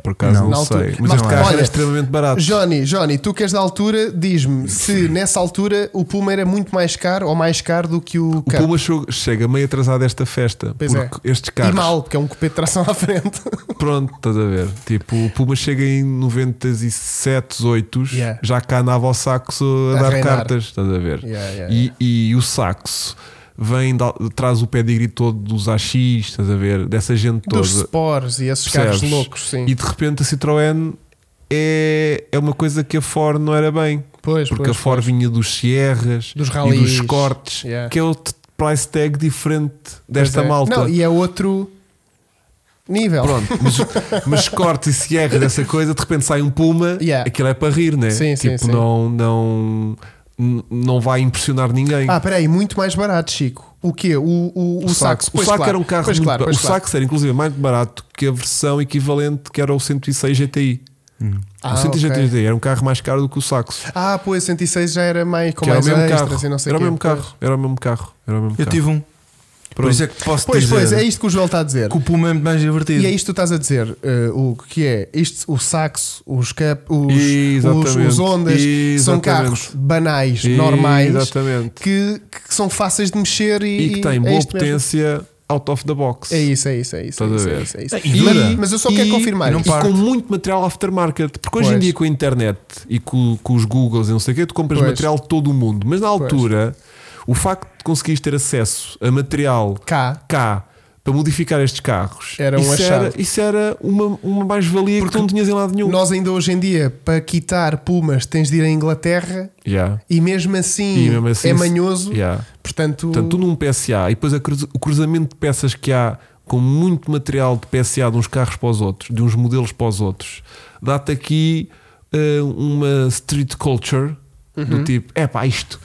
Por acaso não, Na altura. sei. Mas Não, é. este carro olha, era extremamente barato. Johnny, Johnny, tu que és da altura, diz-me se nessa altura o Puma era muito mais caro ou mais caro do que o, O Cup. Puma chegou- chega meio atrasado a esta festa Pois é. porque estes E carros. mal, porque é um cupê de tração à frente. (laughs) Pronto, estás a ver? Tipo, o Puma chega em 97, 8, Yeah. já cá andava ao saxo a, A dar reinar. cartas, estás a ver? Yeah, yeah, e, e o saxo vem, da- traz o pedigree todo dos AX, estás a ver? Dessa gente toda. Dos Spores e esses Percebes? carros loucos, sim. E de repente a Citroën é, é uma coisa que a Ford não era bem. Pois, Porque pois, a Ford vinha dos Sierras Dos e rallies. dos cortes, Yeah. que é outro price tag diferente desta Pois é. malta. Não, e é outro nível. Pronto, mas, mas corte e Sierra dessa coisa, de repente sai um Puma, Yeah. aquilo é para rir, né? Sim, sim, tipo, sim. Não, não, n- não vai impressionar ninguém. Ah, peraí, muito mais barato, Chico. O quê? O, o, o, saxo. o Pois, saco claro. era um carro Pois, muito claro, ba- pois, O saco era inclusive mais barato que a versão equivalente que era o 106 GTI. Uhum. Ah, o 106 ok. GTI era um carro mais caro do que o Saxo. claro. Ah, pois, 106 já era mais com que era o mais mesmo extras carro. e não sei Era o quê. mesmo carro. Era o mesmo carro. Era o mesmo Eu carro. tive um. Por isso é que posso Pois, dizer pois, é isto que o Joel está a dizer. que o Puma é muito mais divertido. E é isto que tu estás a dizer, eh, Hugo, que é isto, o saxo, os cap, os, os, Exatamente. os ondas, são Exatamente. carros banais, normais, Exatamente. que, que são fáceis de mexer e, E que é tem boa isto mesmo. potência out of the box. É isso, é isso, é isso. É Estás isso, a é ver? isso, é isso. E dura. mas eu só e- quero confirmar e não isto. E parte. com muito material aftermarket, porque hoje Pois. em dia com a internet e com, com os Googles e não sei o quê, tu compras Pois. material de todo o mundo, mas na altura o facto de conseguires ter acesso a material Cá. cá para modificar estes carros Era um isso, era, achado. isso era uma, uma mais-valia que tu não tinhas em lado nenhum. Nós ainda hoje em dia, para quitar pumas, tens de ir à Inglaterra Yeah. e mesmo assim, E mesmo assim é se- manhoso. Yeah. Portanto, Portanto, tu num PSA e depois a cruz- o cruzamento de peças que há com muito material de PSA de uns carros para os outros, de uns modelos para os outros, dá-te aqui eh, uma street culture Uhum. do tipo: é pá, isto,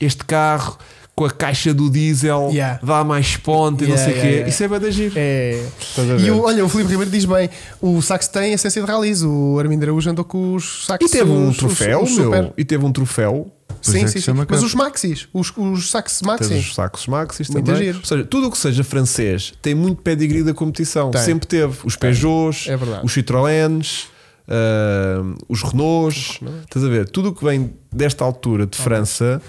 este carro com a caixa do diesel Yeah. dá mais ponte e Yeah, não sei o yeah, quê. yeah. Isso é bem de agir. é. Estás a ver? E o- olha, o Filipe Ribeiro diz bem: o sax tem a essência de rallies. O Armindo Araújo andou com os sax E teve um os- os- troféu, os meu. super- E teve um troféu. é Sim, que sim, sim. chama Mas capa. os maxis, os, os sax Tens maxi. os sacos maxis Muito também. Ah, giro. Ou seja, tudo o que seja francês tem muito pedigree da competição. Tem. Sempre teve. Os Peugeots, É verdade. os Citroëns, ah, os Renaults. Estás a ver? Tudo o que vem desta altura de França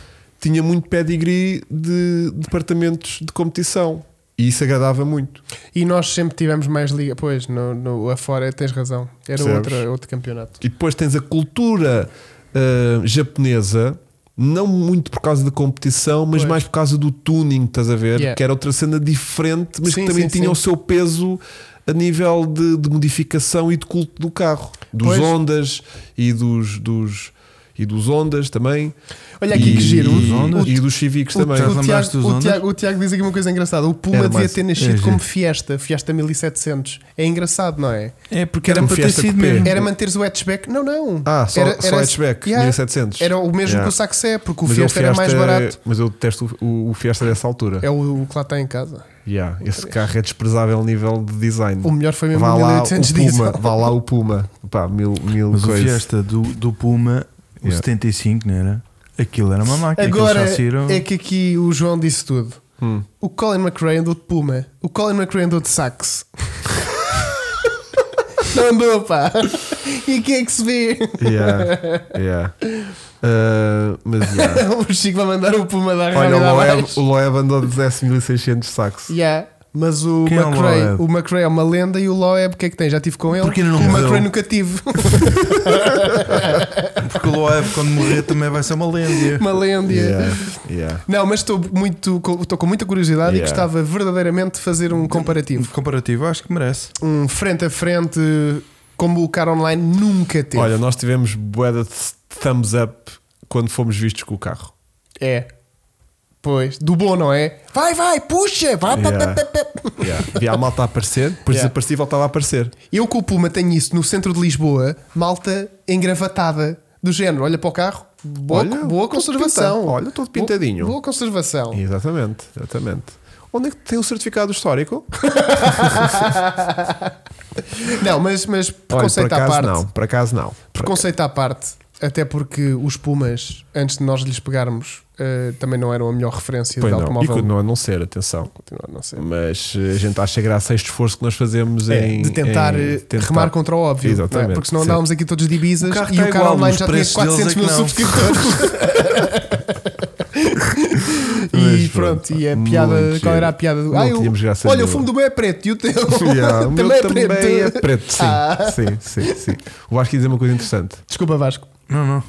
tinha muito pedigree de departamentos de competição. E isso agradava muito. E nós sempre tivemos mais liga. Pois, no, no, afora tens razão. Era Percebes? outra, outro campeonato. E depois tens a cultura ah, japonesa, não muito por causa da competição, mas Pois. mais por causa do tuning, estás a ver? Yeah. Que era outra cena diferente, mas Sim, que também sim, tinha sim. o seu peso a nível de, de modificação e de culto do carro, dos Pois. ondas e dos. dos e dos Ondas também. Olha aqui e, que giro. E, Ondas. e dos Civics O, também. o, lembraste Tiago, dos o, Ondas? Tiago, o Tiago diz aqui uma coisa engraçada: o Puma Era devia mais- ter nascido é, como giro. Fiesta, Fiesta 1700. É engraçado, não é? É porque Era era um para ter Fiesta sido Coupé. mesmo. Era manteres o hatchback? Não, não. Uhum. Ah, só, era, só era- hatchback, Yeah. 1700. Era o mesmo Yeah. que o Saxo é, porque o Mas eu Fiesta, era mais barato. Mas eu detesto o, o Fiesta dessa altura. É o, o que lá está em casa. Yeah, esse carro é desprezável a nível de design. O melhor foi mesmo Vá o lá o 1800 Puma, diesel. vá lá o Puma. Pá, mil, mil Mas o coisas. Fiesta do, do Puma, o Yeah. 75, não era? Aquilo era uma máquina. Agora aquilo já saíram- é que aqui o João disse tudo. Hum. O Colin McRae andou de Puma. O Colin McRae andou (laughs) de sax. Não andou, pá. E quem é que se vê? (laughs) Yeah, (laughs) yeah. Uh, mas (laughs) yeah. O Chico vai mandar o Puma da Olha, o Loeb, abaixo. o Loeb andou de 10.600 sacos. Yeah. Mas o Quem é o McRae, Loeb? o McRae é uma lenda e o Loeb, o que é que tem? Já tive com ele. Porque ainda não o morreu. McRae (laughs) nunca tive. Porque o Loeb, quando morrer, também vai ser uma lenda. uma lenda. Yeah, yeah. Não, mas estou muito, co- estou com muita curiosidade e Yeah. gostava verdadeiramente de fazer um comparativo. Comparativo, acho que merece. Um frente a frente, como o cara online nunca teve. Olha, nós tivemos boeda de thumbs up quando fomos vistos com o carro. É. Pois, do bom, não é? Vai, vai, puxa! Vá, pá, Yeah. pá, pá, pá. Yeah. Via a malta a aparecer, depois Yeah. desaparecia e voltava a aparecer. Eu com o Puma tenho isso no centro de Lisboa, malta engravatada, do género, olha para o carro, boa, Olha, boa todo conservação. pintado. Olha, todo pintadinho. Boa, boa conservação. Exatamente, exatamente. Onde é que tem o certificado histórico? Não, mas, mas Olha, por preconceito à acaso parte. não, por acaso não. Preconceito à parte, até porque os Pumas, antes de nós lhes pegarmos, eh, também não eram a melhor referência Pois de não, e automóvel. continua a não ser, atenção. Continua a não ser. Mas eh, a gente acha graça a este esforço que nós fazemos É, em de tentar, em eh, remar contra o óbvio, Exatamente, não é? porque senão sim. andávamos aqui todos de Ibisas O carro e tá o cara igual, online os já tinha preços 400 mil deles é que não. subscritores. (laughs) e Mas pronto, pronto, e a pá, piada, muito qual era a giro. piada do. Não Ah, eu- tínhamos graça olha, o nenhuma. fumo do meu é preto e o teu (laughs) (laughs) Yeah, o meu também é preto. (laughs) é preto, sim, Ah. sim, sim, sim. O Vasco ia dizer uma coisa interessante. Desculpa, Vasco. Não, não.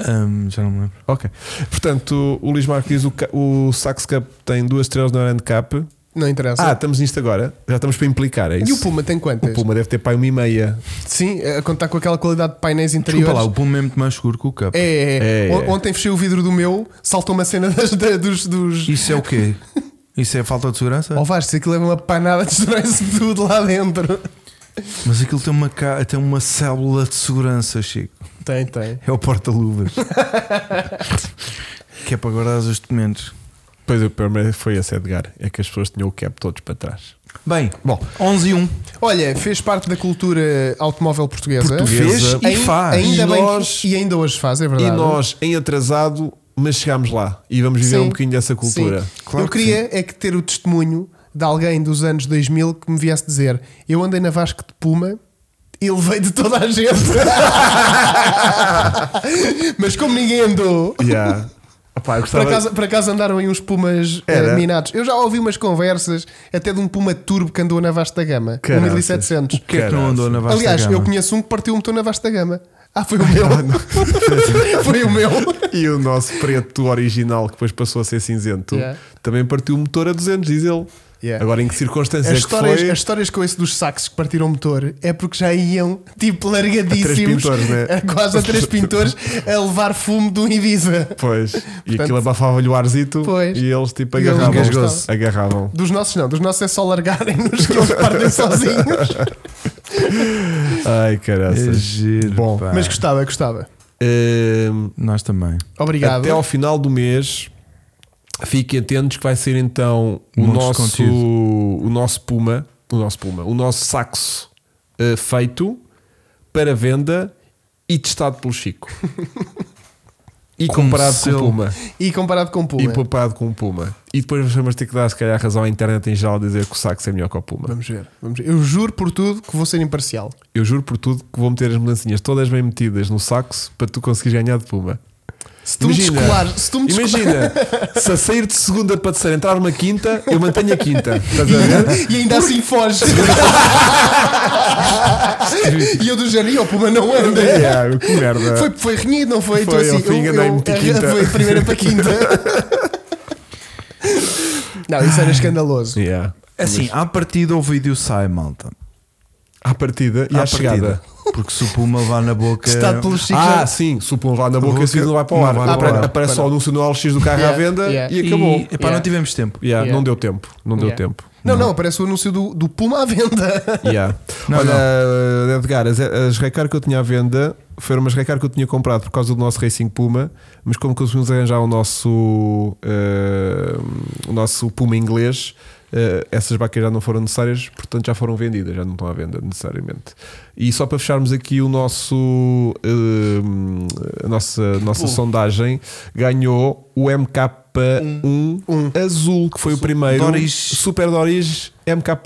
Ahm, já não me lembro. Ok. Portanto, o Luís Marco diz o, ca- o Sax Cup tem duas estrelas no Handicap. Não interessa. Ah, estamos nisto agora. Já estamos para implicar, é isso? e o Puma tem quantas? O Puma deve ter pai uma e meia. Sim, a contar com aquela qualidade de painéis Desculpa interiores. lá, o Puma é muito mais seguro que o Cup. É, é, é. É, On- é. Ontem fechei o vidro do meu, saltou uma cena (laughs) das- da- dos. dos... Isso é o (laughs) quê? Isso é falta de segurança? Oh, Vasco, se aquilo é uma panada, destrói-se tudo lá dentro. Mas aquilo tem uma, ca- tem uma célula de segurança, Chico. Tem, tem. É o (laughs) porta-luvas. que é para guardar os documentos. Pois o problema foi esse, Edgar. É que as pessoas tinham o cap todos para trás. Bem, Bom, 11 e 1. Olha, fez parte da cultura automóvel portuguesa. Portuguesa. Fez e Ai- faz. Ainda E bem nós- que, e ainda hoje faz, é e verdade. nós, em atrasado, mas chegámos lá e vamos viver Sim, um bocadinho dessa cultura. sim. Claro eu que queria é que ter o testemunho de alguém dos anos 2000 que me viesse dizer: Eu andei na Vasco de Puma e levei de toda a gente. (laughs) Mas como ninguém andou. Yeah. Opá, eu Por gostava- acaso, por acaso andaram aí uns pumas eh, Era? minados. Eu já ouvi umas conversas até de um puma turbo que andou na vasta gama. um Caraças. 1700. O que é que não Caraca. andou na vasta Aliás, gama? eu conheço um que partiu um motor na vasta gama. (laughs) Ah, foi o meu. (laughs) foi o meu. E o nosso preto original, que depois passou a ser cinzento, Yeah. também partiu o motor a 200, diz ele. Yeah. Agora, em que circunstâncias As é que foi? histórias, as histórias com esse dos sacos que partiram o motor é porque já iam tipo A três largadíssimos, pintores, né? a- (laughs) quase a três pintores, a levar fumo do Ibiza. Pois, e Portanto, aquilo abafava-lhe o arzito pois. e eles tipo E eles agarravam. gostavam. agarravam. Dos nossos não, dos nossos é só largarem-nos que eles (laughs) partem sozinhos. Ai, caraças. É giro, Bom, pá. Mas gostava, gostava. hum, Nós também. Obrigado. até ao final do mês, fiquem atentos que vai ser então o Montes de nosso, conteúdo. o nosso Puma, o nosso Puma, o nosso saxo eh, feito para venda e testado pelo Chico. E Com comparado selo. com o Puma. E comparado com o Puma. E comparado com o Puma. E depois vamos ter que dar, se calhar, razão à internet em geral a dizer que o saxo é melhor que o Puma. Vamos ver, vamos ver. Eu juro por tudo que vou ser imparcial. Eu juro por tudo que vou meter as mudancinhas todas bem metidas no saxo para tu conseguires ganhar de puma. Se tu me descolares, se tu me descolares. imagina, se a sair de segunda para terceira entrar uma quinta, eu mantenho a quinta. Estás a ver? (laughs) E ainda assim foge. (laughs) e eu do género, e o Puma não anda. Yeah, que merda. Foi, foi renhido, não foi? Foi, Então, ao fim, andei-me de quinta. foi de primeira (laughs) para quinta. não, isso era escandaloso. Yeah. Assim, à partida o vídeo sai, malta. À partida e à, à chegada. partida. Porque se o Puma vá na boca. Testado pelo Chico. Ah, já- sim, se o pão vai na boca, Boca, esse vídeo não vai para o ar. não vai Apare- para o ar. Aparece só o anúncio no LX do carro Yeah, à venda yeah. e acabou. E, epá, Yeah. não tivemos tempo. Yeah, Yeah. Não deu tempo. Não deu Yeah. tempo. Não, não, aparece o anúncio do, do Puma (laughs) à venda. Yeah. Não, Olha, eh, Edgar, as, as Recar que eu tinha à venda foram umas Recar que eu tinha comprado por causa do nosso Racing Puma, mas como conseguimos arranjar o nosso, eh, o nosso Puma inglês, eh, essas vacas já não foram necessárias, portanto já foram vendidas, já não estão à venda necessariamente. E só para fecharmos aqui o nosso, eh, a nossa, a nossa sondagem, ganhou o MK1 azul, que foi o primeiro. Um. Doris Super Doris MK1.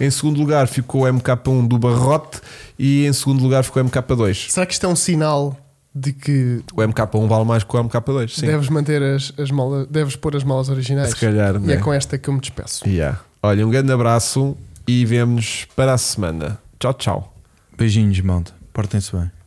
Em segundo lugar ficou o MK1 do Barrote e em segundo lugar ficou o MK2. Será que isto é um sinal de que O MK1 vale mais que o MK2, sim. deves manter as, as malas, deves pôr as malas originais? Se calhar, E né? é com esta que eu me despeço. Yeah. Olha, um grande abraço e vemo-nos para a semana. Tchau, tchau. Beijinhos, malta. Portem-se bem.